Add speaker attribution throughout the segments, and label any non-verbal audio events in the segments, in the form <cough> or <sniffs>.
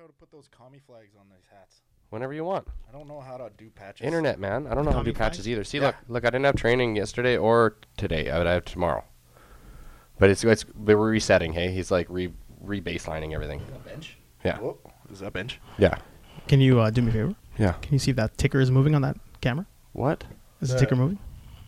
Speaker 1: how to put those commie flags on these hats.
Speaker 2: Whenever you want.
Speaker 1: I don't know how to do patches.
Speaker 2: Internet, man. I don't know how to do
Speaker 3: Commie flag?
Speaker 2: patches either. See,
Speaker 1: Yeah.
Speaker 2: look, look. I didn't have training yesterday or today. I would have tomorrow. But it's it's they were resetting. Hey, he's like re re baselining everything.
Speaker 1: bench.
Speaker 2: Yeah.
Speaker 1: Whoa, is that bench?
Speaker 2: Yeah.
Speaker 3: Can you uh, do me a favor?
Speaker 2: Yeah.
Speaker 3: Can you see if that ticker is moving on that camera?
Speaker 2: What?
Speaker 3: Is the
Speaker 1: Uh,
Speaker 3: ticker moving?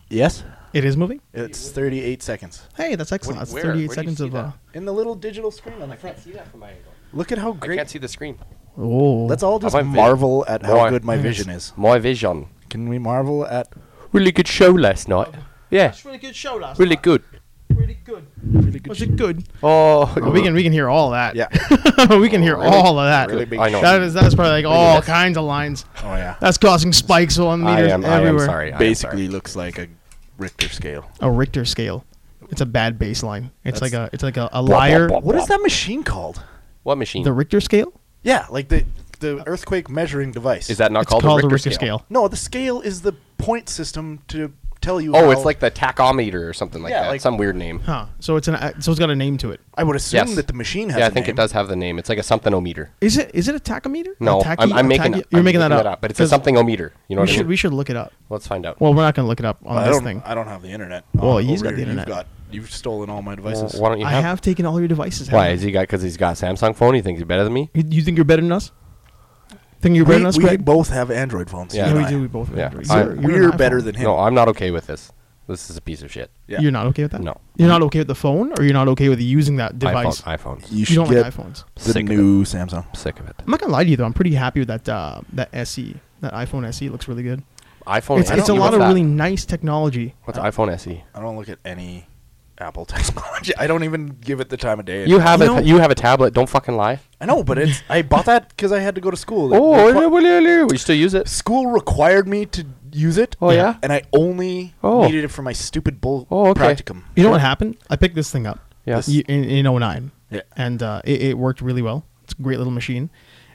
Speaker 1: Yes.
Speaker 3: It is moving.
Speaker 1: It's 38 seconds.
Speaker 3: Hey, that's excellent.
Speaker 2: What-
Speaker 3: that's
Speaker 2: where?
Speaker 3: 38
Speaker 2: Where do you
Speaker 3: seconds
Speaker 2: see
Speaker 3: of. Uh,
Speaker 1: In the little digital screen on the front.
Speaker 2: see that from my angle.
Speaker 1: Look at how
Speaker 2: I
Speaker 1: great.
Speaker 2: can't see the screen.
Speaker 3: oh,
Speaker 1: Let's all just
Speaker 2: my vi-
Speaker 1: marvel at how
Speaker 2: Oh, I-
Speaker 1: good my
Speaker 3: Yes.
Speaker 1: vision is.
Speaker 2: My vision.
Speaker 1: Can we marvel at
Speaker 2: Really good show last night. Yeah.
Speaker 3: really good show last.
Speaker 2: Really good.
Speaker 3: Really good.
Speaker 1: really good?
Speaker 3: Was
Speaker 1: sh-
Speaker 3: it good?
Speaker 2: Oh,
Speaker 3: we can we can hear all that.
Speaker 1: Yeah.
Speaker 3: <laughs> we can hear
Speaker 2: Really?
Speaker 3: all of that.
Speaker 1: Really big
Speaker 2: I know.
Speaker 3: That is that is probably like all
Speaker 2: this.
Speaker 3: kinds of lines.
Speaker 1: Oh yeah.
Speaker 3: That's causing spikes on
Speaker 2: I
Speaker 3: meters
Speaker 2: am. I am
Speaker 3: everywhere.
Speaker 2: sorry. I am
Speaker 1: Basically
Speaker 2: sorry.
Speaker 1: looks like a Richter scale.
Speaker 3: A Richter scale. It's a bad baseline. It's
Speaker 1: That's-
Speaker 3: like a it's like a, a liar.
Speaker 2: blah, blah.
Speaker 1: What is that machine called?
Speaker 2: What machine?
Speaker 3: The Richter scale.
Speaker 1: Yeah, like the the earthquake measuring device.
Speaker 2: is that not
Speaker 3: it's called,
Speaker 2: a
Speaker 3: a
Speaker 2: Richter,
Speaker 3: Richter
Speaker 2: scale?
Speaker 3: scale.
Speaker 1: No, the scale is the point system to tell you.
Speaker 2: Oh,
Speaker 1: how-
Speaker 2: it's like the tachometer or something like
Speaker 1: Yeah,
Speaker 2: that.
Speaker 1: like-
Speaker 2: Some weird name.
Speaker 3: Huh. So it's an uh, so it's got a name to it.
Speaker 1: I would assume
Speaker 2: Yes.
Speaker 1: that the machine has.
Speaker 2: Yeah,
Speaker 1: I
Speaker 2: I think it does have the name. It's like a something ometer.
Speaker 3: Is it is it a tachometer?
Speaker 2: No,
Speaker 3: A
Speaker 2: I'm-
Speaker 3: tachy-
Speaker 2: I'm,
Speaker 3: a
Speaker 2: making
Speaker 3: tachy-
Speaker 2: it-
Speaker 3: You're
Speaker 2: I'm
Speaker 3: making that up.
Speaker 2: But it's a
Speaker 3: 'Cause
Speaker 2: something ometer. You know
Speaker 3: We
Speaker 2: what I
Speaker 3: should
Speaker 2: mean?
Speaker 3: we should look it up.
Speaker 2: Let's find out.
Speaker 3: Well, we're not going to look it up on
Speaker 1: I
Speaker 3: this
Speaker 1: don't.
Speaker 3: thing. I,
Speaker 1: I don't have the internet.
Speaker 3: Well,
Speaker 1: Uh,
Speaker 3: he's
Speaker 1: over
Speaker 3: got the
Speaker 1: here,
Speaker 3: internet.
Speaker 1: You've got. You've stolen all my devices.
Speaker 2: Why don't you
Speaker 3: have,
Speaker 2: have?
Speaker 3: taken all your devices.
Speaker 2: Why
Speaker 3: haven't
Speaker 2: is he got? Because he's got a Samsung phone. He thinks he's better than me.
Speaker 3: I? You, you think you're better than us? Think you're better than us,
Speaker 1: we, we
Speaker 3: Greg?
Speaker 1: both have Android phones.
Speaker 2: Yeah.
Speaker 1: you
Speaker 3: yeah,
Speaker 1: and
Speaker 3: we
Speaker 1: I.
Speaker 3: do. We both.
Speaker 2: Yeah.
Speaker 3: You're-
Speaker 2: I-
Speaker 3: you're an
Speaker 1: We're
Speaker 3: iPhone.
Speaker 1: better than him.
Speaker 2: No, I'm not okay with this. This is a piece of shit.
Speaker 1: Yeah.
Speaker 3: You're not okay with that.
Speaker 2: No.
Speaker 3: You're not okay with the phone, or you're not okay with using that device.
Speaker 2: iPhone. iPhones.
Speaker 1: You
Speaker 3: You,
Speaker 1: should
Speaker 3: don't
Speaker 1: get
Speaker 3: like iPhones.
Speaker 1: the
Speaker 2: Sick of
Speaker 1: new Samsung.
Speaker 2: Sick of it.
Speaker 3: I'm not gonna lie to you though. I'm pretty happy with that. Uh, that SE, that iPhone SE looks really good.
Speaker 2: iPhone.
Speaker 3: it's
Speaker 2: I
Speaker 3: it's a
Speaker 2: don't-
Speaker 3: lot
Speaker 2: what's
Speaker 3: of
Speaker 2: that?
Speaker 3: really nice technology.
Speaker 2: What's iPhone E? SE?
Speaker 1: I don't look at any Apple <laughs> technology. I don't even give it the time of day.
Speaker 2: You have
Speaker 3: You
Speaker 2: a
Speaker 3: know-
Speaker 2: you have a tablet. Don't fucking lie.
Speaker 1: I know, but it's. I bought that because I had to go to school. They-
Speaker 2: Oh,
Speaker 1: they
Speaker 2: yeah,
Speaker 1: fu-
Speaker 2: well, yeah, yeah, we still use it.
Speaker 1: school required me to use it.
Speaker 2: Oh, yeah?
Speaker 1: and I only
Speaker 2: Oh.
Speaker 1: needed it for my stupid bull
Speaker 2: Oh, okay.
Speaker 1: practicum.
Speaker 3: You know what happened? I picked this thing up.
Speaker 2: Yes.
Speaker 3: y- In, in 09.
Speaker 1: Yeah.
Speaker 3: And uh, it, it worked really well. It's a great little machine.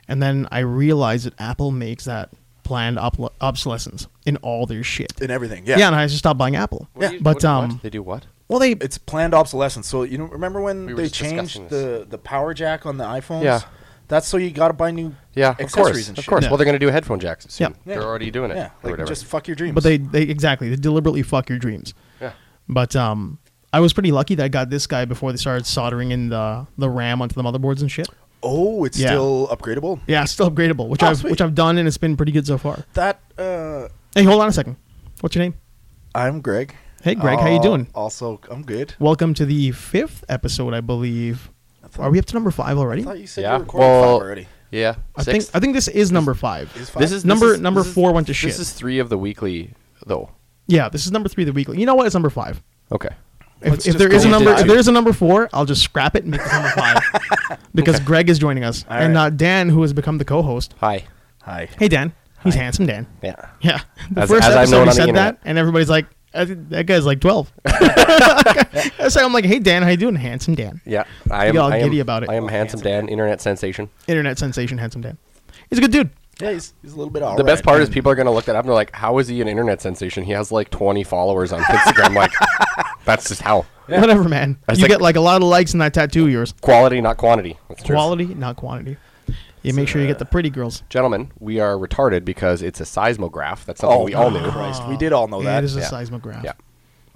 Speaker 3: And then I realized that Apple makes that planned obl- obsolescence in all their shit.
Speaker 1: and everything.
Speaker 3: Yeah.
Speaker 1: Yeah,
Speaker 3: and I just stopped buying Apple.
Speaker 2: What do you-
Speaker 3: But
Speaker 2: what do- what?
Speaker 3: um,
Speaker 2: they do what?
Speaker 3: well, they
Speaker 1: it's planned obsolescence. So you know, remember when
Speaker 2: We were
Speaker 1: they
Speaker 2: just discussing
Speaker 1: changed
Speaker 2: this.
Speaker 1: the the power jack on the iPhones?
Speaker 2: Yeah.
Speaker 1: that's so you got to buy new
Speaker 2: Yeah, of
Speaker 1: accessories
Speaker 2: course,
Speaker 1: and
Speaker 2: of
Speaker 1: shit.
Speaker 2: course.
Speaker 3: Yeah.
Speaker 2: Well, they're gonna do headphone jacks soon.
Speaker 3: Yeah.
Speaker 2: They're already doing it.
Speaker 1: Yeah,
Speaker 2: or
Speaker 1: like
Speaker 2: whatever.
Speaker 1: just fuck your dreams.
Speaker 3: but they they exactly they deliberately fuck your dreams.
Speaker 2: yeah.
Speaker 3: But um, I was pretty lucky that I got this guy before they started soldering in the the RAM onto the motherboards and shit.
Speaker 1: oh, it's
Speaker 3: Yeah.
Speaker 1: still upgradable.
Speaker 3: Yeah, it's still upgradable, which
Speaker 1: Oh,
Speaker 3: I've
Speaker 1: sweet.
Speaker 3: which I've done and it's been pretty good so far.
Speaker 1: That uh,
Speaker 3: Hey, hold on a second. What's your name?
Speaker 1: I'm Greg.
Speaker 3: Hey, Greg, how you
Speaker 1: Uh,
Speaker 3: doing?
Speaker 1: Also, I'm good.
Speaker 3: Welcome to the fifth episode, I believe.
Speaker 1: I thought-
Speaker 3: Are we up to number five already?
Speaker 1: I thought you said
Speaker 2: Yeah,
Speaker 1: you recorded five
Speaker 2: well,
Speaker 1: already.
Speaker 2: Yeah.
Speaker 3: I think
Speaker 2: Sixth.
Speaker 3: I think this is number five.
Speaker 1: Is
Speaker 2: this
Speaker 1: five?
Speaker 2: is
Speaker 3: Number-
Speaker 2: this is-
Speaker 3: number
Speaker 2: this is-
Speaker 3: four went to shit.
Speaker 2: This is three of the weekly though.
Speaker 3: yeah, this is number three of the weekly. You know what? It's number five.
Speaker 2: Okay.
Speaker 3: If,
Speaker 1: Let's
Speaker 3: if
Speaker 1: just
Speaker 3: there
Speaker 1: go
Speaker 3: is a
Speaker 2: with
Speaker 3: number,
Speaker 2: that.
Speaker 3: if there is a number four, I'll just scrap it and make it
Speaker 1: <laughs>
Speaker 3: number five because Greg is joining us
Speaker 1: All
Speaker 3: and
Speaker 1: right.
Speaker 3: uh, Dan, who has become the co-host.
Speaker 2: Hi.
Speaker 1: Hi.
Speaker 3: Hey, Dan. He's handsome, Dan.
Speaker 2: Yeah.
Speaker 3: Yeah. The
Speaker 2: As-
Speaker 3: first
Speaker 2: as I've
Speaker 3: episode
Speaker 2: known
Speaker 3: he
Speaker 2: on the
Speaker 3: said that,
Speaker 2: internet.
Speaker 3: and everybody's like, "I think "That guy's
Speaker 2: <laughs>
Speaker 3: like 12. <laughs> so I'm like, "Hey, Dan, how you doing? Handsome Dan,
Speaker 2: Yeah. I
Speaker 3: You
Speaker 2: am.
Speaker 3: get all
Speaker 2: I am-
Speaker 3: giddy about it.
Speaker 2: I am handsome Dan, internet sensation.
Speaker 3: internet sensation, handsome Dan. He's a good dude."
Speaker 1: Yeah, he's, he's a little bit all
Speaker 2: the best
Speaker 1: right.
Speaker 2: part is
Speaker 1: And
Speaker 2: people are gonna look that up and they're like, "How is he an internet sensation? He has like 20 followers on Instagram. <laughs> like, that's just how
Speaker 3: Whatever, man.
Speaker 2: It's
Speaker 3: you
Speaker 2: like-
Speaker 3: get like a lot of likes in that tattoo of yours.
Speaker 2: quality, not quantity. That's true.
Speaker 3: Quality, not quantity. You make sure you get the pretty girls.
Speaker 2: Gentlemen, we are retarded because it's a seismograph. That's something
Speaker 1: Oh,
Speaker 2: we all knew. <laughs>
Speaker 1: Christ, we did all know
Speaker 3: Yeah,
Speaker 1: that.
Speaker 3: it is a
Speaker 2: yeah.
Speaker 3: seismograph.
Speaker 2: Yeah.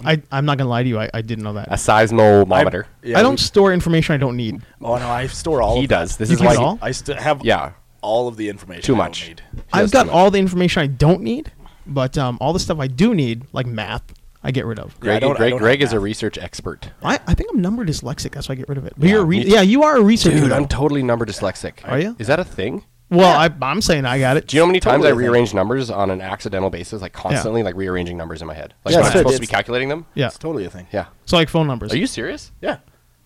Speaker 3: I, I'm not gonna lie to you. I, I didn't know that.
Speaker 2: A seismometer.
Speaker 1: Yeah,
Speaker 3: I don't
Speaker 1: we-
Speaker 3: store information I don't need.
Speaker 1: Oh no, I store all.
Speaker 2: he
Speaker 1: of that.
Speaker 2: does. This
Speaker 3: You
Speaker 2: is
Speaker 3: keep
Speaker 2: why.
Speaker 3: it all?
Speaker 2: He,
Speaker 1: I still have
Speaker 2: yeah.
Speaker 1: all of the information.
Speaker 2: Too
Speaker 1: I don't
Speaker 2: much.
Speaker 1: need.
Speaker 3: I've
Speaker 2: has
Speaker 3: got
Speaker 2: too much.
Speaker 3: all the information I don't need, but um, all the stuff I do need, like math, I get rid of.
Speaker 1: Yeah, I
Speaker 2: Greg,
Speaker 1: don't- I
Speaker 2: Greg,
Speaker 1: don't
Speaker 2: Greg
Speaker 1: have
Speaker 2: is a
Speaker 1: math.
Speaker 2: research expert.
Speaker 3: I, I think I'm number dyslexic. That's why I get rid of it. But
Speaker 2: Yeah,
Speaker 3: you're a re-
Speaker 2: me-
Speaker 3: yeah, you are a researcher.
Speaker 2: Dude,
Speaker 3: though.
Speaker 2: I'm totally number dyslexic.
Speaker 3: Are you?
Speaker 2: Is that a thing?
Speaker 3: well, I, I'm saying I got it.
Speaker 2: Do you know how many times
Speaker 1: Totally
Speaker 2: I
Speaker 1: a thing.
Speaker 2: rearrange numbers on an accidental basis, like constantly, like rearranging numbers in my head? Like
Speaker 1: Yeah,
Speaker 2: when I'm
Speaker 1: so
Speaker 2: supposed to be
Speaker 1: it's-
Speaker 2: calculating them?
Speaker 3: Yeah.
Speaker 1: It's totally a thing.
Speaker 2: Yeah.
Speaker 3: So like phone numbers.
Speaker 2: Are you serious?
Speaker 1: Yeah.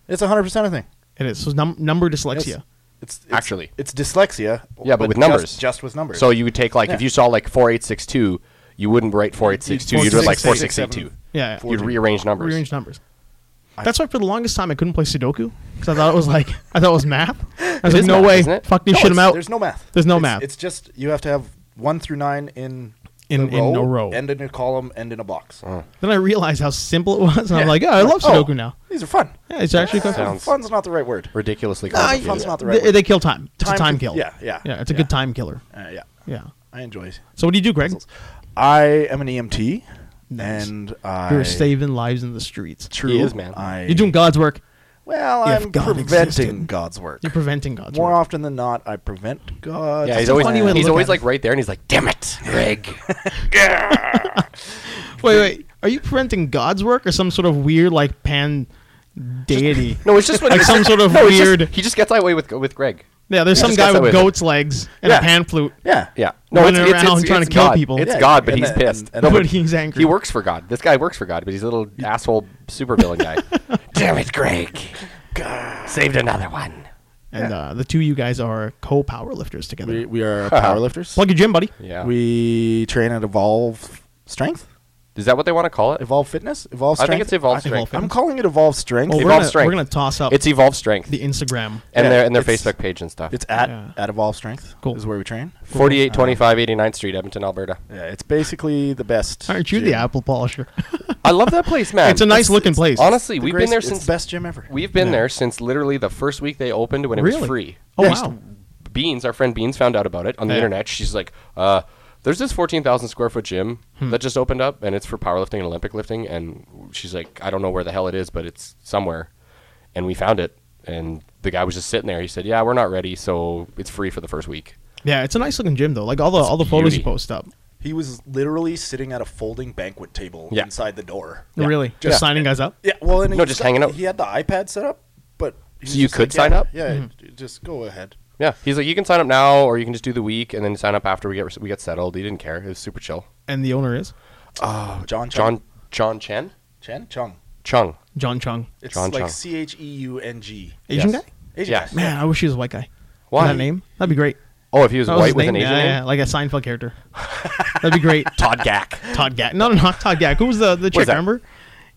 Speaker 1: It's 100% a thing.
Speaker 3: It is. So num- number dyslexia.
Speaker 1: It's, it's, it's-
Speaker 2: Actually.
Speaker 1: It's dyslexia.
Speaker 2: Yeah, but with
Speaker 1: just-
Speaker 2: numbers.
Speaker 1: Just, with numbers.
Speaker 2: So you would take like if
Speaker 1: Yeah.
Speaker 2: you saw like four eight six two, you wouldn't write four eight six two. You'd write like four six eight two.
Speaker 3: Yeah. yeah.
Speaker 2: You'd rearrange numbers.
Speaker 3: Rearrange numbers. That's why for the longest time I couldn't play Sudoku because I thought it was like <laughs> I thought it was math. I
Speaker 2: It
Speaker 3: was like,
Speaker 2: is
Speaker 3: no
Speaker 2: math,
Speaker 3: way,
Speaker 2: isn't it?
Speaker 3: fuck this
Speaker 1: No,
Speaker 3: shit,
Speaker 1: it's-
Speaker 3: I'm out.
Speaker 1: There's no math.
Speaker 3: There's no
Speaker 1: It's-
Speaker 3: math.
Speaker 1: It's just you have to have 1 through 9 in
Speaker 3: in, in a row.
Speaker 1: and in a column, and in a box.
Speaker 2: Oh.
Speaker 3: then I realized how simple it was, and I'm
Speaker 1: Yeah.
Speaker 3: like, yeah, I love
Speaker 1: Oh,
Speaker 3: Sudoku now.
Speaker 1: These are fun.
Speaker 3: Yeah, it's actually quite fun.
Speaker 2: Sounds-
Speaker 1: Fun's not the right word.
Speaker 2: Ridiculously
Speaker 1: Nah,
Speaker 2: complicated.
Speaker 1: fun's not the right
Speaker 3: they,
Speaker 1: word.
Speaker 3: they kill time. It's a
Speaker 1: Time
Speaker 3: time
Speaker 1: ki-
Speaker 3: kill.
Speaker 1: yeah, yeah,
Speaker 3: yeah. It's a
Speaker 1: yeah.
Speaker 3: good time killer.
Speaker 1: Uh, yeah,
Speaker 3: Yeah.
Speaker 1: I enjoy. it.
Speaker 3: So what do you do, Greg?
Speaker 1: I am an EMT,
Speaker 3: Nice.
Speaker 1: and I.
Speaker 3: You're saving lives in the streets.
Speaker 1: True,
Speaker 2: He is, man.
Speaker 1: I,
Speaker 3: You're doing God's work.
Speaker 1: Well,
Speaker 3: if
Speaker 1: I'm
Speaker 3: God
Speaker 1: preventing
Speaker 3: existed.
Speaker 1: God's work.
Speaker 3: You're preventing God's
Speaker 1: More
Speaker 3: work.
Speaker 1: often than not, I prevent God.
Speaker 2: Yeah, he's
Speaker 3: a
Speaker 2: always
Speaker 3: funny way to
Speaker 2: he's
Speaker 3: look
Speaker 2: always
Speaker 3: at it.
Speaker 2: like right there, and he's like, "Damn it, <laughs> Greg."
Speaker 3: Wait, wait. Are you preventing God's work or some sort of weird like pan deity?
Speaker 2: no, it's just what
Speaker 3: Like
Speaker 2: it's
Speaker 3: some
Speaker 2: just-
Speaker 3: sort of
Speaker 2: no, it's just-
Speaker 3: weird-
Speaker 2: he just gets that way with with Greg.
Speaker 3: Yeah, there's
Speaker 2: He
Speaker 3: some
Speaker 2: just
Speaker 3: guy
Speaker 2: gets
Speaker 3: with
Speaker 2: away with it.
Speaker 3: goat's legs and
Speaker 1: Yeah.
Speaker 3: a pan flute.
Speaker 1: yeah,
Speaker 2: Yeah,
Speaker 3: Running around trying to kill
Speaker 2: God.
Speaker 3: people.
Speaker 2: It's
Speaker 1: Yeah,
Speaker 2: God, but
Speaker 1: and
Speaker 2: he's
Speaker 1: then-
Speaker 2: pissed.
Speaker 1: and
Speaker 2: No,
Speaker 1: then-
Speaker 3: But he's angry.
Speaker 2: He works for God. This guy works for God, but he's a little asshole supervillain guy.
Speaker 3: <laughs>
Speaker 2: Damn it, Greg. Saved another one.
Speaker 3: And uh, the two of you guys are co power lifters together.
Speaker 1: We, we
Speaker 2: <laughs>
Speaker 1: are powerlifters.
Speaker 3: Plug your gym, buddy.
Speaker 2: Yeah.
Speaker 1: We train at Evolve Strength,
Speaker 2: Is that what they want to call it?
Speaker 1: Evolve Fitness, Evolve
Speaker 2: I
Speaker 1: Strength.
Speaker 2: think it's evolved
Speaker 3: Evolve
Speaker 2: strength.
Speaker 1: I'm
Speaker 3: Fitness.
Speaker 1: calling it Evolve Strength.
Speaker 3: Well, we're
Speaker 2: Evolve
Speaker 3: gonna,
Speaker 2: strength.
Speaker 3: we're gonna toss up
Speaker 2: It's evolved strength,
Speaker 3: the Instagram.
Speaker 2: and
Speaker 1: Yeah,
Speaker 2: their and their
Speaker 1: it's-
Speaker 2: Facebook page and stuff.
Speaker 1: it's at
Speaker 3: Yeah.
Speaker 1: at Evolve Strength.
Speaker 3: Cool.
Speaker 1: Is where we train.
Speaker 2: 4825 89th Street, Edmonton, Alberta.
Speaker 1: Yeah, it's basically the best.
Speaker 3: Aren't you
Speaker 1: gym.
Speaker 3: the apple polisher?
Speaker 2: <laughs> I love that place, man.
Speaker 3: It's a nice looking place.
Speaker 2: Honestly,
Speaker 1: The
Speaker 2: we've
Speaker 1: greatest-
Speaker 2: been there
Speaker 1: it's
Speaker 2: since
Speaker 1: the best gym ever.
Speaker 2: We've been
Speaker 3: Yeah.
Speaker 2: there since literally the first week they opened when it
Speaker 3: Really?
Speaker 2: was free.
Speaker 3: Oh,
Speaker 2: Just
Speaker 3: wow.
Speaker 2: Beans, our friend Beans, found out about it on the
Speaker 3: Yeah.
Speaker 2: internet. She's like, uh, "There's this 14,000 square foot gym
Speaker 3: Hmm.
Speaker 2: that just opened up, and it's for powerlifting and Olympic lifting." And she's like, "I don't know where the hell it is, but it's somewhere." And we found it, and the guy was just sitting there. He said, "Yeah, we're not ready, so it's free for the first week."
Speaker 3: yeah, it's a nice looking gym though. Like all the all the photos you
Speaker 2: beauty.
Speaker 3: post up.
Speaker 1: He was literally sitting at a folding banquet table
Speaker 2: Yeah.
Speaker 1: inside the door.
Speaker 3: Oh, Really, just
Speaker 1: Yeah.
Speaker 3: signing guys up.
Speaker 1: Yeah, well, and
Speaker 2: No,
Speaker 1: he
Speaker 2: just
Speaker 1: got-
Speaker 2: hanging out.
Speaker 1: He had the iPad set up, but he was
Speaker 2: So you
Speaker 1: just
Speaker 2: could
Speaker 1: like,
Speaker 2: sign
Speaker 1: yeah,
Speaker 2: up?
Speaker 1: Yeah,
Speaker 3: Mm-hmm.
Speaker 1: j- just go ahead.
Speaker 2: Yeah, he's like, "You can sign up now, or you can just do the week, and then sign up after we get we get settled." He didn't care. It was super chill.
Speaker 3: And the owner is
Speaker 1: Oh, John Chung.
Speaker 2: John John Chen
Speaker 1: Chen Chung.
Speaker 2: Chung.
Speaker 3: John Chung,
Speaker 1: It's
Speaker 2: John
Speaker 1: like
Speaker 2: Chung.
Speaker 1: C H E U N G.
Speaker 3: Asian
Speaker 2: Yes.
Speaker 3: guy.
Speaker 1: Asian
Speaker 2: Yeah.
Speaker 1: guy.
Speaker 3: Man, I wish he was a white guy.
Speaker 2: Why?
Speaker 3: that name? That'd be great.
Speaker 2: Oh, if he was
Speaker 3: That was
Speaker 2: white
Speaker 3: his
Speaker 2: with
Speaker 3: name?
Speaker 2: an Asian
Speaker 3: yeah,
Speaker 2: name,
Speaker 3: yeah, like a Seinfeld
Speaker 2: <laughs>
Speaker 3: character. That'd be great.
Speaker 2: Todd
Speaker 3: <laughs>
Speaker 2: Gack.
Speaker 3: Todd Gack. No, no, not Todd Gack. Who was the the chick?
Speaker 2: that?
Speaker 3: Remember?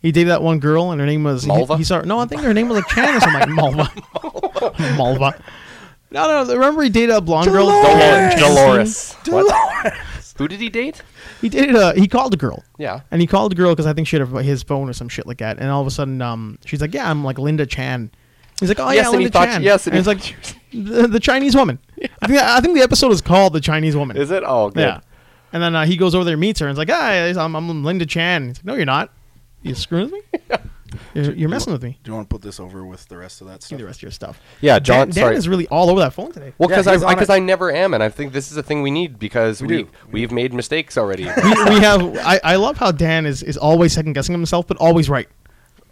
Speaker 3: He dated that one girl, and her name was he-
Speaker 2: Malva?
Speaker 3: He, saw her- no, I think her name was like Chan or
Speaker 2: <laughs>
Speaker 3: something. Like Malva. Malva. No, no. Remember he dated a blonde girl.
Speaker 1: Dolores.
Speaker 2: Dolores. Dolores.
Speaker 1: Dolores.
Speaker 2: Who did he date?
Speaker 3: He dated a. He called a girl.
Speaker 2: Yeah.
Speaker 3: And he called the girl because I think she had her- his phone or some shit like that. And all of a sudden, um, she's like, "Yeah, I'm like Linda Chan." He's like, "Oh
Speaker 2: Yes,
Speaker 3: yeah,
Speaker 2: and he
Speaker 3: Linda
Speaker 2: thought-
Speaker 3: Chan."
Speaker 2: yes, and
Speaker 3: and it's
Speaker 2: he-
Speaker 3: like the, the Chinese woman. I think I think the episode is called "The Chinese Woman."
Speaker 2: Is it? Oh, good.
Speaker 3: Yeah. And then uh, he goes over there, and meets her, and it's like, "Hi, I'm, I'm Linda Chan." He's like, "No, you're not. You screwing
Speaker 2: <laughs>
Speaker 3: with me? You're, you're messing with me."
Speaker 1: Do you want to put this over with the rest of that
Speaker 3: Do
Speaker 1: stuff?
Speaker 3: the rest of your stuff.
Speaker 2: Yeah, John-
Speaker 3: Dan, Dan
Speaker 2: sorry.
Speaker 3: is really all over that phone today.
Speaker 2: Well,
Speaker 1: Yeah,
Speaker 2: because
Speaker 1: he's on
Speaker 2: I because
Speaker 1: it.
Speaker 2: I never am, and I think this is a thing we need because we,
Speaker 1: do.
Speaker 2: we have made mistakes
Speaker 1: <laughs>
Speaker 2: already.
Speaker 3: <laughs> we, we have. I, I love how Dan is, is always second guessing himself, but always right.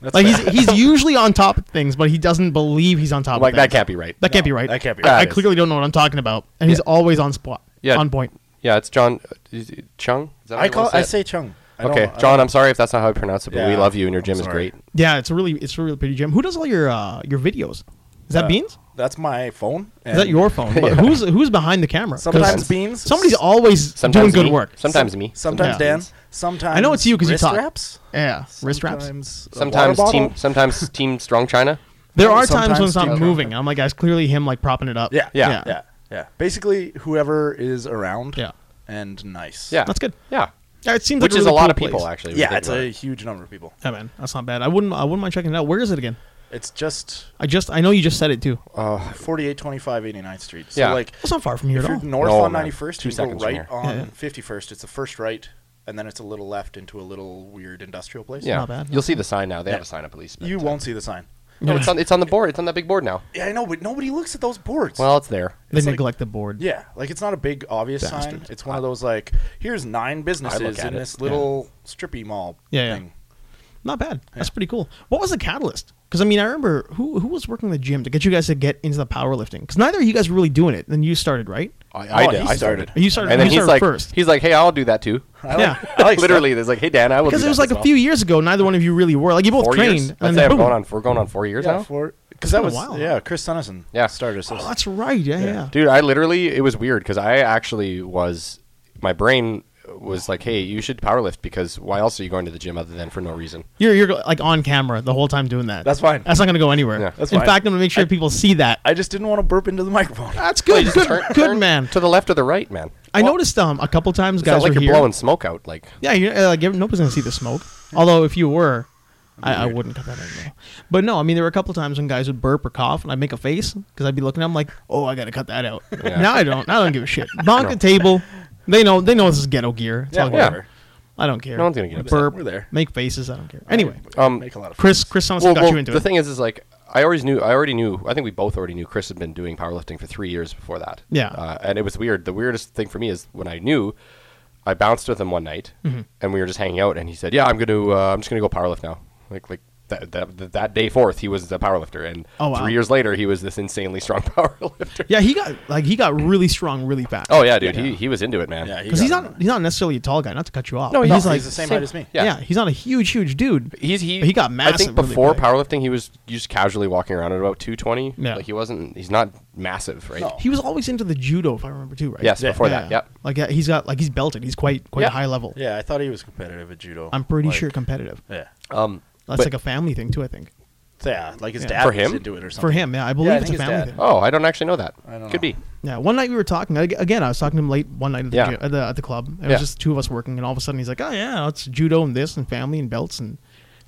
Speaker 1: That's
Speaker 3: like he's,
Speaker 1: fair.
Speaker 2: <laughs>
Speaker 3: he's usually on top of things, but he doesn't believe he's on top.
Speaker 2: like
Speaker 3: of things.
Speaker 2: that can't be right.
Speaker 3: That can't be right.
Speaker 1: that can't be
Speaker 3: I- I,
Speaker 2: right.
Speaker 3: clearly don't know what I'm talking about, and he's always on spot.
Speaker 2: Yeah.
Speaker 3: on point.
Speaker 2: Yeah, it's John uh, is it Chung. Is that how
Speaker 1: I
Speaker 2: you
Speaker 1: call.
Speaker 2: wanna
Speaker 1: I
Speaker 2: it?
Speaker 1: say Chung. I don't-
Speaker 2: Okay,
Speaker 1: I
Speaker 2: John.
Speaker 1: don't-
Speaker 2: I'm sorry if that's not how I pronounce it, but we
Speaker 1: Yeah,
Speaker 2: love you, and your
Speaker 1: I'm
Speaker 2: gym is
Speaker 1: sorry.
Speaker 2: great.
Speaker 3: Yeah, it's a really it's a really pretty gym. Who does all your uh, your videos? Is that
Speaker 1: Uh,
Speaker 3: Beans?
Speaker 1: That's my phone.
Speaker 3: Is that
Speaker 2: <laughs>
Speaker 3: your phone? But who's who's behind the camera? 'Cause
Speaker 1: Sometimes Beans.
Speaker 3: Somebody's always
Speaker 2: Sometimes
Speaker 3: doing good
Speaker 2: me.
Speaker 3: work.
Speaker 2: Sometimes me.
Speaker 1: Sometimes
Speaker 3: Yeah.
Speaker 1: Dan. Sometimes
Speaker 3: I know it's you 'cause you
Speaker 1: wrist
Speaker 3: talk.
Speaker 1: Wraps.
Speaker 3: yeah, wrist wraps.
Speaker 1: Sometimes a
Speaker 2: Sometimes
Speaker 1: water
Speaker 2: team.
Speaker 1: bottle. <laughs>
Speaker 2: Sometimes team Strong China.
Speaker 3: There are
Speaker 1: Sometimes
Speaker 3: times when it's not
Speaker 1: Steve-
Speaker 3: moving. I'm like, that's clearly him like propping it up.
Speaker 1: Yeah,
Speaker 2: Yeah.
Speaker 1: yeah, yeah. Basically, whoever is around.
Speaker 3: Yeah.
Speaker 1: And nice.
Speaker 2: Yeah,
Speaker 3: That's good.
Speaker 2: Yeah,
Speaker 3: Yeah, it seems
Speaker 2: which
Speaker 3: like
Speaker 2: is a
Speaker 3: really
Speaker 2: lot
Speaker 3: cool
Speaker 2: of people
Speaker 3: place.
Speaker 2: actually. when you
Speaker 1: Yeah,
Speaker 2: think
Speaker 1: it's
Speaker 2: about
Speaker 1: a
Speaker 2: it.
Speaker 1: huge number of people.
Speaker 3: Yeah, man, that's not bad. I wouldn't I wouldn't mind checking it out. Where is it again?
Speaker 1: It's just
Speaker 3: I just I know you just said it too.
Speaker 1: 4825 89th Street. So
Speaker 2: Yeah.
Speaker 1: like
Speaker 3: It's not far from here
Speaker 1: if
Speaker 3: at
Speaker 1: you're
Speaker 3: all.
Speaker 1: north
Speaker 2: No,
Speaker 1: on
Speaker 2: man.
Speaker 1: 91st,
Speaker 2: Two
Speaker 1: you go
Speaker 2: seconds from
Speaker 1: right
Speaker 2: here.
Speaker 1: on
Speaker 3: Yeah, yeah.
Speaker 1: 51st. It's the first right and then it's a little left into a little weird industrial place.
Speaker 2: yeah.
Speaker 3: not bad.
Speaker 2: You'll see the sign now. They have a sign up at least. but,
Speaker 1: You
Speaker 2: uh,
Speaker 1: won't see the sign.
Speaker 2: No, it's on it's on the board. It's on that big board now.
Speaker 1: Yeah, I know, but nobody looks at those boards.
Speaker 2: Well, it's there.
Speaker 3: They
Speaker 1: it's like-
Speaker 3: neglect the board.
Speaker 1: yeah, like it's not a big obvious sign.
Speaker 3: Bastards.
Speaker 1: It's one of those like here's nine businesses
Speaker 2: at
Speaker 1: in
Speaker 2: it.
Speaker 1: this little strippy mall
Speaker 3: Yeah, yeah. <laughs>
Speaker 1: thing.
Speaker 3: Not bad. That's pretty cool. What was the catalyst? Because I mean, I remember who who was working the gym to get you guys to get into the powerlifting. Because neither of you guys were really doing it. Then you started, right?
Speaker 2: I,
Speaker 1: Oh,
Speaker 2: did.
Speaker 1: he
Speaker 2: I
Speaker 1: started.
Speaker 3: You started.
Speaker 2: and then
Speaker 3: you
Speaker 2: he's
Speaker 3: started
Speaker 2: like,
Speaker 3: first.
Speaker 2: he's like, hey, I'll do that too.
Speaker 3: yeah.
Speaker 1: <laughs> I
Speaker 2: <laughs>
Speaker 1: like
Speaker 2: Literally, there's like, hey, Dan, I will.
Speaker 3: Because
Speaker 2: do
Speaker 3: it was
Speaker 2: that
Speaker 3: like
Speaker 2: as
Speaker 3: a
Speaker 2: well."
Speaker 3: few years ago, neither one of you really were. Like you both
Speaker 2: four
Speaker 3: trained,
Speaker 2: years.
Speaker 3: and
Speaker 2: I'd say
Speaker 3: then
Speaker 2: I'm
Speaker 3: boom.
Speaker 2: going on. We're going on four years
Speaker 1: stuff. Yeah,
Speaker 2: now.
Speaker 1: for because that
Speaker 3: been a
Speaker 1: was
Speaker 3: while.
Speaker 1: yeah Chris Sunnison
Speaker 2: Yeah.
Speaker 1: started us.
Speaker 3: Oh, that's right. Yeah, yeah. yeah.
Speaker 2: Dude, I literally it was weird because I actually was my brain was like, hey, you should powerlift because why else are you going to the gym other than for no reason?
Speaker 3: You're you're like on camera the whole time doing that.
Speaker 1: That's fine.
Speaker 3: That's not gonna go anywhere.
Speaker 2: Yeah.
Speaker 1: That's
Speaker 3: In
Speaker 1: fine.
Speaker 3: fact, I'm gonna make sure people see that.
Speaker 1: I just didn't want to burp into the microphone.
Speaker 3: That's good.
Speaker 2: You just
Speaker 3: Good,
Speaker 2: turn-
Speaker 3: good
Speaker 2: turn
Speaker 3: man.
Speaker 2: To the left or the right, man.
Speaker 3: I
Speaker 2: Well-
Speaker 3: noticed um a couple times
Speaker 2: It's not
Speaker 3: guys
Speaker 2: like
Speaker 3: were
Speaker 2: you're
Speaker 3: here.
Speaker 2: blowing smoke out. Like
Speaker 3: Yeah, you uh, like, nobody's gonna see the smoke. Although if you were, I, I wouldn't cut that anymore. But no, I mean there were a couple times when guys would burp or cough, and I'd make a face because I'd be looking at them like, "Oh, I gotta cut that out."
Speaker 2: <laughs> Yeah.
Speaker 3: Now I don't. I don't give
Speaker 2: <laughs>
Speaker 3: a shit. Bonk
Speaker 2: No.
Speaker 3: the table. They know. They know this is ghetto gear. It's
Speaker 1: Yeah,
Speaker 3: all good.
Speaker 1: whatever.
Speaker 3: I don't care.
Speaker 2: No one's gonna get upset.
Speaker 3: burp.
Speaker 1: We're there.
Speaker 3: Make faces. I don't care. Anyway,
Speaker 2: Um,
Speaker 1: make a lot of
Speaker 3: Chris. Chris honestly
Speaker 2: well,
Speaker 3: got
Speaker 2: well,
Speaker 3: you into
Speaker 2: the
Speaker 3: it.
Speaker 2: thing is, is like I always knew. I already knew. I think we both already knew. Chris had been doing powerlifting for three years before that.
Speaker 3: Yeah.
Speaker 2: uh, and it was weird. The weirdest thing for me is when I knew. I bounced with him one night,
Speaker 3: Mm-hmm.
Speaker 2: and we were just hanging out, and he said, "Yeah, I'm gonna. Uh, I'm just gonna go powerlift now." Like like. That, that, that day forth, he was a powerlifter, and
Speaker 3: Oh, wow.
Speaker 2: three years later, he was this insanely strong <laughs> powerlifter.
Speaker 3: yeah, he got like he got really strong really fast.
Speaker 2: Oh yeah, dude, He, he was into it, man.
Speaker 1: Yeah, he
Speaker 3: because he's
Speaker 1: got-
Speaker 3: not he's not necessarily a tall guy. Not to cut you off.
Speaker 2: No,
Speaker 3: but
Speaker 2: he's-
Speaker 3: he's
Speaker 2: no,
Speaker 3: like
Speaker 1: he's the same
Speaker 2: same-
Speaker 1: height as me.
Speaker 2: yeah.
Speaker 3: yeah. he's not a huge huge dude.
Speaker 2: He's he
Speaker 3: But he got
Speaker 2: I
Speaker 3: massive
Speaker 2: think
Speaker 3: really
Speaker 2: before
Speaker 3: quick.
Speaker 2: powerlifting, he was just casually walking around at about two twenty.
Speaker 3: Yeah.
Speaker 2: like he wasn't. He's not massive, right?
Speaker 1: No.
Speaker 3: He was always into the judo, if I remember too, right?
Speaker 2: Yes,
Speaker 1: Yeah.
Speaker 2: before
Speaker 3: yeah.
Speaker 2: that. Yep.
Speaker 3: Like uh, he's got like he's belted. He's quite quite
Speaker 2: Yeah.
Speaker 3: high level.
Speaker 1: Yeah, I thought he was competitive at judo.
Speaker 3: I'm pretty
Speaker 1: Like,
Speaker 3: sure competitive.
Speaker 1: Yeah,
Speaker 2: Um,
Speaker 3: That's
Speaker 2: but-
Speaker 3: like a family thing too. I think
Speaker 1: yeah, like his
Speaker 3: Yeah.
Speaker 1: dad
Speaker 2: For
Speaker 1: was
Speaker 2: him?
Speaker 1: into it or something.
Speaker 3: for him, yeah, I believe
Speaker 1: I
Speaker 3: it's a
Speaker 1: think his
Speaker 3: family
Speaker 1: dad.
Speaker 3: thing.
Speaker 2: oh, I don't actually know that.
Speaker 1: I don't
Speaker 2: Could
Speaker 1: know.
Speaker 2: be.
Speaker 3: Yeah, one night we were talking ag- again. I was talking to him late one night at the,
Speaker 2: Yeah.
Speaker 3: ju- at, the at the club. It
Speaker 2: Yeah.
Speaker 3: was just two of us working, and all of a sudden he's like, "Oh yeah, it's judo and this and family and belts and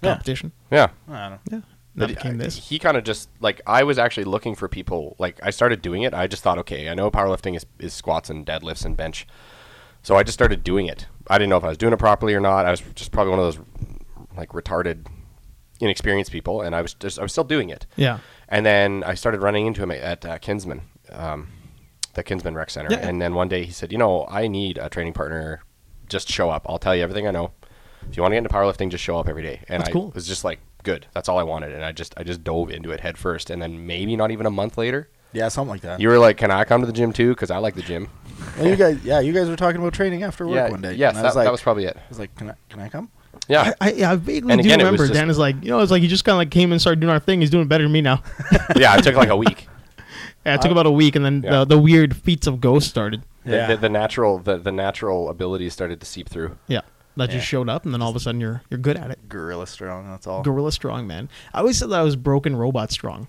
Speaker 1: Yeah.
Speaker 3: competition."
Speaker 2: Yeah.
Speaker 1: I don't know.
Speaker 3: Yeah, that
Speaker 2: But,
Speaker 3: became
Speaker 2: uh,
Speaker 3: this.
Speaker 2: He kind of just like I was actually looking for people. Like I started doing it. I just thought, okay, I know powerlifting is, is squats and deadlifts and bench, so I just started doing it. I didn't know if I was doing it properly or not. I was just probably one of those like retarded, inexperienced people, and I was just I was still doing it.
Speaker 3: Yeah,
Speaker 2: And then I started running into him at uh, Kinsman, um, the Kinsman Rec Center.
Speaker 3: Yeah.
Speaker 2: And then one day he said, "You know, I need a training partner. Just show up. I'll tell you everything I know. If you want to get into powerlifting, just show up every day." And
Speaker 3: That's
Speaker 2: I
Speaker 3: cool.
Speaker 2: was just like, "Good. That's all I wanted." And I just I just dove into it head first. And then maybe not even a month later,
Speaker 1: Yeah, something like that.
Speaker 2: you were like, "Can I come to the gym too? Because I like the gym."
Speaker 1: Well, you guys, yeah, you guys were talking about training after work
Speaker 2: yeah.
Speaker 1: one day.
Speaker 2: Yes,
Speaker 1: and I
Speaker 2: that,
Speaker 1: was like,
Speaker 2: that was probably it.
Speaker 1: I was like, can I, can I come?
Speaker 2: Yeah.
Speaker 3: I, yeah, I vaguely
Speaker 2: And
Speaker 3: do
Speaker 2: again, it was
Speaker 3: remember.
Speaker 2: just-
Speaker 3: Dan is like, you know, it's like he just kind of like came and started doing our thing. He's doing better than me now. <laughs>
Speaker 2: yeah. It took like
Speaker 1: <laughs>
Speaker 2: a week.
Speaker 3: yeah, it took about a week, and then
Speaker 2: Yeah.
Speaker 3: the, the weird feats of ghosts started.
Speaker 2: The- The, the, natural the, the natural ability started to seep through.
Speaker 3: Yeah, that
Speaker 1: Yeah.
Speaker 3: just showed up, and then all of a sudden you're you're good at it.
Speaker 1: gorilla strong. That's
Speaker 2: Oh.
Speaker 1: all.
Speaker 3: Gorilla strong, man. I always said that I was broken robot strong.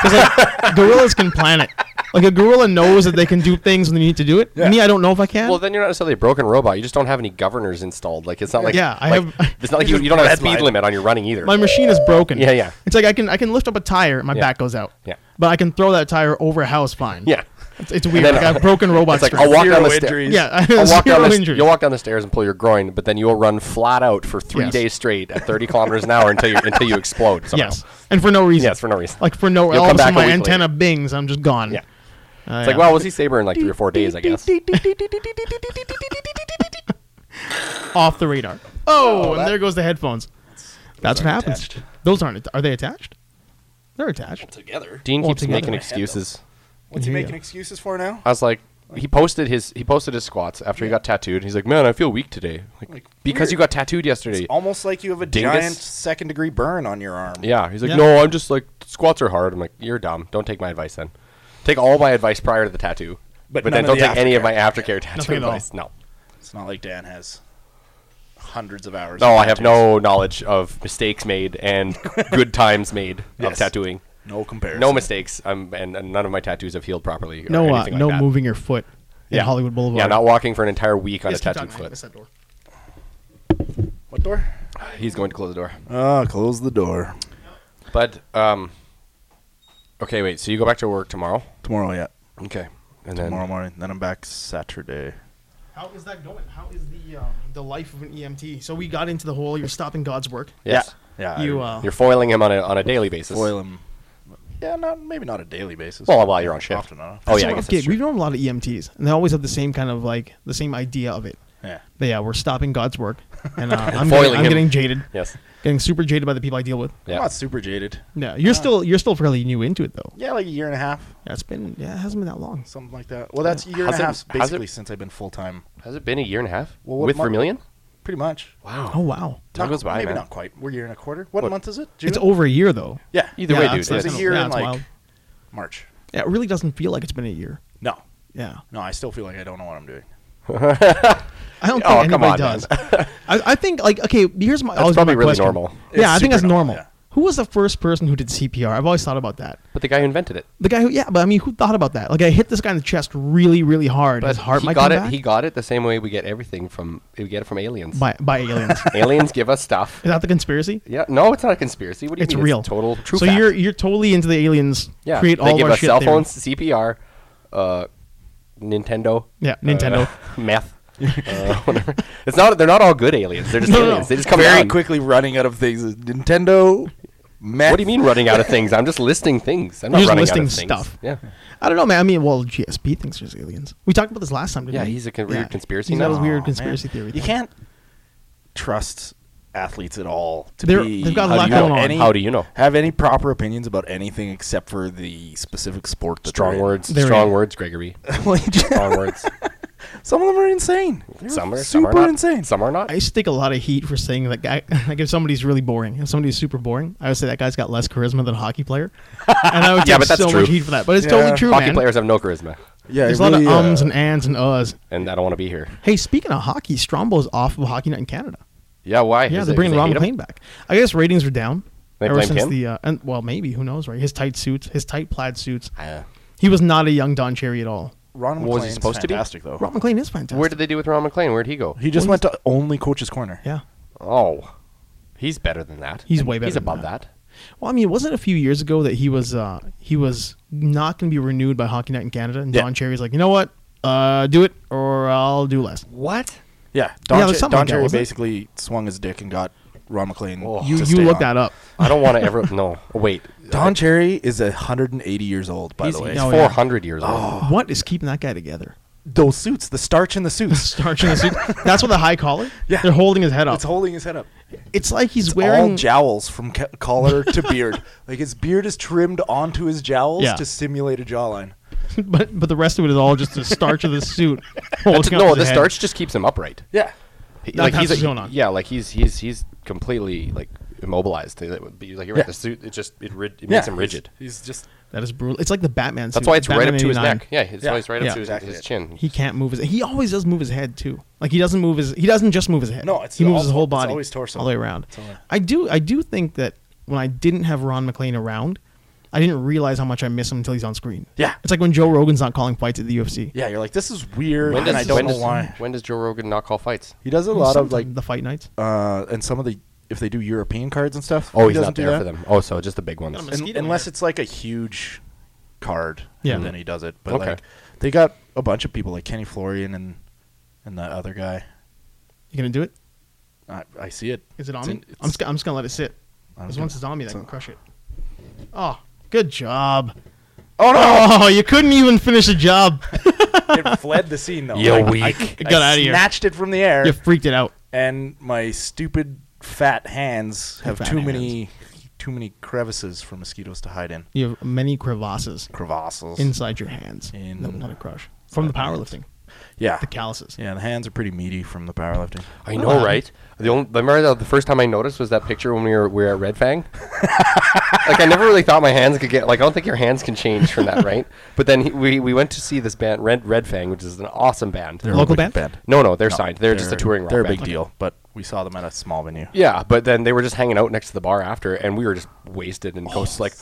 Speaker 3: 'Cause, like, <laughs> gorillas can plan it. Like a gorilla knows that they can do things when they need to do it.
Speaker 1: Yeah.
Speaker 3: Me, I don't know if I can.
Speaker 2: Well, then you're not necessarily a broken robot. You just don't have any governors installed. Like it's not like
Speaker 3: Yeah, I
Speaker 2: like,
Speaker 3: have-
Speaker 2: It's not like you, you don't have a speed
Speaker 1: Redline.
Speaker 2: limit on your running either.
Speaker 3: my machine is broken.
Speaker 2: Yeah, yeah.
Speaker 3: It's like I can I can lift up a tire, and my
Speaker 2: Yeah.
Speaker 3: back goes out.
Speaker 2: Yeah.
Speaker 3: But I can throw that tire over a house fine.
Speaker 2: yeah,
Speaker 3: It's, it's weird.
Speaker 2: then,
Speaker 3: like I have
Speaker 2: uh,
Speaker 3: broken
Speaker 2: <laughs>
Speaker 3: robot
Speaker 2: it's like
Speaker 3: strength.
Speaker 2: I'll walk down the
Speaker 1: Zero
Speaker 2: stairs.
Speaker 1: injuries.
Speaker 3: yeah, I <laughs>
Speaker 2: I'll
Speaker 3: have
Speaker 2: walk down
Speaker 3: zero
Speaker 2: the
Speaker 3: injuries.
Speaker 2: you'll walk down the stairs and pull your groin, but then you'll run flat out for three
Speaker 3: Yes.
Speaker 2: days straight at 30 kilometers an hour until you until you explode. Somehow.
Speaker 3: yes, and for no reason.
Speaker 2: Yes, for no reason.
Speaker 3: Like for no.
Speaker 2: You'll
Speaker 3: all
Speaker 2: come
Speaker 3: of a sudden
Speaker 2: back a
Speaker 3: my
Speaker 2: week
Speaker 3: antenna bings. I'm just gone.
Speaker 2: Yeah.
Speaker 3: Uh,
Speaker 2: It's like,
Speaker 3: yeah.
Speaker 2: well, was he saber in like three or four days? I guess.
Speaker 3: <laughs> off the radar. Oh, and there goes the headphones. That's what
Speaker 1: aren't
Speaker 3: happens.
Speaker 1: attached.
Speaker 3: Those aren't. att- Are they attached? They're attached.
Speaker 1: Together.
Speaker 2: Dean
Speaker 3: Well,
Speaker 2: keeps
Speaker 3: together.
Speaker 2: making excuses.
Speaker 1: What's he
Speaker 3: Yeah.
Speaker 1: making excuses for now?
Speaker 2: I was like, he posted his he posted his squats after he got tattooed. He's like, man, I feel weak today. Like,
Speaker 1: Like,
Speaker 2: because
Speaker 1: weird.
Speaker 2: you got tattooed yesterday.
Speaker 1: Almost like you have a
Speaker 2: Dingus.
Speaker 1: giant second degree burn on your arm.
Speaker 2: Yeah, he's like,
Speaker 3: Yeah.
Speaker 2: no, I'm just like squats are hard. I'm like, you're dumb. Don't take my advice then. Take all my advice prior to the tattoo, but,
Speaker 1: But
Speaker 2: then
Speaker 1: none of
Speaker 2: don't
Speaker 1: the
Speaker 2: take any of
Speaker 1: aftercare.
Speaker 2: my aftercare tattoo
Speaker 3: Nothing at all.
Speaker 2: advice. No,
Speaker 1: It's not like Dan has hundreds of hours.
Speaker 2: no,
Speaker 1: of
Speaker 2: I have
Speaker 1: tattoos.
Speaker 2: no knowledge of mistakes made
Speaker 3: <laughs>
Speaker 2: and good times made of
Speaker 1: Yes.
Speaker 2: tattooing.
Speaker 1: no comparison.
Speaker 2: No mistakes, um, and, and none of my tattoos have healed properly. Or
Speaker 3: No, uh,
Speaker 2: anything like
Speaker 3: no
Speaker 2: that.
Speaker 3: moving your foot in Hollywood Boulevard.
Speaker 2: Yeah, not walking for an entire week on
Speaker 3: Just
Speaker 2: a
Speaker 3: keep
Speaker 2: tattooed
Speaker 3: talking. I missed
Speaker 2: foot.
Speaker 3: that door.
Speaker 1: What door?
Speaker 2: He's going to close the door.
Speaker 1: Ah, close the door
Speaker 2: But um, okay, wait. So you go back to work tomorrow?
Speaker 1: tomorrow. Yeah,
Speaker 2: Okay, and then
Speaker 1: tomorrow morning. Then I'm back Saturday.
Speaker 3: How is that going? How is the um, the life of an EMT? So we got into the whole you're stopping God's work.
Speaker 2: yes,
Speaker 1: Yeah, yeah.
Speaker 3: You
Speaker 1: I
Speaker 3: uh,
Speaker 2: you're foiling him on a on a daily basis.
Speaker 1: foil him. Yeah, not maybe not a daily basis.
Speaker 2: Well, while you're on shift.
Speaker 1: Often enough.
Speaker 2: Oh
Speaker 3: it's
Speaker 2: yeah,
Speaker 3: a
Speaker 2: I
Speaker 3: rough
Speaker 2: guess
Speaker 3: gig.
Speaker 2: that's
Speaker 3: We
Speaker 2: true.
Speaker 3: don't have a lot of EMTs, and they always have the same kind of like the same idea of it.
Speaker 1: Yeah.
Speaker 3: But yeah, we're stopping God's work,
Speaker 2: <laughs>
Speaker 3: and uh, I'm,
Speaker 2: Foiling
Speaker 3: getting, I'm
Speaker 2: him.
Speaker 3: getting jaded,
Speaker 2: Yes.
Speaker 3: getting super jaded by the people I deal with.
Speaker 1: I'm
Speaker 2: Yeah.
Speaker 1: not super jaded.
Speaker 3: Yeah, you're still you're still fairly new into it though.
Speaker 1: Yeah, like a year and a half,
Speaker 3: Yeah, it's been yeah, it hasn't been that long.
Speaker 1: something like that. Well, that's a year
Speaker 2: Has
Speaker 1: and a
Speaker 2: it-
Speaker 1: half
Speaker 2: has it-
Speaker 1: basically since I've been full time.
Speaker 2: Has it been a year and a half
Speaker 1: Well, what
Speaker 2: with
Speaker 1: month-
Speaker 2: Vermilion?
Speaker 1: Pretty much.
Speaker 2: Wow.
Speaker 3: Oh wow,
Speaker 2: Time
Speaker 1: Not-
Speaker 2: goes by,
Speaker 1: Maybe
Speaker 2: man.
Speaker 1: not quite. We're a year and a quarter. What,
Speaker 2: What-
Speaker 1: month is it? June?
Speaker 3: it's over a year though.
Speaker 1: Yeah.
Speaker 2: Either
Speaker 3: Yeah,
Speaker 2: way,
Speaker 3: that's-
Speaker 2: dude.
Speaker 1: So it's
Speaker 3: that's
Speaker 1: a
Speaker 2: it's-
Speaker 1: year
Speaker 3: yeah,
Speaker 1: in
Speaker 3: it's
Speaker 1: like
Speaker 3: wild.
Speaker 1: March.
Speaker 3: Yeah, it really doesn't feel like it's been a year.
Speaker 1: No,
Speaker 3: Yeah,
Speaker 1: no, I still feel like I don't know what I'm doing.
Speaker 3: I don't think
Speaker 2: Oh,
Speaker 3: anybody
Speaker 2: come on,
Speaker 3: does. I, I think like okay, here's my. always been
Speaker 2: probably
Speaker 3: my
Speaker 2: really
Speaker 3: question.
Speaker 2: normal.
Speaker 3: Yeah,
Speaker 1: It's
Speaker 3: I think
Speaker 1: super
Speaker 3: that's normal.
Speaker 1: normal, yeah.
Speaker 3: Who was the first person who did CPR? I've always thought about that.
Speaker 2: But the guy who invented it,
Speaker 3: The guy who, yeah, but I mean, who thought about that? Like, I hit this guy in the chest really, really hard.
Speaker 2: but
Speaker 3: His heart
Speaker 2: he
Speaker 3: might
Speaker 2: got
Speaker 3: come
Speaker 2: it.
Speaker 3: back
Speaker 2: He got it the same way we get everything from we get it from aliens.
Speaker 3: <laughs> by by
Speaker 2: <laughs>
Speaker 3: aliens. Is
Speaker 2: aliens give us stuff.
Speaker 3: that the conspiracy?
Speaker 2: Yeah, no, it's not a conspiracy. What do you
Speaker 3: It's
Speaker 2: mean?
Speaker 3: real.
Speaker 2: It's total true.
Speaker 3: So
Speaker 2: fact.
Speaker 3: you're you're totally into the aliens.
Speaker 2: yeah.
Speaker 3: Create
Speaker 2: they
Speaker 3: all
Speaker 2: give
Speaker 3: of our
Speaker 2: us
Speaker 3: shit
Speaker 2: cell
Speaker 3: theory.
Speaker 2: phones, CPR, uh, Nintendo.
Speaker 3: Yeah, Nintendo.
Speaker 2: uh, <laughs>
Speaker 3: <laughs>
Speaker 2: meth. uh, whatever. It's not. They're not all good aliens. They're just
Speaker 3: No, no,
Speaker 2: aliens.
Speaker 3: no.
Speaker 2: They just come
Speaker 1: very
Speaker 2: down.
Speaker 1: quickly running out of things. Nintendo. Meth.
Speaker 2: What do you mean running out of things? I'm just listing things. I'm not
Speaker 3: You're just
Speaker 2: running out
Speaker 3: listing
Speaker 2: of things.
Speaker 3: stuff.
Speaker 2: Yeah.
Speaker 3: I don't know, man. I mean, well, GSP thinks there's aliens. We talked about this last time. Didn't
Speaker 2: Yeah,
Speaker 3: we?
Speaker 2: he's a con- weird conspiracy
Speaker 3: He's got
Speaker 2: nut.
Speaker 3: his
Speaker 1: Oh,
Speaker 3: weird
Speaker 1: man.
Speaker 3: conspiracy theory.
Speaker 1: You
Speaker 3: thing.
Speaker 1: can't trust athletes at all to
Speaker 3: They're-
Speaker 1: be.
Speaker 3: they've got a
Speaker 1: have
Speaker 3: lot
Speaker 1: you know
Speaker 3: going on.
Speaker 1: Any,
Speaker 2: How do you know?
Speaker 1: Have any proper opinions about anything except for the specific sport? That
Speaker 2: Strong
Speaker 1: they're in.
Speaker 2: words.
Speaker 3: They're
Speaker 2: strong
Speaker 3: in.
Speaker 2: words, Gregory.
Speaker 1: <laughs> Well, you just-
Speaker 2: Strong
Speaker 3: <laughs>
Speaker 2: words.
Speaker 1: some of them are insane.
Speaker 2: Some are.
Speaker 1: super
Speaker 2: Some are not.
Speaker 1: insane.
Speaker 2: Some are not.
Speaker 3: I used to take a lot of heat for saying that guy. <laughs> Like, if somebody's really boring, if somebody's super boring, I would say that guy's got less charisma than a
Speaker 2: <laughs>
Speaker 3: hockey player. And I would
Speaker 2: Yeah, but
Speaker 3: take
Speaker 2: that's
Speaker 3: so
Speaker 2: true.
Speaker 3: much heat for that. But it's
Speaker 1: Yeah.
Speaker 3: totally true,
Speaker 2: Hockey
Speaker 3: man.
Speaker 2: players have no charisma,
Speaker 1: yeah,
Speaker 3: There's
Speaker 1: it
Speaker 3: a lot of
Speaker 1: really, uh,
Speaker 3: ums and ands and uhs.
Speaker 2: and I don't want to be here.
Speaker 3: Hey, speaking of hockey, Strombo's off of Hockey Night in Canada.
Speaker 2: Yeah, why?
Speaker 3: Yeah,
Speaker 2: Is
Speaker 3: they're
Speaker 2: it-
Speaker 3: bringing
Speaker 2: they
Speaker 3: Ron
Speaker 2: hate him?
Speaker 3: McLean back. I guess ratings were down
Speaker 2: They
Speaker 3: ever
Speaker 2: blamed
Speaker 3: since
Speaker 2: him?
Speaker 3: the uh, and, well, maybe who knows, right? His tight suits, his tight plaid suits.
Speaker 2: Uh,
Speaker 3: He was not a young Don Cherry at all.
Speaker 1: Ron
Speaker 2: What was he
Speaker 1: McLean's
Speaker 2: supposed to be?
Speaker 1: fantastic, though.
Speaker 3: Rob McLean is fantastic.
Speaker 2: Oh. where did they do with Ron McLean? Where'd he go?
Speaker 1: He just went to only coach's corner.
Speaker 3: yeah.
Speaker 2: Oh, he's better than that.
Speaker 3: He's way better
Speaker 2: He's
Speaker 3: than
Speaker 2: above
Speaker 3: that.
Speaker 2: that.
Speaker 3: Well, I mean, wasn't it a few years ago that he was uh, he was not going to be renewed by Hockey Night in Canada, and
Speaker 1: Yeah.
Speaker 3: Don Cherry's like, you know what, uh, do it or I'll do less.
Speaker 2: What?
Speaker 1: Yeah,
Speaker 3: Yeah,
Speaker 1: Don,
Speaker 3: there's
Speaker 1: Che-
Speaker 3: something
Speaker 1: Don
Speaker 3: like that,
Speaker 1: Cherry
Speaker 3: wasn't it?
Speaker 1: basically swung his dick and got Ron McLean.
Speaker 2: Oh.
Speaker 1: to
Speaker 3: you you
Speaker 1: stay
Speaker 3: look
Speaker 1: on.
Speaker 3: that up.
Speaker 2: I don't want to ever.
Speaker 3: <laughs>
Speaker 2: No, wait.
Speaker 1: Don Cherry is 180 years old, by
Speaker 2: He's,
Speaker 1: the
Speaker 2: he's
Speaker 1: way.
Speaker 3: no. Oh, yeah.
Speaker 2: 400 years old.
Speaker 3: What is keeping that guy together? <laughs>
Speaker 1: Those suits, the starch in the suits.
Speaker 2: <laughs>
Speaker 3: Starch in the suit. That's what the high collar.
Speaker 1: Yeah.
Speaker 3: they're holding his head up.
Speaker 1: it's holding his head up.
Speaker 3: It's like he's
Speaker 1: It's
Speaker 3: wearing
Speaker 1: all jowls from ca- collar
Speaker 2: <laughs>
Speaker 1: to beard. Like his beard is trimmed onto his jowls
Speaker 3: Yeah.
Speaker 1: to simulate a jawline.
Speaker 3: <laughs> but but the rest of it is all just the starch of
Speaker 2: <laughs>
Speaker 3: the suit.
Speaker 2: That's-
Speaker 3: holding up
Speaker 2: no,
Speaker 3: his
Speaker 2: the
Speaker 3: head.
Speaker 2: starch just keeps him upright.
Speaker 1: Yeah.
Speaker 2: He-
Speaker 3: That- that's what's going on.
Speaker 2: Yeah, like he's he's he's completely like immobilized. It would be like you're
Speaker 1: Yeah.
Speaker 2: right, the suit. It just it, rid, it
Speaker 1: yeah.
Speaker 2: makes him rigid.
Speaker 1: He's, he's just
Speaker 3: That is brutal. It's like the Batman.
Speaker 2: That's
Speaker 3: suit,
Speaker 2: why it's right
Speaker 3: Batman
Speaker 2: up to his
Speaker 3: 89.
Speaker 2: neck. Yeah, it's
Speaker 1: Yeah.
Speaker 2: why it's right
Speaker 3: Yeah.
Speaker 2: up to his,
Speaker 1: Exactly
Speaker 2: his
Speaker 1: it.
Speaker 2: chin.
Speaker 3: He can't move his. He always does move his head too. Like he doesn't move his. He doesn't just move his head.
Speaker 1: No, it's
Speaker 3: he moves his
Speaker 1: all-
Speaker 3: whole
Speaker 1: it's
Speaker 3: body.
Speaker 1: always torso.
Speaker 3: all the way around.
Speaker 1: It's all-
Speaker 3: I do. I do think that when I didn't have Ron McLean around, I didn't realize how much I miss him until he's on screen.
Speaker 1: Yeah.
Speaker 3: it's like when Joe Rogan's not calling fights at the UFC.
Speaker 1: yeah. You're like this is weird,
Speaker 2: when does
Speaker 1: and I don't
Speaker 2: when
Speaker 1: know
Speaker 2: does,
Speaker 1: why.
Speaker 2: when does Joe Rogan not call fights?
Speaker 1: He does a
Speaker 3: Well,
Speaker 1: lot of like
Speaker 3: sometime the fight nights.
Speaker 1: uh, and some of the if they do European cards and stuff.
Speaker 2: Oh,
Speaker 1: he
Speaker 2: he's
Speaker 1: doesn't
Speaker 2: not
Speaker 1: do
Speaker 2: there
Speaker 1: that.
Speaker 2: for them. Oh, so just the big ones.
Speaker 3: Got him
Speaker 1: Un-
Speaker 3: mosquito
Speaker 1: unless
Speaker 3: here.
Speaker 1: it's like a huge card,
Speaker 3: Yeah.
Speaker 1: then he does it. But
Speaker 2: Okay.
Speaker 1: like they got a bunch of people like Kenny Florian and and that other guy.
Speaker 3: You gonna do it?
Speaker 1: I, I see it.
Speaker 3: Is it on
Speaker 1: It's
Speaker 3: me?
Speaker 1: in-
Speaker 3: I'm just, I'm just gonna let it sit.
Speaker 1: I'm
Speaker 3: Because
Speaker 1: gonna-
Speaker 3: once it's on me, that
Speaker 1: so-
Speaker 3: can crush it. Oh, good job.
Speaker 1: Oh no!
Speaker 3: Oh, you couldn't even finish a job.
Speaker 1: <laughs> it fled the scene though.
Speaker 2: You
Speaker 1: Like,
Speaker 2: weak.
Speaker 1: I,
Speaker 3: Get
Speaker 1: I
Speaker 3: outta here.
Speaker 1: Snatched it from the air,
Speaker 3: you freaked it out.
Speaker 1: and my stupid fat hands have
Speaker 3: fat
Speaker 1: too many too many crevices for mosquitoes to hide in.
Speaker 3: You have many crevasses
Speaker 1: Crevasses.
Speaker 3: inside your hands
Speaker 1: In-
Speaker 3: that want to crush from the powerlifting,
Speaker 1: yeah.
Speaker 3: the calluses.
Speaker 1: yeah, the hands are pretty meaty from the powerlifting.
Speaker 2: I know, right? The only remember the, the first time I noticed was that picture when we were we were at Red Fang. like I never really thought my hands could get like I don't think your hands can change from that, right? But then he, we we went to see this band Red Red Fang, which is an awesome band.
Speaker 1: They're a
Speaker 3: Local
Speaker 1: wicked
Speaker 3: band?
Speaker 2: no, no, they're signed. They're,
Speaker 1: They're-
Speaker 2: just a touring rock
Speaker 1: They're a
Speaker 2: band.
Speaker 1: big deal, but we saw them at a small venue.
Speaker 2: Yeah, but then they were just hanging out next to the bar after, and we were just wasted. And Coast's like,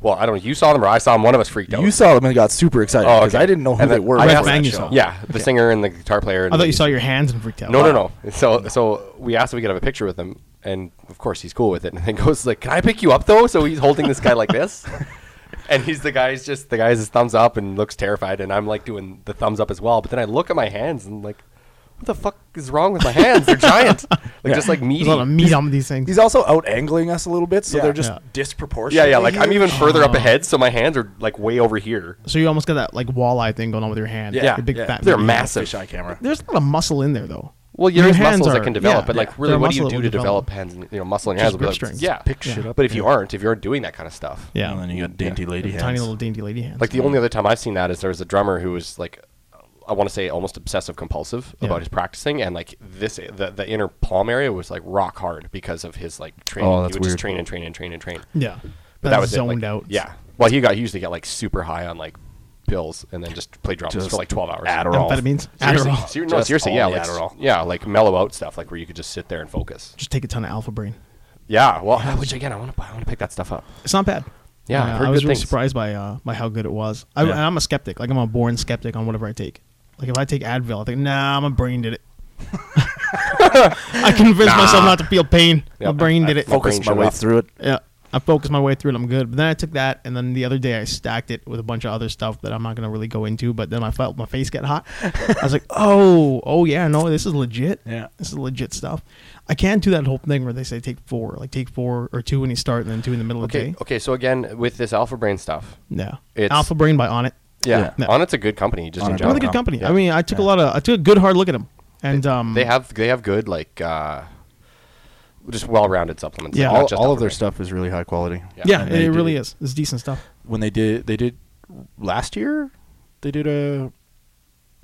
Speaker 2: "Well, I don't. know. You saw them, or I saw them. One of us freaked out."
Speaker 1: You saw them and got super excited
Speaker 2: Oh,
Speaker 1: because
Speaker 2: okay.
Speaker 1: I didn't know who
Speaker 2: And
Speaker 1: they
Speaker 2: then
Speaker 1: were.
Speaker 2: I
Speaker 1: before
Speaker 3: got
Speaker 1: that
Speaker 3: bang you
Speaker 1: show.
Speaker 3: saw.
Speaker 2: yeah, the singer and the guitar player. and
Speaker 3: I thought you
Speaker 2: the-
Speaker 3: saw your hands and freaked out.
Speaker 2: No, no, no. So, so we asked if we could have a picture with him, and of course he's cool with it. And then goes like, "Can I pick you up though?" So he's holding this guy like <laughs> this, and he's the guy's just the guy's his thumbs up and looks terrified, and I'm like doing the thumbs up as well. But then I look at my hands and like, what the fuck is wrong with my hands? They're <laughs> giant, like just like
Speaker 3: There's
Speaker 2: meaty.
Speaker 3: a lot of meat on these things.
Speaker 1: He's also out angling us a little bit, so
Speaker 2: Yeah.
Speaker 1: they're just
Speaker 3: Yeah.
Speaker 2: yeah,
Speaker 1: disproportionate.
Speaker 2: yeah. Like I'm even further
Speaker 3: Uh-huh.
Speaker 2: up ahead, so my hands are like way over here.
Speaker 3: So you almost got that like walleye thing going on with your hand.
Speaker 1: Yeah,
Speaker 3: the big
Speaker 1: yeah.
Speaker 3: fat.
Speaker 2: They're
Speaker 3: meaty hand.
Speaker 2: massive.
Speaker 1: fisheye camera.
Speaker 3: There's not a muscle in there though.
Speaker 2: Well, yeah,
Speaker 3: Your
Speaker 2: there's muscles
Speaker 3: hands
Speaker 2: that
Speaker 3: are-
Speaker 2: can develop,
Speaker 3: yeah,
Speaker 2: but
Speaker 3: yeah.
Speaker 2: like, really,
Speaker 3: They're
Speaker 2: what do you
Speaker 3: muscle
Speaker 2: do
Speaker 3: that
Speaker 2: to
Speaker 3: will develop.
Speaker 2: develop hands, and, you know, muscle in your hands?
Speaker 3: Just
Speaker 2: We'll be
Speaker 3: grip
Speaker 2: like,
Speaker 3: strength.
Speaker 2: yeah,
Speaker 1: Pick shit up.
Speaker 2: But if you aren't, if you aren't doing that kind of stuff,
Speaker 3: Yeah,
Speaker 1: And then you got dainty lady hands.
Speaker 3: tiny little dainty lady hands.
Speaker 2: Like the only other time I've seen that is there was a drummer who was like, I want to say almost obsessive compulsive
Speaker 3: Yeah.
Speaker 2: about his practicing, and like this, the, the inner palm area was like rock hard because of his like training.
Speaker 1: Oh,
Speaker 2: he
Speaker 1: that's
Speaker 2: would just
Speaker 1: weird.
Speaker 2: train and train and train and train.
Speaker 3: yeah,
Speaker 2: But
Speaker 3: That's
Speaker 2: that was it,
Speaker 3: zoned
Speaker 2: like-
Speaker 3: out.
Speaker 2: Yeah. Well, he got he used to get like super high on like pills and then just play drums
Speaker 1: Just
Speaker 2: for like twelve hours.
Speaker 1: Adderall.
Speaker 3: amphetamines.
Speaker 2: Seriously,
Speaker 3: Adderall.
Speaker 2: ser- no,
Speaker 1: Just
Speaker 2: seriously,
Speaker 1: all
Speaker 2: yeah,
Speaker 1: the
Speaker 2: like
Speaker 1: Adderall.
Speaker 2: yeah, like mellow out stuff, like where you could just sit there and focus.
Speaker 3: Just take a ton of alpha brain.
Speaker 2: Yeah. Well, which again, I want to I want to pick that stuff up.
Speaker 3: It's not bad.
Speaker 2: Yeah, I've
Speaker 3: Uh,
Speaker 2: heard
Speaker 3: I was
Speaker 2: good
Speaker 3: really
Speaker 2: things.
Speaker 3: surprised by uh, by how good it was. I,
Speaker 2: Yeah.
Speaker 3: and I'm a skeptic. Like I'm a born skeptic on whatever I take. Like if I take Advil, I think nah, my
Speaker 2: <laughs>
Speaker 3: brain did it. <laughs> I convinced myself not to feel pain.
Speaker 2: Yep.
Speaker 3: My brain did
Speaker 2: I-
Speaker 3: it.
Speaker 2: My brain
Speaker 1: Focus my
Speaker 2: shut
Speaker 1: way
Speaker 2: off.
Speaker 1: through it.
Speaker 3: Yeah, I focused my way through it. I'm good. But then I took that, and then the other day I stacked it with a bunch of other stuff that I'm not gonna really go into. But then I felt my face get hot. I
Speaker 2: <laughs>
Speaker 3: was like, oh, oh yeah, no, this is legit.
Speaker 1: Yeah.
Speaker 3: this is legit stuff. I can't do that whole thing where they say take four, like take four or two when you start, and then two in the middle
Speaker 2: Okay.
Speaker 3: of the day.
Speaker 2: Okay. So again, with this Alpha Brain stuff,
Speaker 3: Yeah,
Speaker 2: It's-
Speaker 3: Alpha Brain by Onnit.
Speaker 2: yeah,
Speaker 3: Yeah.
Speaker 2: Onnit's a good company. Just in
Speaker 1: Onnit.
Speaker 2: general,
Speaker 3: Another good company.
Speaker 2: Yeah.
Speaker 3: I mean, I took a lot of, I took a good hard look at them, and um,
Speaker 2: they have they have good like uh, just well rounded supplements.
Speaker 3: Yeah.
Speaker 2: like, not
Speaker 1: All,
Speaker 2: just
Speaker 1: all
Speaker 2: Alpha
Speaker 1: of their
Speaker 2: Brain.
Speaker 1: stuff is really high quality.
Speaker 2: Yeah.
Speaker 3: yeah,
Speaker 1: And
Speaker 3: it,
Speaker 1: they
Speaker 3: really
Speaker 1: do-
Speaker 3: is. It's decent stuff.
Speaker 1: When they did, they did last year. They did a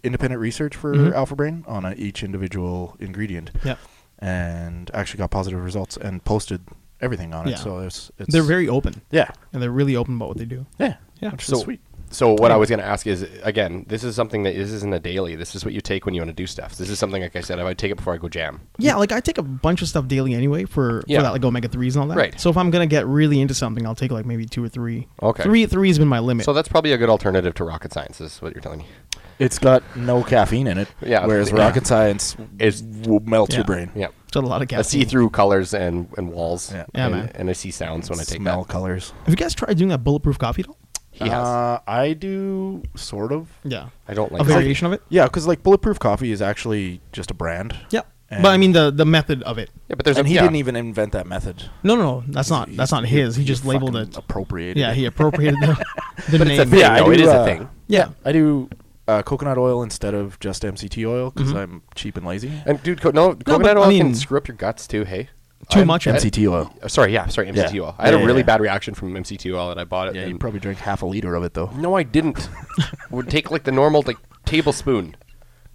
Speaker 1: independent research for
Speaker 3: Mhm.
Speaker 1: Alpha Brain on uh each individual ingredient,
Speaker 3: Yeah,
Speaker 1: and actually got positive results and posted everything on it.
Speaker 3: Yeah.
Speaker 1: So it's, it's
Speaker 3: they're very open,
Speaker 1: yeah
Speaker 3: and they're really open about what they do.
Speaker 1: yeah
Speaker 3: Yeah.
Speaker 1: which is
Speaker 2: So-
Speaker 1: sweet.
Speaker 2: So what I was going to ask is again, this is something that this isn't a daily. This is what you take when you want to do stuff. This is something like I said, I would take it before I go jam.
Speaker 3: Yeah, like I take a bunch of stuff daily anyway for,
Speaker 2: Yeah.
Speaker 3: for that like omega threes and all that.
Speaker 2: Right.
Speaker 3: So if I'm gonna get really into something, I'll take like maybe two or three.
Speaker 2: Okay.
Speaker 3: Three three has been my limit.
Speaker 2: So that's probably a good alternative to rocket science. Is what you're telling me.
Speaker 1: It's got no caffeine in it.
Speaker 2: Yeah.
Speaker 1: Whereas
Speaker 2: Yeah.
Speaker 1: rocket science
Speaker 2: Is-
Speaker 1: is will melt
Speaker 3: Yeah.
Speaker 1: your brain.
Speaker 2: Yeah.
Speaker 3: It's got a lot of
Speaker 2: I
Speaker 3: caffeine.
Speaker 2: see through colors and, and walls.
Speaker 1: Yeah.
Speaker 3: Yeah,
Speaker 2: and,
Speaker 3: man.
Speaker 2: and I see sounds when I take
Speaker 1: Smell
Speaker 2: that.
Speaker 1: colors.
Speaker 3: Have you guys tried doing that bulletproof coffee at all?
Speaker 2: He has.
Speaker 1: Uh, I do sort of.
Speaker 3: Yeah.
Speaker 2: I don't
Speaker 3: a
Speaker 2: like that.
Speaker 3: variation of it.
Speaker 1: Yeah, because like bulletproof coffee is actually just a brand.
Speaker 3: Yeah.
Speaker 1: And-
Speaker 3: but I mean the the method of it.
Speaker 2: Yeah, but there's
Speaker 1: and
Speaker 2: a,
Speaker 1: he
Speaker 2: yeah.
Speaker 1: didn't even invent that method.
Speaker 3: No, no, no. That's not that's not his. He just labeled
Speaker 1: fucking
Speaker 3: it.
Speaker 1: appropriated.
Speaker 3: Yeah,
Speaker 1: it.
Speaker 3: he appropriated the, the
Speaker 2: But it's
Speaker 3: name.
Speaker 2: a thing.
Speaker 1: Yeah, I
Speaker 2: though. it
Speaker 1: do,
Speaker 2: is a
Speaker 1: uh,
Speaker 2: thing.
Speaker 3: Yeah.
Speaker 1: I do uh, coconut oil instead of just MCT oil because I'm cheap and lazy.
Speaker 2: And dude, co- no, coconut
Speaker 3: but, I
Speaker 2: oil
Speaker 3: mean-
Speaker 2: can screw up your guts too. Hey,
Speaker 3: Too
Speaker 2: I'm-
Speaker 3: much
Speaker 2: I-
Speaker 1: MCT oil.
Speaker 2: uh, sorry, yeah, sorry, MCT
Speaker 1: Yeah.
Speaker 2: oil. I had
Speaker 1: Yeah,
Speaker 2: a
Speaker 1: yeah,
Speaker 2: really
Speaker 1: yeah.
Speaker 2: bad reaction from MCT oil, and I bought it.
Speaker 1: Yeah, you
Speaker 2: and-
Speaker 1: probably drink half a liter of it though.
Speaker 2: No, I <laughs> didn't. Would take like the normal like tablespoon.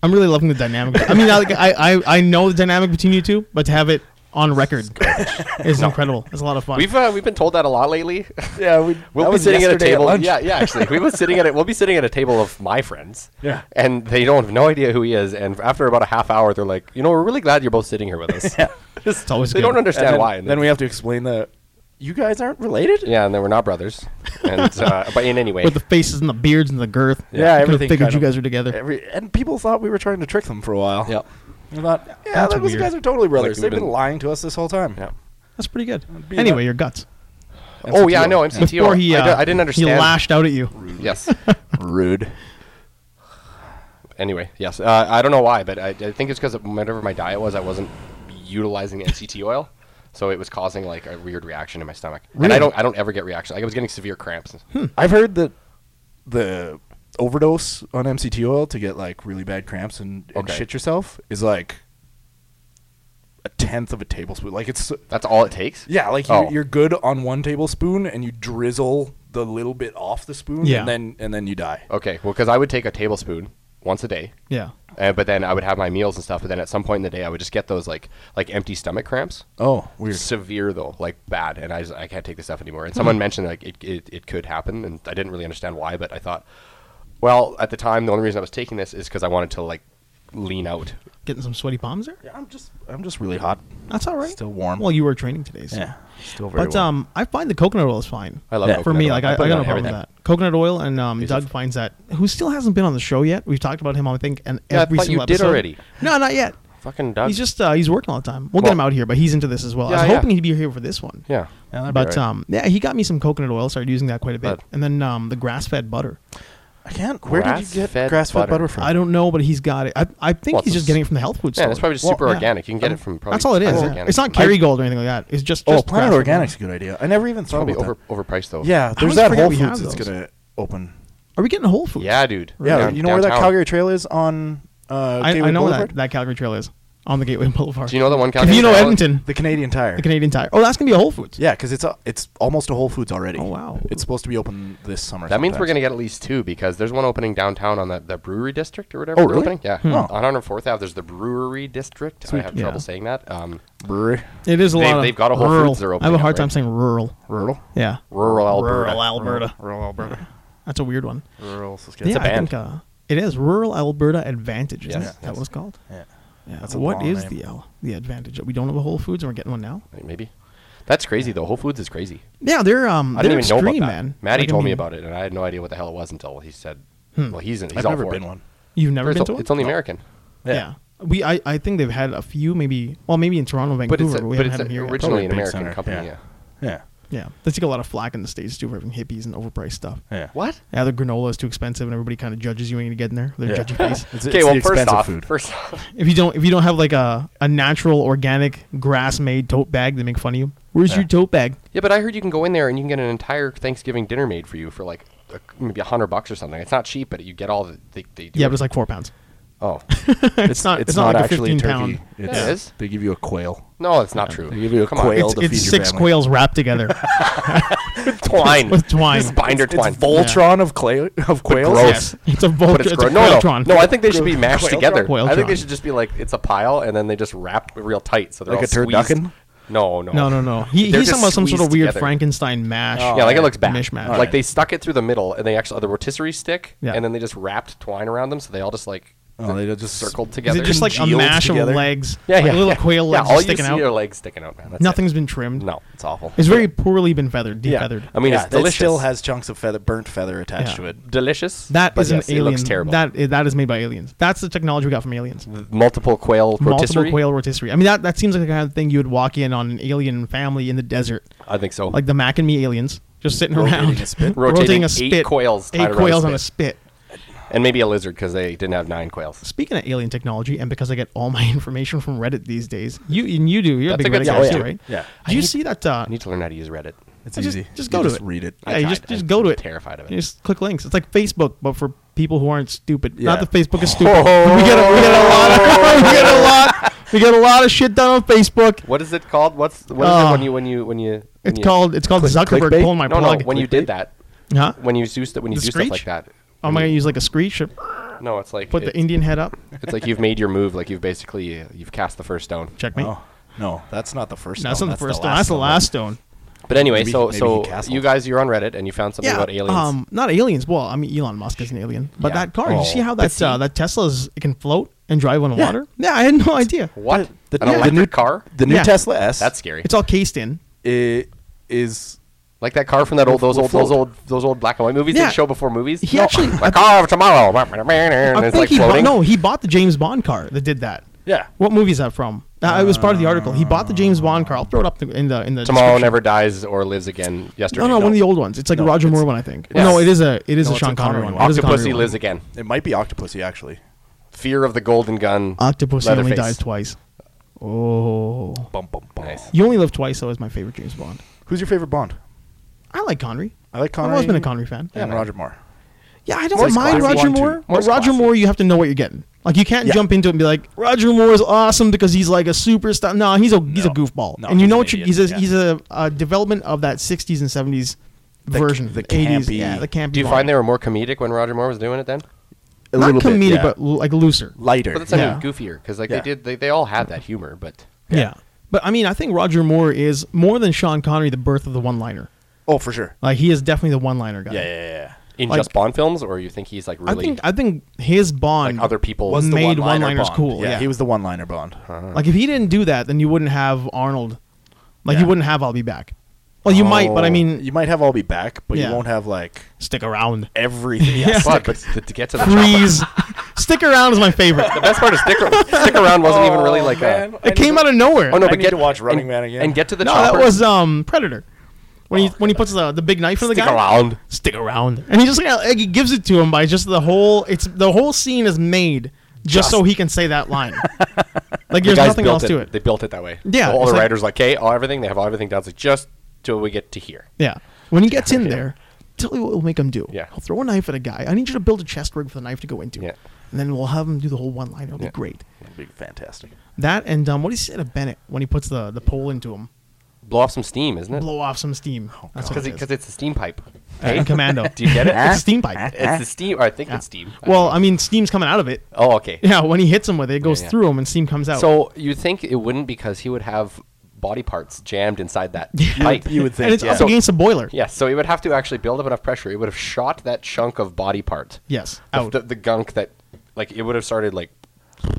Speaker 3: I'm really loving the dynamic. I mean, I, like, I, I I know the dynamic between you two, but to have it on record <laughs> is incredible. It's a lot of fun.
Speaker 2: We've uh, we've been told that a lot lately.
Speaker 1: <laughs>
Speaker 2: <laughs>
Speaker 1: Yeah, we,
Speaker 2: We'll be sitting at a table.
Speaker 1: <laughs>
Speaker 2: Yeah, yeah. Actually, we were sitting at a, We'll be sitting at a table of my friends.
Speaker 1: Yeah.
Speaker 2: And they don't have no idea who he is. And after about a half hour, they're like, you know, we're really glad you're both sitting here with us. <laughs> yeah. Just,
Speaker 3: It's always
Speaker 2: they
Speaker 3: good.
Speaker 2: don't understand
Speaker 1: then,
Speaker 2: why.
Speaker 1: Then we have to explain that you guys aren't related.
Speaker 2: Yeah, and they were not brothers. <laughs> And uh, but in any way,
Speaker 3: with the faces and the beards and the girth.
Speaker 1: Yeah,
Speaker 3: I
Speaker 1: everything
Speaker 3: Figured
Speaker 1: kind
Speaker 3: you
Speaker 1: of-
Speaker 3: guys were together.
Speaker 1: Every, and people thought we were trying to trick them for a while.
Speaker 2: Yep.
Speaker 1: They thought, yeah,
Speaker 3: That's
Speaker 1: those
Speaker 3: weird.
Speaker 1: guys are totally brothers.
Speaker 2: we've
Speaker 1: They've been,
Speaker 2: been-
Speaker 1: lying to us this whole time.
Speaker 2: yeah.
Speaker 3: That's pretty good.
Speaker 1: be
Speaker 3: Anyway,
Speaker 1: that-
Speaker 3: your guts.
Speaker 2: Oh yeah, I know
Speaker 1: MCT
Speaker 2: MCT.
Speaker 3: Before
Speaker 2: oil.
Speaker 3: he,
Speaker 2: I,
Speaker 3: uh,
Speaker 2: d- I didn't understand.
Speaker 3: He lashed out at you.
Speaker 2: <laughs> Yes.
Speaker 1: Rude.
Speaker 2: anyway, yes. Uh, I don't know why, but I, I think it's because whatever my diet was, I wasn't utilizing MCT oil, so it was causing like a weird reaction in my stomach. And I
Speaker 1: Really?
Speaker 2: don't, I don't ever get reactions. Like I was getting severe cramps.
Speaker 1: I've heard that the overdose on MCT oil to get like really bad cramps and, and
Speaker 2: Okay.
Speaker 1: shit yourself is like a tenth of a tablespoon. Like it's
Speaker 2: That's all it takes.
Speaker 1: yeah, like you,
Speaker 2: Oh.
Speaker 1: you're good on one tablespoon and you drizzle the little bit off the spoon
Speaker 3: Yeah.
Speaker 1: and then and then you die.
Speaker 2: Okay. Well, because I would take a tablespoon once a day,
Speaker 3: Yeah.
Speaker 2: uh, but then I would have my meals and stuff. But then at some point in the day, I would just get those like like empty stomach cramps.
Speaker 1: Oh, weird.
Speaker 2: severe though, like bad, and I, was- I can't take this stuff anymore. And
Speaker 1: Hmm.
Speaker 2: someone mentioned like it, it, it could happen, and I didn't really understand why, but I thought, well, at the time, the only reason I was taking this is because I wanted to like lean out.
Speaker 3: Getting some sweaty palms there.
Speaker 1: Yeah, I'm just I'm just really hot.
Speaker 3: That's all right.
Speaker 1: Still warm.
Speaker 3: Well, you were training today. So.
Speaker 1: Yeah, still very
Speaker 3: But
Speaker 1: warm.
Speaker 3: um, I find the coconut oil is fine.
Speaker 2: I love
Speaker 1: Yeah.
Speaker 3: For
Speaker 2: coconut
Speaker 3: me,
Speaker 2: oil.
Speaker 3: like I, I
Speaker 2: put
Speaker 3: got
Speaker 2: it
Speaker 3: no
Speaker 2: on
Speaker 3: problem with
Speaker 2: everything.
Speaker 3: that. Coconut oil and um,
Speaker 2: Piece
Speaker 3: Doug
Speaker 2: of-
Speaker 3: finds that who still hasn't been on the show yet. We've talked about him, I think, and
Speaker 2: Yeah, I
Speaker 3: every
Speaker 2: thought you
Speaker 3: single
Speaker 2: did
Speaker 3: episode.
Speaker 2: already.
Speaker 3: No, not yet.
Speaker 2: Fucking Doug.
Speaker 3: He's just uh, he's working all the time. We'll get
Speaker 2: Well-
Speaker 3: him out here, but he's into this as well. I
Speaker 2: Yeah,
Speaker 3: was
Speaker 2: yeah.
Speaker 3: hoping he'd be here for this one.
Speaker 2: yeah.
Speaker 1: Yeah, that'd be
Speaker 3: But
Speaker 1: alright.
Speaker 3: um, yeah, he got me some coconut oil. Started using that quite a bit,
Speaker 2: But-
Speaker 3: and then um, the grass-fed butter.
Speaker 1: I can't. Where did you
Speaker 2: grass-fed
Speaker 1: get grass-fed
Speaker 2: butter.
Speaker 1: butter. from?
Speaker 3: I don't know, but he's got it. I, I think
Speaker 2: Well,
Speaker 3: he's
Speaker 2: it's-
Speaker 3: just getting it from the health food store.
Speaker 2: Yeah, it's probably just
Speaker 1: Well,
Speaker 2: super
Speaker 3: yeah.
Speaker 2: organic. You can get it from probably.
Speaker 3: That's all it is.
Speaker 2: Planet
Speaker 3: yeah.
Speaker 2: Organic.
Speaker 3: It's not Kerry Gold or anything like that. It's just
Speaker 1: Oh,
Speaker 3: just
Speaker 1: Planet
Speaker 3: grass-fed
Speaker 1: Organic's a good idea. I never even
Speaker 2: It's
Speaker 1: thought
Speaker 2: probably
Speaker 1: about
Speaker 2: over,
Speaker 1: that.
Speaker 2: overpriced though.
Speaker 1: Yeah,
Speaker 3: always
Speaker 1: there's that
Speaker 3: forget
Speaker 1: Whole
Speaker 3: we have
Speaker 1: Foods that's
Speaker 3: those.
Speaker 1: gonna open.
Speaker 3: butter. Are we getting Whole Foods?
Speaker 2: Yeah, dude.
Speaker 1: Yeah,
Speaker 2: Down-
Speaker 1: you know where that
Speaker 2: downtown.
Speaker 1: Calgary Trail is on uh,
Speaker 3: I,
Speaker 1: Gateway
Speaker 3: I know
Speaker 1: Boulevard?
Speaker 3: that that Calgary Trail is on the Gateway <laughs> Boulevard.
Speaker 2: Do you know that one
Speaker 3: if
Speaker 2: Calgary?
Speaker 3: you know
Speaker 2: Trail?
Speaker 3: Edmonton,
Speaker 1: the Canadian Tire.
Speaker 3: the Canadian Tire. Oh, that's gonna be a Whole Foods.
Speaker 1: yeah, because it's a, it's almost a Whole Foods already.
Speaker 3: Oh, wow.
Speaker 1: It's supposed to be open this summer.
Speaker 2: That means we're
Speaker 1: sometime.
Speaker 2: gonna get at least two because there's one opening downtown on that the brewery district or whatever.
Speaker 1: Oh,
Speaker 2: they're
Speaker 1: really?
Speaker 2: Opening. Yeah,
Speaker 1: Hmm.
Speaker 2: on 104th Ave. There's the brewery district. I
Speaker 1: Sweet.
Speaker 2: have
Speaker 3: Yeah.
Speaker 2: trouble saying that. Um,
Speaker 1: brewery
Speaker 3: It is a
Speaker 2: They-
Speaker 3: lot. of
Speaker 2: they've got a Whole
Speaker 3: rural.
Speaker 2: Foods they're
Speaker 3: I have
Speaker 2: opening
Speaker 3: a hard
Speaker 2: up,
Speaker 3: time
Speaker 2: right?
Speaker 3: saying rural.
Speaker 1: rural
Speaker 3: Yeah.
Speaker 2: rural Alberta.
Speaker 3: Rural Alberta.
Speaker 1: rural Alberta
Speaker 3: That's a weird one.
Speaker 1: rural Saskatchewan.
Speaker 3: yeah,
Speaker 2: a band.
Speaker 3: I think uh, it is rural Alberta Advantage. Isn't
Speaker 2: Yes,
Speaker 3: it? that
Speaker 2: yes.
Speaker 3: was called.
Speaker 1: yeah.
Speaker 3: Yeah.
Speaker 1: That's a
Speaker 3: what
Speaker 1: long
Speaker 3: is
Speaker 1: name.
Speaker 3: the L? The Advantage. We don't have a Whole Foods, and we're getting one now.
Speaker 2: Like, Maybe. That's crazy though. Whole Foods is crazy.
Speaker 3: Yeah, they're um,
Speaker 2: I
Speaker 3: they're
Speaker 2: didn't even know
Speaker 3: extreme,
Speaker 2: about that.
Speaker 3: man.
Speaker 2: Maddie
Speaker 3: Like, I
Speaker 2: told me
Speaker 3: mean, Hmm.
Speaker 2: about it, and I had no idea what the hell it was until he said, "Well, he's in, he's
Speaker 1: I've
Speaker 2: all
Speaker 1: never
Speaker 2: for
Speaker 1: been
Speaker 2: it.
Speaker 1: one.
Speaker 3: You've never
Speaker 2: There's
Speaker 3: been
Speaker 2: o-
Speaker 3: to one?
Speaker 2: it's only American,
Speaker 3: yeah. We I, I think they've had a few, maybe. Well, maybe in Toronto, Vancouver,
Speaker 2: but
Speaker 3: but,
Speaker 2: it's, a,
Speaker 3: we
Speaker 2: but
Speaker 3: haven't
Speaker 2: it's
Speaker 3: had
Speaker 2: a,
Speaker 3: them here. yet.
Speaker 2: originally an
Speaker 1: Probably a big
Speaker 2: American
Speaker 1: center,
Speaker 2: company.
Speaker 1: yeah.
Speaker 2: Yeah.
Speaker 1: Yeah.
Speaker 3: Yeah, they take a lot of flack in the states too for having hippies and overpriced stuff.
Speaker 1: Yeah.
Speaker 2: What?
Speaker 3: Yeah, the granola is too expensive, and everybody kind of judges you when you get in there. They're
Speaker 1: Yeah.
Speaker 3: judging
Speaker 2: <laughs>
Speaker 3: face.
Speaker 1: It's,
Speaker 2: Okay,
Speaker 1: it's
Speaker 2: well,
Speaker 1: the
Speaker 2: first
Speaker 1: expensive
Speaker 2: off,
Speaker 1: food.
Speaker 2: first off,
Speaker 3: If you don't, if you don't have like a, a natural, organic, grass made tote bag, they make fun of you. Where's
Speaker 1: Yeah.
Speaker 3: your tote bag?
Speaker 2: yeah, but I heard you can go in there and you can get an entire Thanksgiving dinner made for you for like a, maybe a hundred bucks or something. It's not cheap, but you get all the they, they do
Speaker 3: Yeah,
Speaker 2: it.
Speaker 3: but it's like four pounds.
Speaker 2: oh
Speaker 3: It's, not. It's, not, like a fifteen pound.
Speaker 1: It's,
Speaker 2: Yeah, it is.
Speaker 1: They give you a quail.
Speaker 2: no, it's not true.
Speaker 1: They give you a
Speaker 2: Come on.
Speaker 1: quail
Speaker 3: It's,
Speaker 1: to
Speaker 3: it's
Speaker 1: feed your
Speaker 3: six
Speaker 1: family.
Speaker 3: quails
Speaker 2: <laughs>
Speaker 3: wrapped together.
Speaker 2: It's <laughs> twine
Speaker 3: With twine.
Speaker 2: It's binder
Speaker 1: It's
Speaker 2: twine.
Speaker 1: Voltron of clay of quails.
Speaker 2: gross.
Speaker 3: yes, it's a vulture.
Speaker 2: But it's,
Speaker 3: it's a
Speaker 2: gross. No, no,
Speaker 3: Quailtron.
Speaker 2: no. I think they should be mashed
Speaker 1: Quailtron?
Speaker 2: together. I think they
Speaker 3: Quailtron.
Speaker 2: should just be like it's a pile, and then they just wrap real tight, so they're
Speaker 1: Like
Speaker 2: all
Speaker 1: a turducken?
Speaker 2: squeezed. No, no,
Speaker 3: no, no, no. He,
Speaker 2: They're
Speaker 3: he's
Speaker 2: just
Speaker 3: talking about some sort of
Speaker 2: squeezed
Speaker 3: weird
Speaker 2: together. Oh.
Speaker 3: Frankenstein mash.
Speaker 2: yeah, like it looks bad.
Speaker 3: Mishmash.
Speaker 2: Like
Speaker 1: Alright.
Speaker 2: they stuck it through the middle, and they actually uh, the rotisserie stick,
Speaker 3: Yeah.
Speaker 2: and then they just wrapped twine around them, so they all just like
Speaker 1: Oh, they just
Speaker 2: circled
Speaker 3: Is
Speaker 2: together.
Speaker 3: it just like a
Speaker 1: Congealed
Speaker 3: mash
Speaker 1: together.
Speaker 3: of legs?
Speaker 2: <laughs> yeah,
Speaker 3: like
Speaker 2: yeah,
Speaker 3: little
Speaker 2: yeah.
Speaker 3: quail legs
Speaker 2: Yeah, all
Speaker 3: sticking
Speaker 2: you see
Speaker 3: out.
Speaker 2: are legs sticking out, man. That's
Speaker 3: Nothing's
Speaker 2: it.
Speaker 3: been trimmed.
Speaker 2: No, it's awful.
Speaker 3: It's very poorly been feathered,
Speaker 1: Yeah.
Speaker 3: defeathered.
Speaker 2: I mean,
Speaker 1: Yeah,
Speaker 2: it's
Speaker 1: that
Speaker 2: delicious.
Speaker 1: still has chunks of feather, burnt feather attached
Speaker 3: Yeah.
Speaker 1: to it.
Speaker 2: delicious.
Speaker 3: That
Speaker 2: but
Speaker 3: is an
Speaker 2: yes,
Speaker 3: alien.
Speaker 2: It looks terrible.
Speaker 3: That is, that is made by aliens. That's the technology we got from aliens.
Speaker 2: multiple quail rotisserie.
Speaker 3: Multiple quail rotisserie. I mean, that, that seems like the kind of thing you would walk in on an alien family in the desert,
Speaker 2: I think so.
Speaker 3: like the Mac and Me aliens, just sitting
Speaker 1: Rotating
Speaker 3: around
Speaker 1: a
Speaker 3: <laughs>
Speaker 1: spit?
Speaker 2: Rotating eight quails tied
Speaker 3: eight
Speaker 2: around a
Speaker 3: quails on a spit.
Speaker 2: and maybe a lizard because they didn't have nine quails.
Speaker 3: Speaking of alien technology, and because I get all my <laughs> information from Reddit these days, you and you do, you're
Speaker 2: That's
Speaker 3: a
Speaker 2: a
Speaker 3: big
Speaker 2: good thing,
Speaker 3: Reddit guy
Speaker 2: yeah.
Speaker 3: too, right?
Speaker 1: Yeah.
Speaker 3: Do you see that? Uh,
Speaker 2: I need to learn how to use Reddit.
Speaker 1: It's
Speaker 3: just-
Speaker 1: easy.
Speaker 3: just
Speaker 1: You
Speaker 3: go to
Speaker 1: just
Speaker 3: it.
Speaker 1: read it.
Speaker 3: yeah, you
Speaker 2: tried.
Speaker 3: just just
Speaker 2: I'm
Speaker 3: go to it.
Speaker 2: terrified of it.
Speaker 3: You just click links. It's like Facebook, but for people who aren't stupid. Not
Speaker 1: Yeah.
Speaker 3: that Facebook
Speaker 2: <laughs>
Speaker 3: is stupid. We get a, we get a lot. Of, <laughs> we get a lot. We get a lot of shit done on Facebook.
Speaker 2: What is it called? What's what is
Speaker 3: Uh,
Speaker 2: it when you when you when you? When
Speaker 3: It's
Speaker 2: you,
Speaker 3: called it's called Zuckerberg
Speaker 1: clickbait?
Speaker 3: pulling my
Speaker 2: no
Speaker 3: plug.
Speaker 2: no. When you did that,
Speaker 3: huh?
Speaker 2: when you do st- when you
Speaker 3: The
Speaker 2: do
Speaker 3: screech?
Speaker 2: stuff like that.
Speaker 3: Oh, am I gonna use like a screech? Or
Speaker 2: No, it's like
Speaker 3: put
Speaker 2: it's,
Speaker 3: the Indian head up.
Speaker 2: it's like you've made your move. Like you've basically uh, you've cast the first stone.
Speaker 3: Checkmate.
Speaker 1: Oh, no, that's not the first.
Speaker 3: No, that's
Speaker 1: stone,
Speaker 3: not the first
Speaker 1: the
Speaker 3: stone. That's the last stone.
Speaker 2: But anyway,
Speaker 1: Maybe-
Speaker 2: so
Speaker 1: maybe he
Speaker 2: so
Speaker 1: castled.
Speaker 2: you guys you're on Reddit and you found something about aliens.
Speaker 3: Um, not aliens. Well, I mean Elon Musk is an alien, but
Speaker 2: Yeah.
Speaker 3: that car. You
Speaker 2: Oh.
Speaker 3: see how
Speaker 2: But
Speaker 3: that uh,
Speaker 2: see-
Speaker 3: that Tesla's it can float and drive on water? Yeah, I had no idea.
Speaker 2: what
Speaker 1: The,
Speaker 2: an
Speaker 1: yeah, the
Speaker 2: electric
Speaker 1: new
Speaker 2: car?
Speaker 1: The new
Speaker 3: Yeah.
Speaker 1: Tesla S.
Speaker 2: That's scary.
Speaker 3: It's all cased in.
Speaker 1: It is.
Speaker 2: like that car from that old those
Speaker 1: Will
Speaker 2: old those
Speaker 1: float.
Speaker 2: old those old black and white movies
Speaker 3: Yeah.
Speaker 2: they show before movies.
Speaker 3: He
Speaker 2: <laughs>
Speaker 3: actually- I
Speaker 2: my car of tomorrow. And
Speaker 3: I
Speaker 2: it's
Speaker 3: think
Speaker 2: like
Speaker 3: he bought,
Speaker 2: floating.
Speaker 3: no, he bought the James Bond car that did that.
Speaker 1: Yeah.
Speaker 3: What movie is that from? Uh, it was part of the article. He bought the James Bond car. I'll throw it up the, in the in the
Speaker 2: Tomorrow
Speaker 3: description.
Speaker 2: never dies or lives again. Yesterday.
Speaker 3: No, no, one of the old ones. It's like a
Speaker 1: No,
Speaker 3: Roger
Speaker 1: it's-
Speaker 3: Moore one, I think.
Speaker 2: Yes.
Speaker 3: No, it is a it is
Speaker 1: No,
Speaker 3: a
Speaker 1: it's
Speaker 3: Sean
Speaker 1: a
Speaker 3: Connery,
Speaker 1: Connery
Speaker 3: one.
Speaker 1: one.
Speaker 3: It is a Connery
Speaker 2: Octopussy
Speaker 3: one.
Speaker 2: lives again.
Speaker 1: It might be Octopussy actually.
Speaker 2: Fear of the Golden Gun.
Speaker 3: Octopussy only
Speaker 2: Leatherface.
Speaker 3: dies twice. Oh,
Speaker 1: Bum bum bum.
Speaker 2: Nice.
Speaker 3: you only live twice. though is my favorite James Bond.
Speaker 1: Who's your favorite Bond?
Speaker 3: I like Connery.
Speaker 1: I like Connery.
Speaker 3: I've always been a Connery fan.
Speaker 1: And
Speaker 2: man.
Speaker 1: Roger Moore.
Speaker 3: Yeah, I don't
Speaker 2: More's
Speaker 3: mind
Speaker 2: classy.
Speaker 3: Roger
Speaker 1: One, two.
Speaker 3: Moore. But
Speaker 2: More's
Speaker 3: Roger
Speaker 2: classy.
Speaker 3: Moore, you have to know what you're getting. Like you can't
Speaker 1: Yeah.
Speaker 3: jump into it and be like Roger Moore is awesome because he's like a superstar. No, he's a he's a
Speaker 1: No.
Speaker 3: goofball,
Speaker 1: No,
Speaker 3: and you
Speaker 1: he's
Speaker 3: know
Speaker 1: an
Speaker 3: what you,
Speaker 1: idiot.
Speaker 3: he's a
Speaker 1: Yeah.
Speaker 3: he's a, uh development of that '60s and '70s
Speaker 1: The-
Speaker 3: version,
Speaker 1: the
Speaker 3: '80s,
Speaker 1: campy-
Speaker 3: yeah, the campy.
Speaker 2: Do you
Speaker 3: Bond.
Speaker 2: find they were more comedic when Roger Moore was doing it then?
Speaker 1: A
Speaker 3: not
Speaker 1: little bit,
Speaker 3: comedic,
Speaker 1: yeah.
Speaker 3: but l- like looser?
Speaker 1: lighter.
Speaker 2: But that's I mean
Speaker 3: Yeah.
Speaker 2: goofier because like
Speaker 1: Yeah.
Speaker 2: they did they, they all had that humor, but
Speaker 3: Yeah. but I mean, I think Roger Moore is more than Sean Connery, the birth of the one-liner.
Speaker 1: Oh, for sure.
Speaker 3: Like he is definitely the one-liner guy.
Speaker 1: Yeah, yeah, yeah.
Speaker 2: in
Speaker 3: Like-
Speaker 2: just Bond films, or you think he's like
Speaker 3: I
Speaker 2: really
Speaker 3: think I think his Bond
Speaker 2: like other people
Speaker 3: was
Speaker 1: the
Speaker 3: made
Speaker 1: one-liner
Speaker 3: one-liners
Speaker 1: Bond.
Speaker 3: cool. Yeah,
Speaker 1: he was the one-liner Bond.
Speaker 2: Uh.
Speaker 3: Like if he didn't do that, then you wouldn't have Arnold. Like you
Speaker 1: Yeah.
Speaker 3: wouldn't have I'll be back. Well, you might, but I
Speaker 2: Oh.
Speaker 3: mean,
Speaker 1: You might have all be back, but
Speaker 3: Yeah.
Speaker 1: you won't have like
Speaker 3: stick around.
Speaker 1: everything.
Speaker 3: <laughs> Yeah.
Speaker 1: Yes.
Speaker 2: But, but to, to get to the chopper-
Speaker 3: Freeze. stick around is my
Speaker 2: <laughs>
Speaker 3: favorite.
Speaker 2: the best part is stick, stick around wasn't even really
Speaker 1: Oh,
Speaker 2: like
Speaker 1: man.
Speaker 2: a
Speaker 3: It came out of nowhere.
Speaker 2: oh no
Speaker 1: I
Speaker 2: but
Speaker 1: need
Speaker 2: get
Speaker 1: to watch Running
Speaker 2: and-
Speaker 1: Man again.
Speaker 2: and get to the
Speaker 3: no, that
Speaker 2: chopper Oh.
Speaker 3: was um Predator. When he when he puts the, the big knife in the
Speaker 2: stick
Speaker 3: guy.
Speaker 2: around
Speaker 3: Stick around. And he just like, like, he gives it to him by just the whole it's the whole scene is made just,
Speaker 2: Just-
Speaker 3: so he can say
Speaker 2: <laughs>
Speaker 3: that line. like
Speaker 2: the
Speaker 3: there's
Speaker 2: guys
Speaker 3: nothing
Speaker 2: built
Speaker 3: else
Speaker 2: it,
Speaker 3: to it.
Speaker 2: they built it that way
Speaker 3: Yeah,
Speaker 2: all
Speaker 3: it's
Speaker 2: the
Speaker 3: like-
Speaker 2: writers like okay all everything they have all everything down it's like just till we get to here
Speaker 3: Yeah. When he gets in there, tell you what we'll make him do.
Speaker 2: Yeah.
Speaker 3: He'll throw a knife at a guy. I need you to build a chest rig for the knife to go into.
Speaker 2: Yeah.
Speaker 3: And then we'll have him do the whole one line. It'll be
Speaker 2: Yeah.
Speaker 3: great.
Speaker 1: That'd be fantastic.
Speaker 3: That and um, what do you say to Bennett when he puts the, the pole into him?
Speaker 2: blow off some steam isn't it
Speaker 3: Blow off some steam. That's what
Speaker 2: because
Speaker 3: it is.
Speaker 2: it's a steam pipe
Speaker 3: Uh, in Commando.
Speaker 2: <laughs> do you get it
Speaker 3: It's <laughs> a steam pipe.
Speaker 1: <laughs>
Speaker 2: it's the steam or I think it's steam
Speaker 3: Well,
Speaker 1: uh,
Speaker 3: I mean, steam's coming out of it.
Speaker 2: oh okay
Speaker 3: Yeah, when he hits him with it, it goes
Speaker 2: yeah.
Speaker 3: through him and steam comes out.
Speaker 2: so you think it wouldn't because he would have body parts jammed inside that
Speaker 1: <laughs>
Speaker 2: pipe
Speaker 1: You would
Speaker 3: and
Speaker 1: think.
Speaker 3: it's
Speaker 1: Yeah.
Speaker 3: up
Speaker 2: So-
Speaker 3: against a boiler.
Speaker 2: yeah so he would have to actually build up enough pressure it would have shot that chunk of body part
Speaker 3: Yes.
Speaker 2: The-
Speaker 3: Out.
Speaker 2: The, the gunk that like it would have started like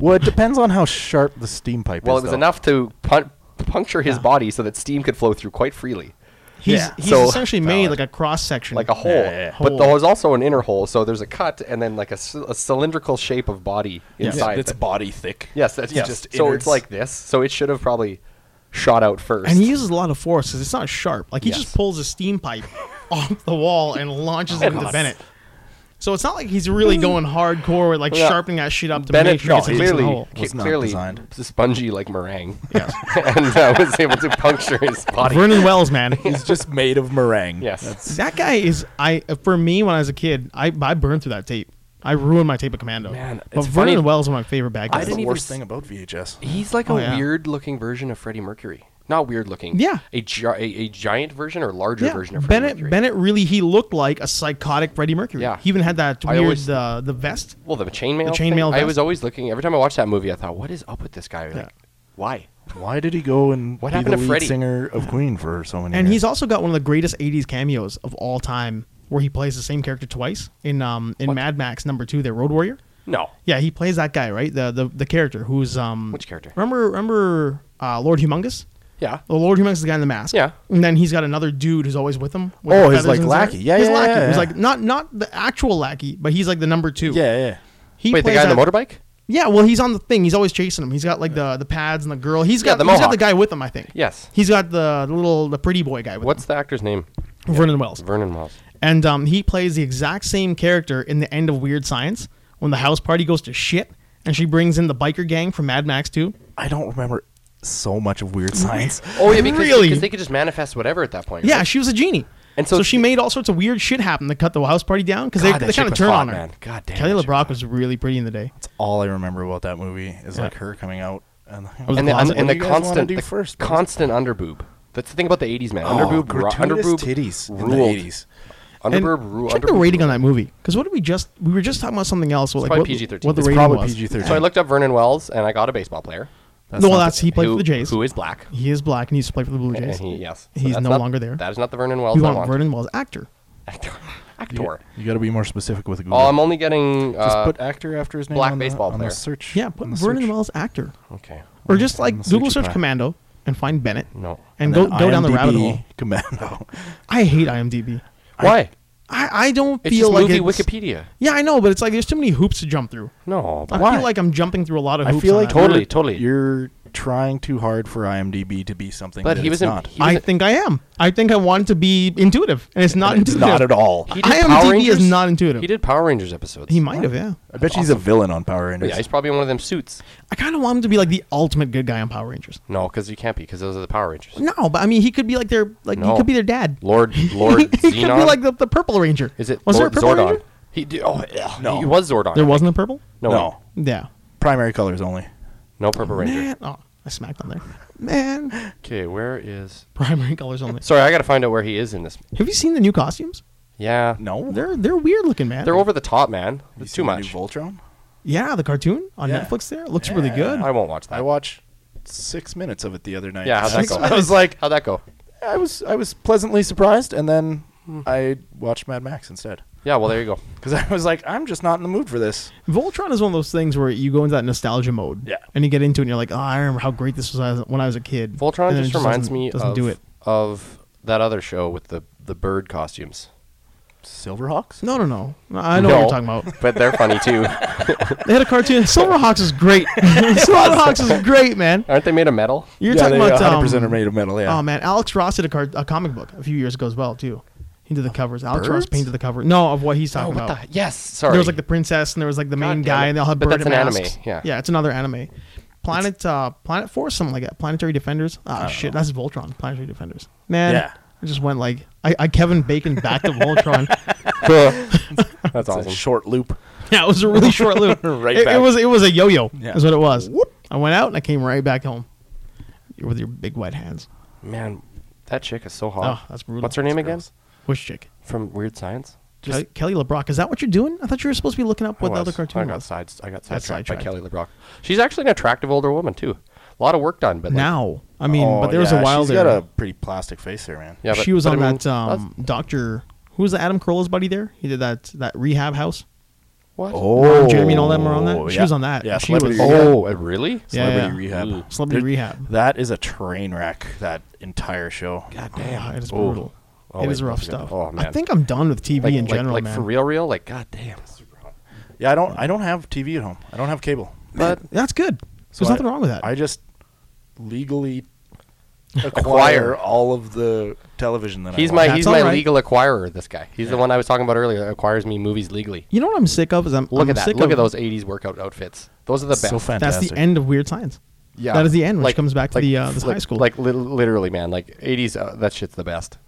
Speaker 1: well, it depends on how sharp the steam pipe
Speaker 2: well
Speaker 1: is.
Speaker 2: it was
Speaker 1: though.
Speaker 2: enough to pun- puncture his body so that steam could flow through quite freely,
Speaker 3: He's,
Speaker 1: Yeah.
Speaker 3: he's
Speaker 2: So-
Speaker 3: essentially made like a cross section,
Speaker 2: like a hole.
Speaker 1: Yeah, yeah, yeah.
Speaker 2: But
Speaker 3: Hole.
Speaker 2: there was also an inner hole, so there's a cut and then like a, c- a cylindrical shape of body inside.
Speaker 1: it's
Speaker 2: that-
Speaker 1: body thick.
Speaker 2: yes, that's
Speaker 1: Yes,
Speaker 2: just so
Speaker 1: innards.
Speaker 2: it's like this. So it should have probably shot out first.
Speaker 3: and he uses a lot of force because it's not sharp. Like he
Speaker 2: Yes.
Speaker 3: just pulls a steam pipe <laughs> off the wall and launches it into
Speaker 2: Yes.
Speaker 3: Bennett. So it's not like he's really going hardcore with like
Speaker 2: Yeah.
Speaker 3: sharpening that shit up to make
Speaker 2: Bennett
Speaker 3: sure it's a decent
Speaker 2: clearly
Speaker 3: hole.
Speaker 1: Was not
Speaker 2: clearly
Speaker 1: designed.
Speaker 2: spongy like meringue, <laughs> and uh, was able to puncture his body.
Speaker 3: Vernon
Speaker 2: <laughs>
Speaker 3: Wells, man.
Speaker 1: He's just made of meringue.
Speaker 2: Yes.
Speaker 1: That's,
Speaker 3: that guy is I for me when I was a kid, I I burned through that tape. I ruined my tape of Commando.
Speaker 2: Man,
Speaker 3: but
Speaker 2: it's
Speaker 3: Vernon
Speaker 2: funny-
Speaker 3: Wells is one of my favorite bad guys.
Speaker 1: that's
Speaker 2: didn't
Speaker 1: the
Speaker 2: even
Speaker 1: worst
Speaker 2: s-
Speaker 1: thing about VHS.
Speaker 2: He's like
Speaker 3: Oh,
Speaker 2: a
Speaker 3: yeah.
Speaker 2: weird looking version of Freddie Mercury. Not weird looking.
Speaker 3: Yeah.
Speaker 2: A, gi- a, a giant version or larger
Speaker 3: yeah,
Speaker 2: version of Freddie
Speaker 3: Bennett
Speaker 2: Mercury.
Speaker 3: Bennett really he looked like a psychotic Freddie Mercury.
Speaker 2: Yeah.
Speaker 3: he even had that
Speaker 2: I
Speaker 3: weird
Speaker 2: always-
Speaker 3: uh, the vest.
Speaker 2: Well, the chainmail.
Speaker 3: The chainmail
Speaker 2: thing, I
Speaker 3: vest.
Speaker 2: was always looking. Every time I watched that movie, I thought, what is up with this guy? Like,
Speaker 3: Yeah.
Speaker 2: Why?
Speaker 1: Why did he go and
Speaker 2: What
Speaker 1: be
Speaker 2: happened
Speaker 1: the
Speaker 2: to
Speaker 1: lead
Speaker 2: Freddie?
Speaker 1: singer of Queen for so many
Speaker 3: And
Speaker 1: years?
Speaker 3: he's also got one of the greatest '80s cameos of all time, where he plays the same character twice in um in Mad Max Number Two, the Road Warrior.
Speaker 2: No.
Speaker 3: Yeah, he plays that guy, right? The the, the character who's um
Speaker 2: Which character?
Speaker 3: Remember remember uh, Lord Humongous?
Speaker 2: Yeah.
Speaker 3: The Lord Humongous is the guy in the mask.
Speaker 2: Yeah.
Speaker 3: And then he's got another dude who's always with him. with
Speaker 1: Oh,
Speaker 3: the
Speaker 1: his,
Speaker 3: feathers
Speaker 1: like,
Speaker 3: in his
Speaker 1: lackey.
Speaker 3: hair.
Speaker 1: Yeah,
Speaker 3: his
Speaker 1: yeah,
Speaker 3: lackey.
Speaker 1: yeah,
Speaker 3: He's
Speaker 1: yeah.
Speaker 3: like not not the actual lackey, but he's like the number two.
Speaker 1: yeah, yeah.
Speaker 3: He
Speaker 2: Wait, the
Speaker 3: plays
Speaker 2: guy on the
Speaker 3: that-
Speaker 2: motorbike?
Speaker 3: Yeah, well, he's on the thing. He's always chasing him. He's got like the the pads and the girl. He's
Speaker 2: Yeah,
Speaker 3: got
Speaker 2: the
Speaker 3: he's got the
Speaker 2: mohawk.
Speaker 3: guy with him. I think.
Speaker 2: Yes.
Speaker 3: He's got the, the little the pretty boy guy with
Speaker 2: What's the actor's name?
Speaker 3: him. Vernon Wells.
Speaker 2: Vernon Wells.
Speaker 3: And um, he plays the exact same character in the end of Weird Science when the house party goes to shit and she brings in the biker gang from Mad Max 2.
Speaker 1: I don't remember so much of
Speaker 3: <laughs>
Speaker 1: Weird Science.
Speaker 2: Oh, yeah, because,
Speaker 3: Really?
Speaker 2: because they could just manifest whatever at that point.
Speaker 3: Yeah,
Speaker 2: right?
Speaker 3: she was a genie.
Speaker 2: And
Speaker 3: so,
Speaker 2: so-
Speaker 3: she made all sorts of weird shit happen to cut the house party down because they,
Speaker 2: God, that
Speaker 3: they
Speaker 2: chick
Speaker 3: kind of
Speaker 2: was
Speaker 3: turned
Speaker 2: hot,
Speaker 3: on her.
Speaker 2: man. God damn,
Speaker 3: Kelly
Speaker 2: that chick
Speaker 3: LeBrock was really pretty in the day.
Speaker 1: That's all I remember about that movie is like
Speaker 3: Yeah.
Speaker 1: her coming out and,
Speaker 3: was
Speaker 2: And the, and, and
Speaker 3: Closet.
Speaker 1: What
Speaker 2: the
Speaker 1: do you guys wanna
Speaker 2: constant,
Speaker 1: do
Speaker 2: the
Speaker 1: first?
Speaker 2: constant underboob. That's the thing about the 80s, man.
Speaker 1: Oh,
Speaker 2: underboob, ru-
Speaker 1: gratuitous
Speaker 2: underboob
Speaker 1: titties in the
Speaker 2: ruled.
Speaker 1: 80s.
Speaker 3: And
Speaker 2: Underboob ruled.
Speaker 3: check the rating on that movie because what did we just we were just talking about something else. like
Speaker 2: probably
Speaker 3: what,
Speaker 2: PG-13.
Speaker 3: What the
Speaker 1: It's
Speaker 3: rating
Speaker 1: probably
Speaker 3: was.
Speaker 1: PG-13.
Speaker 2: So I looked up Vernon Wells and I got a baseball player.
Speaker 1: That's
Speaker 3: no,
Speaker 1: not
Speaker 3: well,
Speaker 1: the-
Speaker 3: that's he played
Speaker 2: who,
Speaker 3: for the Jays.
Speaker 2: Who is black.
Speaker 3: He is black and he used to play for the Blue
Speaker 2: And
Speaker 3: Jays.
Speaker 2: he, yes. So
Speaker 3: he's
Speaker 2: that's
Speaker 3: no
Speaker 2: not-
Speaker 3: longer there.
Speaker 2: That is not the Vernon Wells
Speaker 3: we
Speaker 2: I
Speaker 3: want,
Speaker 2: want.
Speaker 3: Vernon Wells actor. <laughs>
Speaker 2: Actor.
Speaker 1: You,
Speaker 2: Actor.
Speaker 1: you got to be more specific with Google.
Speaker 2: Oh, I'm only getting.
Speaker 1: Just
Speaker 2: Uh,
Speaker 1: put actor after his name
Speaker 2: black
Speaker 1: on
Speaker 2: baseball
Speaker 1: the, on
Speaker 2: player.
Speaker 1: the search.
Speaker 3: Yeah, put
Speaker 1: on the
Speaker 3: Vernon
Speaker 1: search.
Speaker 3: Wells actor,
Speaker 2: okay.
Speaker 3: or just like
Speaker 1: the
Speaker 3: Google
Speaker 1: search
Speaker 3: search
Speaker 1: bar.
Speaker 3: Commando and find Bennett.
Speaker 2: No.
Speaker 3: and,
Speaker 1: Then
Speaker 3: go go down the
Speaker 1: IMDb
Speaker 3: rabbit hole.
Speaker 1: Commando.
Speaker 3: I hate IMDb.
Speaker 2: Why?
Speaker 3: I, I don't
Speaker 2: it's
Speaker 3: feel
Speaker 2: just
Speaker 3: like
Speaker 2: movie
Speaker 3: it's-
Speaker 2: Wikipedia.
Speaker 3: Yeah, I know, but it's like there's too many hoops to jump through.
Speaker 2: No.
Speaker 3: I
Speaker 2: but why?
Speaker 3: feel like I'm jumping through a lot of
Speaker 1: I
Speaker 3: hoops.
Speaker 1: feel
Speaker 3: on
Speaker 1: like
Speaker 3: that.
Speaker 2: totally-
Speaker 1: you're-
Speaker 2: totally.
Speaker 1: You're trying too hard for IMDb to be something.
Speaker 2: But
Speaker 1: that
Speaker 2: he was
Speaker 1: it's
Speaker 2: in- <laughs>
Speaker 1: not.
Speaker 2: he-
Speaker 3: I
Speaker 2: was-
Speaker 3: think I am. I think I want to be intuitive, and it's not
Speaker 1: It's
Speaker 3: intuitive.
Speaker 1: not at all.
Speaker 2: He
Speaker 3: IMDb is not intuitive.
Speaker 2: He did Power Rangers episodes.
Speaker 3: He might have, yeah.
Speaker 1: I bet she's a villain on Power Rangers.
Speaker 2: Yeah, he's probably in one of them suits.
Speaker 3: I kind of want him to be like the ultimate good guy on Power Rangers.
Speaker 2: No, because you can't be, because those are the Power Rangers.
Speaker 3: <laughs> No, but I mean, he could be like their like he
Speaker 2: No.
Speaker 3: could be their dad.
Speaker 2: Lord Lord
Speaker 3: <laughs> he could be
Speaker 2: Xenon.
Speaker 3: like the, the Purple Ranger.
Speaker 2: is it
Speaker 3: was
Speaker 2: Lord
Speaker 3: there a Purple
Speaker 2: Zordon?
Speaker 3: Ranger?
Speaker 2: He did, oh yeah,
Speaker 1: No.
Speaker 2: he was Zordon.
Speaker 3: There
Speaker 2: I
Speaker 3: wasn't
Speaker 2: think.
Speaker 3: a purple.
Speaker 2: no
Speaker 1: no,
Speaker 3: Yeah.
Speaker 1: primary colors only.
Speaker 2: no Purple Ranger.
Speaker 3: Man, oh, I smacked on there. Man,
Speaker 2: Okay, where is?
Speaker 3: primary colors only.
Speaker 2: Sorry, I gotta find out where he is in this.
Speaker 3: Have you seen the new costumes?
Speaker 2: Yeah,
Speaker 1: No,
Speaker 3: They're they're weird looking, man.
Speaker 2: they're over the top, man.
Speaker 1: You
Speaker 2: It's
Speaker 1: seen
Speaker 2: too
Speaker 1: the new
Speaker 2: much.
Speaker 1: Voltron.
Speaker 3: Yeah, the cartoon on
Speaker 1: Yeah.
Speaker 3: Netflix there looks really
Speaker 1: Yeah.
Speaker 3: good.
Speaker 2: I won't watch that.
Speaker 1: I watched six minutes of it the other night.
Speaker 2: Yeah, how'd that
Speaker 1: Six
Speaker 2: go?
Speaker 1: minutes. <laughs> I was like,
Speaker 2: How'd that go?
Speaker 1: I was, I was pleasantly surprised, and then
Speaker 2: Hmm.
Speaker 1: I watched Mad Max instead
Speaker 2: Yeah, well there you go.
Speaker 1: because I was like, I'm just not in the mood for this.
Speaker 3: Voltron is one of those things where you go into that nostalgia mode.
Speaker 1: Yeah.
Speaker 3: And you get into it and you're like, oh, I remember how great this was as- when I was a kid.
Speaker 2: Voltron
Speaker 3: And then
Speaker 2: just,
Speaker 3: it
Speaker 2: reminds
Speaker 3: doesn't-
Speaker 2: me
Speaker 3: doesn't
Speaker 2: of,
Speaker 3: do it.
Speaker 2: of that other show with the the bird costumes.
Speaker 1: Silverhawks.
Speaker 3: No, no, no. No, I know what you're talking
Speaker 2: <laughs>
Speaker 3: about.
Speaker 2: But they're funny
Speaker 3: <laughs>
Speaker 2: too.
Speaker 3: They had a cartoon. Silverhawks is great. <laughs> Silverhawks is great, man.
Speaker 2: Aren't they made of metal?
Speaker 3: You're
Speaker 1: yeah,
Speaker 3: talking
Speaker 1: they
Speaker 3: about
Speaker 1: 100%
Speaker 3: um,
Speaker 1: are made of metal. Yeah.
Speaker 3: Oh man, Alex Ross did a, card, a comic book a few years ago as well too. He did the covers. Alex Ross
Speaker 1: Birds?
Speaker 3: painted the cover. No, of what he's talking
Speaker 2: Uh, Oh, What
Speaker 3: about.
Speaker 2: the? Yes, sorry.
Speaker 3: There was like the princess and there was like the
Speaker 2: God damn
Speaker 3: main guy
Speaker 2: it.
Speaker 3: and they all had
Speaker 2: But
Speaker 3: bird
Speaker 2: that's an anime,
Speaker 3: masks.
Speaker 2: yeah.
Speaker 3: yeah, it's another anime. Planet uh, Planet Force, something like that. Planetary Defenders. Ah, shit, that's Voltron. Planetary Defenders. Man,
Speaker 1: Yeah.
Speaker 3: I just went like I, I Kevin Bacon back
Speaker 2: <laughs>
Speaker 3: to Voltron.
Speaker 2: That's
Speaker 1: It's a
Speaker 2: awesome.
Speaker 1: short loop.
Speaker 3: yeah, it was a really short
Speaker 2: <laughs>
Speaker 3: loop.
Speaker 1: Right
Speaker 3: it, it
Speaker 1: back.
Speaker 3: was it was a yo-yo.
Speaker 1: Yeah.
Speaker 3: Is what it was.
Speaker 1: Whoop.
Speaker 3: I went out and I came right back home. You're with your big wet hands.
Speaker 2: Man, that chick is so hot.
Speaker 3: Oh, that's brutal.
Speaker 2: What's her name again?
Speaker 3: Which chick?
Speaker 2: From Weird Science. Oh,
Speaker 3: Kelly, Kelly LeBrock. Is that what you're doing? I thought you were supposed to be looking up
Speaker 2: I
Speaker 3: what the
Speaker 2: was.
Speaker 3: other cartoon
Speaker 2: I got
Speaker 3: was.
Speaker 2: sides. I got
Speaker 3: That's
Speaker 2: sidetracked, by Kelly
Speaker 3: sidetracked.
Speaker 2: LeBrock. She's actually an attractive older woman too. A lot of work done, but like-
Speaker 3: Now, I mean,
Speaker 2: Oh,
Speaker 3: but there was
Speaker 1: yeah,
Speaker 3: a while
Speaker 1: she's
Speaker 3: there.
Speaker 1: got a pretty plastic face there, man.
Speaker 2: yeah, but,
Speaker 3: she was
Speaker 2: but
Speaker 3: on
Speaker 2: I mean,
Speaker 3: that um, doctor. Who was the Adam Carolla's buddy there? He did that that rehab house.
Speaker 2: that's- What?
Speaker 1: Oh,
Speaker 3: Jeremy and all them were on that? She
Speaker 1: yeah.
Speaker 3: was on that.
Speaker 1: Yeah,
Speaker 3: She
Speaker 1: celebrity
Speaker 3: was-
Speaker 1: rehab.
Speaker 2: Oh, uh, really?
Speaker 3: Yeah,
Speaker 1: Celebrity
Speaker 3: yeah.
Speaker 1: Rehab.
Speaker 2: Ooh.
Speaker 3: Celebrity
Speaker 1: There-
Speaker 3: Rehab.
Speaker 1: That is a train wreck. That entire show.
Speaker 3: God damn, it is
Speaker 2: Oh.
Speaker 3: brutal.
Speaker 2: Oh,
Speaker 3: it is
Speaker 2: wait,
Speaker 3: rough
Speaker 2: once again.
Speaker 3: stuff.
Speaker 2: Oh, man.
Speaker 3: I think I'm done with TV
Speaker 2: Like-
Speaker 3: in
Speaker 2: like-
Speaker 3: general,
Speaker 2: like,
Speaker 3: man.
Speaker 2: for real, real. Like, goddamn, it's super hot.
Speaker 1: Yeah, I don't. I don't have TV at home. I don't have cable.
Speaker 2: But
Speaker 3: That's good.
Speaker 1: So
Speaker 3: There's nothing
Speaker 1: I-
Speaker 3: wrong with that.
Speaker 1: I just legally acquire
Speaker 2: <laughs> Acquire.
Speaker 1: all of the television that
Speaker 2: he's
Speaker 1: I want.
Speaker 2: my
Speaker 3: That's
Speaker 2: he's my
Speaker 3: all right.
Speaker 2: legal acquirer. This guy. He's the one I was talking about earlier that acquires me movies legally.
Speaker 3: you know what I'm sick of is I'm
Speaker 2: Look
Speaker 3: I'm
Speaker 2: at that.
Speaker 3: Sick
Speaker 2: Look
Speaker 3: of,
Speaker 2: at those '80s workout outfits. Those are the best.
Speaker 1: so
Speaker 3: That's
Speaker 1: fantastic.
Speaker 3: the end of Weird Science. that is the end, which comes back to the, uh, this
Speaker 2: like,
Speaker 3: high school.
Speaker 2: Like li- literally, man. Like '80s. Uh, that shit's the
Speaker 3: <laughs>
Speaker 2: best.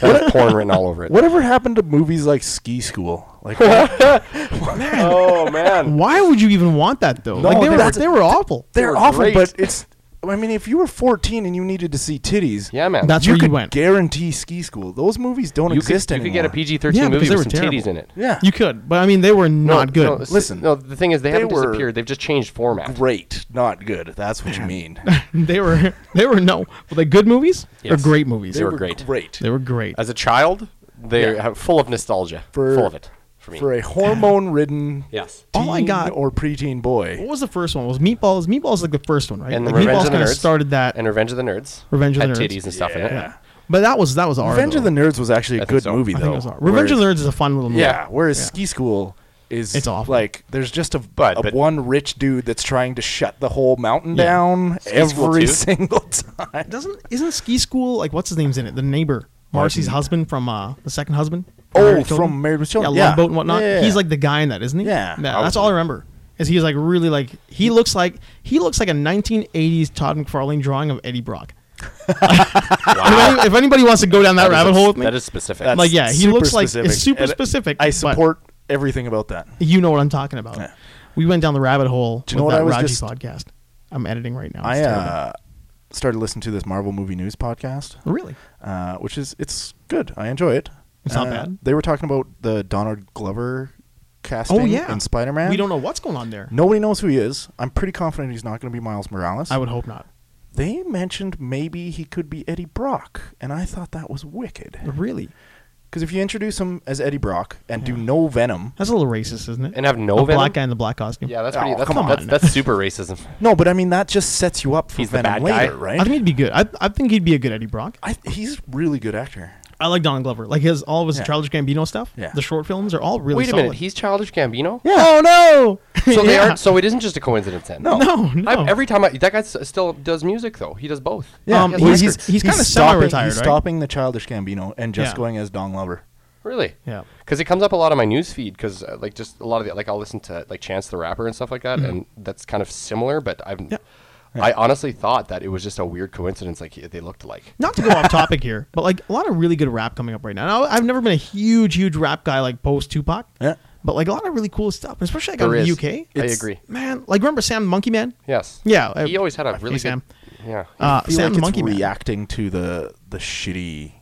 Speaker 2: That's porn written all over it.
Speaker 1: Whatever happened to movies like Ski School?
Speaker 2: <laughs>
Speaker 1: Like, what-
Speaker 2: Oh man.
Speaker 3: Why would you even want that though? like they were
Speaker 1: that's-
Speaker 3: they were awful.
Speaker 1: they're
Speaker 2: were
Speaker 1: awful,
Speaker 2: great.
Speaker 1: but it's. I mean, if you were 14 and you needed to see titties,
Speaker 2: Yeah, man.
Speaker 3: That's
Speaker 1: you
Speaker 3: where
Speaker 1: could
Speaker 3: you went.
Speaker 1: guarantee Ski School. Those movies don't
Speaker 2: you could,
Speaker 1: exist
Speaker 2: you
Speaker 1: anymore.
Speaker 2: could get a PG-13
Speaker 3: Yeah, because
Speaker 2: movie
Speaker 3: they
Speaker 2: with some
Speaker 3: were
Speaker 2: titties
Speaker 3: terrible.
Speaker 2: in it.
Speaker 1: Yeah,
Speaker 3: You could, but I mean they were not
Speaker 2: No,
Speaker 3: good.
Speaker 2: s-
Speaker 1: Listen.
Speaker 2: no. The thing is, they, haven't
Speaker 1: were-
Speaker 2: disappeared. They've just changed format.
Speaker 1: great, not good. That's what you mean.
Speaker 3: <laughs> they were they were no. Were they good movies
Speaker 2: Yes.
Speaker 3: or great movies?
Speaker 2: They were great.
Speaker 1: Great.
Speaker 3: They were great.
Speaker 2: As a child, they're
Speaker 1: Yeah.
Speaker 2: ha- full of nostalgia.
Speaker 1: For-
Speaker 2: full of it. For me.
Speaker 1: For a
Speaker 3: <laughs>
Speaker 1: hormone-ridden
Speaker 2: yes.
Speaker 3: All I
Speaker 1: teen
Speaker 3: got-
Speaker 1: or preteen boy.
Speaker 3: Oh what was the first one? Was Meatballs? Meatballs like the first one, right?
Speaker 2: And
Speaker 3: like
Speaker 2: the Revenge
Speaker 3: Meatballs
Speaker 2: of the
Speaker 3: kinda
Speaker 2: Nerds.
Speaker 3: started that,
Speaker 2: And Revenge of the Nerds.
Speaker 3: Revenge of the
Speaker 2: had
Speaker 3: Nerds.
Speaker 2: titties and stuff in it.
Speaker 1: Yeah.
Speaker 3: but that was that was our
Speaker 1: Revenge of the Nerds was actually a
Speaker 2: think
Speaker 1: good
Speaker 2: so.
Speaker 1: movie,
Speaker 3: I
Speaker 1: though.
Speaker 3: think it was our- Revenge of the Nerds is a fun little movie.
Speaker 1: Yeah, whereas
Speaker 3: Yeah.
Speaker 1: Ski School is
Speaker 3: It's awful.
Speaker 1: like there's just a,
Speaker 2: But-
Speaker 1: a
Speaker 2: but-
Speaker 1: one rich dude that's trying to shut the whole mountain
Speaker 3: Yeah.
Speaker 1: down
Speaker 2: School
Speaker 1: every <laughs>
Speaker 2: too?
Speaker 1: single time.
Speaker 3: Doesn't isn't Ski School like what's his name's in it? The neighbor, Marcy's husband from uh the second husband.
Speaker 1: Oh,
Speaker 3: Married with Children?
Speaker 1: from Married with Children,
Speaker 3: Yeah,
Speaker 1: yeah.
Speaker 3: Longboat and whatnot.
Speaker 1: Yeah, yeah,
Speaker 3: He's
Speaker 1: yeah.
Speaker 3: like the guy in that, isn't he?
Speaker 1: Yeah,
Speaker 3: that's all I remember. Is he's like really like he looks like he looks like a 1980s Todd McFarlane drawing of Eddie Brock. <laughs> If, any- if anybody wants to go down that,
Speaker 2: That is
Speaker 3: rabbit
Speaker 2: a-
Speaker 3: hole with me,
Speaker 2: That is specific.
Speaker 1: That's
Speaker 3: Like, yeah, he
Speaker 1: super
Speaker 3: looks like- it's super
Speaker 1: and
Speaker 3: specific,
Speaker 1: I
Speaker 3: but-
Speaker 1: support everything about that.
Speaker 3: you know what I'm talking about.
Speaker 1: Yeah.
Speaker 3: We went down the rabbit hole
Speaker 1: Do you know
Speaker 3: with
Speaker 1: what
Speaker 3: that
Speaker 1: I was
Speaker 3: Raji
Speaker 1: just-
Speaker 3: podcast. I'm editing right now.
Speaker 1: I
Speaker 3: It's terrible.
Speaker 1: uh, started listening to this Marvel movie news podcast,
Speaker 3: really
Speaker 1: uh, which is it's good. I enjoy it.
Speaker 3: It's not
Speaker 1: Uh,
Speaker 3: bad.
Speaker 1: They were talking about the Donald Glover casting
Speaker 3: Oh, yeah.
Speaker 1: in Spider-Man.
Speaker 3: we don't know what's going on there.
Speaker 1: Nobody knows who he is. I'm pretty confident he's not going to be Miles Morales.
Speaker 3: I would hope not.
Speaker 1: they mentioned maybe he could be Eddie Brock, and I thought that was wicked.
Speaker 3: Really,
Speaker 1: Because if you introduce him as Eddie Brock and do no Venom,
Speaker 3: that's a little racist, isn't it?
Speaker 2: And have no
Speaker 3: a
Speaker 2: venom?
Speaker 3: black guy in the black costume.
Speaker 2: yeah, that's
Speaker 1: Oh,
Speaker 2: pretty. that's,
Speaker 1: come
Speaker 2: that's,
Speaker 3: on.
Speaker 2: that's super racism.
Speaker 1: no, but I mean that just sets you up for
Speaker 2: He's the
Speaker 1: Venom
Speaker 2: bad guy.
Speaker 1: later, right?
Speaker 3: I think he'd be good. I, I think he'd be a good Eddie Brock.
Speaker 1: I th- he's really good actor.
Speaker 3: I like Don Glover. Like his all of his
Speaker 1: Yeah.
Speaker 3: childish Gambino stuff.
Speaker 1: Yeah.
Speaker 3: The short films are all really.
Speaker 2: Wait a
Speaker 3: solid.
Speaker 2: minute. He's childish Gambino.
Speaker 1: Yeah.
Speaker 3: Oh
Speaker 1: <laughs>
Speaker 2: <laughs>
Speaker 3: no!
Speaker 2: So they
Speaker 3: Yeah.
Speaker 2: aren't. So it isn't just a coincidence then.
Speaker 1: No.
Speaker 3: <laughs> No, no.
Speaker 2: I, every time I, that guy s- still does music though. He does both.
Speaker 3: Yeah. Um,
Speaker 2: He has
Speaker 3: he's-
Speaker 2: records.
Speaker 3: he's kinda
Speaker 1: stopping-
Speaker 3: semi-retired,
Speaker 1: He's
Speaker 3: right?
Speaker 1: stopping the childish Gambino and just
Speaker 3: Yeah.
Speaker 1: going as Don Lover.
Speaker 2: really.
Speaker 3: Yeah.
Speaker 2: Because it comes up a lot on my news feed. Because uh, like just a lot of the like I'll listen to like Chance the Rapper and stuff like that,
Speaker 3: Mm-hmm.
Speaker 2: and that's kind of similar. But I've I honestly thought that it was just a weird coincidence. Like he- they looked alike.
Speaker 3: Not to go off topic here, <laughs> but like a lot of really good rap coming up right now. Now, I've never been a huge, huge rap guy like post Tupac.
Speaker 1: Yeah.
Speaker 3: But like a lot of really cool stuff, especially like out
Speaker 2: There
Speaker 3: in the
Speaker 2: is.
Speaker 3: UK.
Speaker 2: I
Speaker 3: It's-
Speaker 2: agree.
Speaker 3: Man, like remember Sam the Monkey Man?
Speaker 2: Yes.
Speaker 3: Yeah, I-
Speaker 2: He always had a
Speaker 3: Hey,
Speaker 2: really good.
Speaker 3: Sam.
Speaker 2: Yeah.
Speaker 3: Uh,
Speaker 1: I feel
Speaker 3: Sam
Speaker 1: like
Speaker 3: the
Speaker 1: it's
Speaker 3: Monkey Man.
Speaker 1: reacting to the the shitty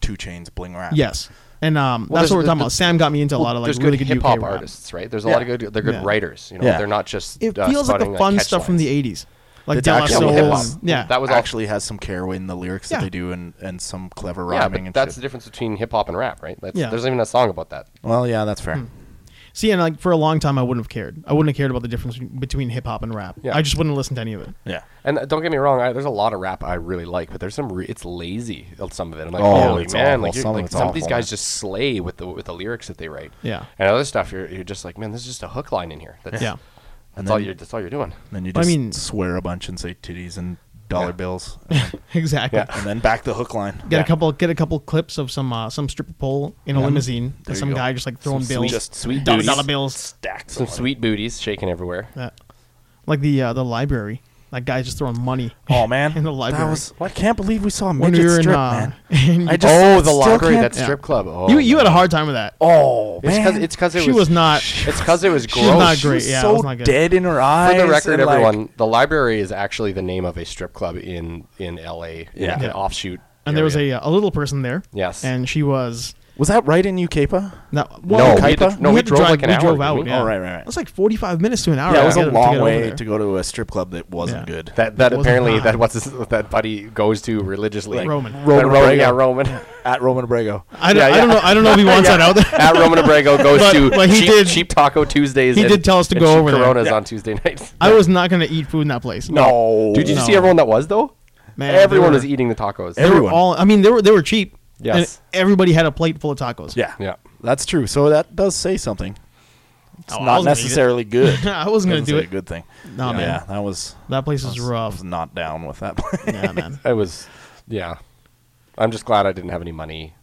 Speaker 1: Two Chains bling rap.
Speaker 3: Yes. And um,
Speaker 2: Well,
Speaker 3: that's what we're
Speaker 2: there's-
Speaker 3: talking about.
Speaker 2: there's-
Speaker 3: Sam got me into a lot of like
Speaker 2: there's
Speaker 3: really
Speaker 2: good
Speaker 3: good
Speaker 2: hip hop
Speaker 3: UK rap.
Speaker 2: artists, right? There's a
Speaker 1: Yeah.
Speaker 2: lot of good. They're good
Speaker 3: Yeah.
Speaker 2: writers. You know,
Speaker 1: Yeah.
Speaker 2: they're not just.
Speaker 3: It
Speaker 2: uh,
Speaker 3: feels like
Speaker 2: spouting,
Speaker 3: the fun
Speaker 2: catch
Speaker 3: stuff from
Speaker 2: lines.
Speaker 3: the '80s, like
Speaker 1: That's
Speaker 3: De La
Speaker 1: actually
Speaker 3: Soul.
Speaker 1: hip hop.
Speaker 3: and- Yeah,
Speaker 2: That was all-
Speaker 1: actually has some care in the lyrics
Speaker 3: Yeah.
Speaker 1: that they do and, and some clever
Speaker 2: Yeah,
Speaker 1: rhyming
Speaker 2: but
Speaker 1: and
Speaker 2: that's the
Speaker 1: shit.
Speaker 2: difference between hip hop and rap, right? That's,
Speaker 3: Yeah.
Speaker 2: There's even a song about that.
Speaker 1: Well, yeah, that's
Speaker 3: Hmm.
Speaker 1: fair.
Speaker 3: See, and like for a long time, I wouldn't have cared. I wouldn't have cared about the difference between hip hop and rap.
Speaker 2: Yeah.
Speaker 3: I just wouldn't listen to any of it. <laughs>
Speaker 1: Yeah.
Speaker 2: And uh, don't get me wrong, I, there's a lot of rap I really like, but there's some re- it's lazy uh, some of it. I'm like,
Speaker 1: Oh,
Speaker 2: holy
Speaker 1: it's
Speaker 2: man,
Speaker 1: awful.
Speaker 2: like, you're-
Speaker 1: Some of
Speaker 2: like,
Speaker 1: it's
Speaker 2: some of these
Speaker 1: awful,
Speaker 2: guys
Speaker 1: man.
Speaker 2: just slay with the with the lyrics that they write.
Speaker 3: Yeah.
Speaker 2: And other stuff, you're you're just like, man, this is just a hook line in here. That's,
Speaker 3: Yeah.
Speaker 2: That's
Speaker 1: And
Speaker 2: all
Speaker 1: then-
Speaker 2: you're. That's all you're doing.
Speaker 1: Then you
Speaker 3: But I
Speaker 1: just
Speaker 3: mean-
Speaker 1: swear a bunch and say titties and dollar
Speaker 2: Yeah.
Speaker 3: <laughs>
Speaker 1: bills, and then,
Speaker 3: exactly.
Speaker 2: Yeah.
Speaker 1: and then back the hook line.
Speaker 3: Get
Speaker 2: Yeah.
Speaker 3: a couple, get a couple clips of some uh, some stripper pole in a limousine, and
Speaker 1: you
Speaker 3: some
Speaker 1: go.
Speaker 3: guy just like throwing
Speaker 2: Some sweet-
Speaker 3: bills,
Speaker 2: just sweet
Speaker 3: <laughs> dollar,
Speaker 2: duties.
Speaker 3: dollar bills,
Speaker 1: Stack
Speaker 2: Some sweet booties shaking everywhere.
Speaker 3: Yeah. like the uh, the library. That guy's just throwing
Speaker 2: <laughs>
Speaker 3: money.
Speaker 1: <laughs> Oh man,
Speaker 3: <laughs> in the library.
Speaker 1: That was, I can't believe we saw a
Speaker 3: when
Speaker 1: midget
Speaker 3: we were in,
Speaker 1: strip,
Speaker 3: uh,
Speaker 1: man.
Speaker 3: <laughs> in-
Speaker 1: I just-
Speaker 2: oh, the
Speaker 1: still
Speaker 2: library,
Speaker 1: can't-
Speaker 2: that strip club. Oh,
Speaker 3: you you had a
Speaker 2: man.
Speaker 3: hard time with that.
Speaker 1: Oh
Speaker 2: It's because
Speaker 1: man,
Speaker 2: it's because it
Speaker 3: She
Speaker 2: was,
Speaker 3: was not-
Speaker 2: It's because it
Speaker 3: <laughs>
Speaker 2: was gross.
Speaker 3: She's not
Speaker 1: She
Speaker 3: great.
Speaker 1: was
Speaker 3: yeah, it
Speaker 1: so
Speaker 3: was not good.
Speaker 1: dead in her eyes.
Speaker 2: For the record,
Speaker 1: and, like,
Speaker 2: everyone, the library is actually the name of a strip club in in L.A.
Speaker 1: Yeah.
Speaker 2: like an
Speaker 1: Yeah.
Speaker 2: offshoot.
Speaker 3: And there was
Speaker 2: area.
Speaker 3: a, uh, a little person there.
Speaker 2: Yes.
Speaker 3: And she was
Speaker 1: Was that right in Ukapa?
Speaker 3: No,
Speaker 2: no,
Speaker 1: Kaipa?
Speaker 2: we had to- no,
Speaker 3: we
Speaker 2: we,
Speaker 3: had to
Speaker 2: drove
Speaker 3: drive-
Speaker 2: like an
Speaker 3: we
Speaker 2: hour.
Speaker 3: drove
Speaker 2: didn't
Speaker 3: out,
Speaker 2: we?
Speaker 3: yeah.
Speaker 1: Oh, right, right,
Speaker 3: It
Speaker 1: right.
Speaker 3: was like 45 minutes to an hour.
Speaker 1: Yeah, it
Speaker 3: to
Speaker 1: was
Speaker 3: get-
Speaker 1: a
Speaker 3: to get
Speaker 1: long
Speaker 3: over
Speaker 1: way
Speaker 3: there.
Speaker 1: to go to a strip club that wasn't
Speaker 3: Yeah.
Speaker 1: good.
Speaker 2: That that
Speaker 3: It wasn't
Speaker 2: apparently
Speaker 3: hot.
Speaker 2: that what's his, that buddy goes to religiously.
Speaker 3: Like Roman.
Speaker 2: That
Speaker 1: Roman
Speaker 2: Roman
Speaker 1: Abrego.
Speaker 2: yeah, <laughs> Roman.
Speaker 1: At Roman Abrego.
Speaker 3: I don't,
Speaker 2: Yeah,
Speaker 3: I
Speaker 2: <laughs>
Speaker 3: don't
Speaker 2: yeah.
Speaker 3: know. I don't know
Speaker 1: <laughs>
Speaker 3: if he wants that out there.
Speaker 2: At Roman Abrego goes
Speaker 3: But-
Speaker 2: to
Speaker 3: but he
Speaker 2: cheap,
Speaker 3: did-
Speaker 2: cheap Taco Tuesdays.
Speaker 3: he
Speaker 2: and-
Speaker 3: did tell us to
Speaker 2: and
Speaker 3: go
Speaker 2: cheap
Speaker 3: over there.
Speaker 2: Coronas on Tuesday nights. <laughs>
Speaker 3: I was not going to eat food in that place.
Speaker 1: No.
Speaker 2: Dude, did you
Speaker 3: No.
Speaker 2: see everyone that was though?
Speaker 3: Man, they
Speaker 2: everyone
Speaker 3: were-
Speaker 2: was eating the tacos.
Speaker 1: Every-
Speaker 3: They were
Speaker 1: Everyone.
Speaker 3: all. I mean, they were they were cheap.
Speaker 2: Yes.
Speaker 3: And everybody had a plate full of tacos.
Speaker 1: Yeah.
Speaker 2: Yeah.
Speaker 1: That's true. So that does say something. It's
Speaker 3: Oh, I
Speaker 1: not
Speaker 3: wasn't gonna eat it.
Speaker 1: necessarily good.
Speaker 3: <laughs> I wasn't
Speaker 1: Doesn't
Speaker 3: going to do
Speaker 1: say
Speaker 3: it.
Speaker 1: a good thing.
Speaker 3: Nah,
Speaker 1: yeah,
Speaker 3: man.
Speaker 1: that was
Speaker 3: That place is
Speaker 1: I
Speaker 3: rough.
Speaker 1: was not down with that <laughs> play.
Speaker 3: Yeah, man.
Speaker 2: It was, yeah. I'm just glad I didn't have any money.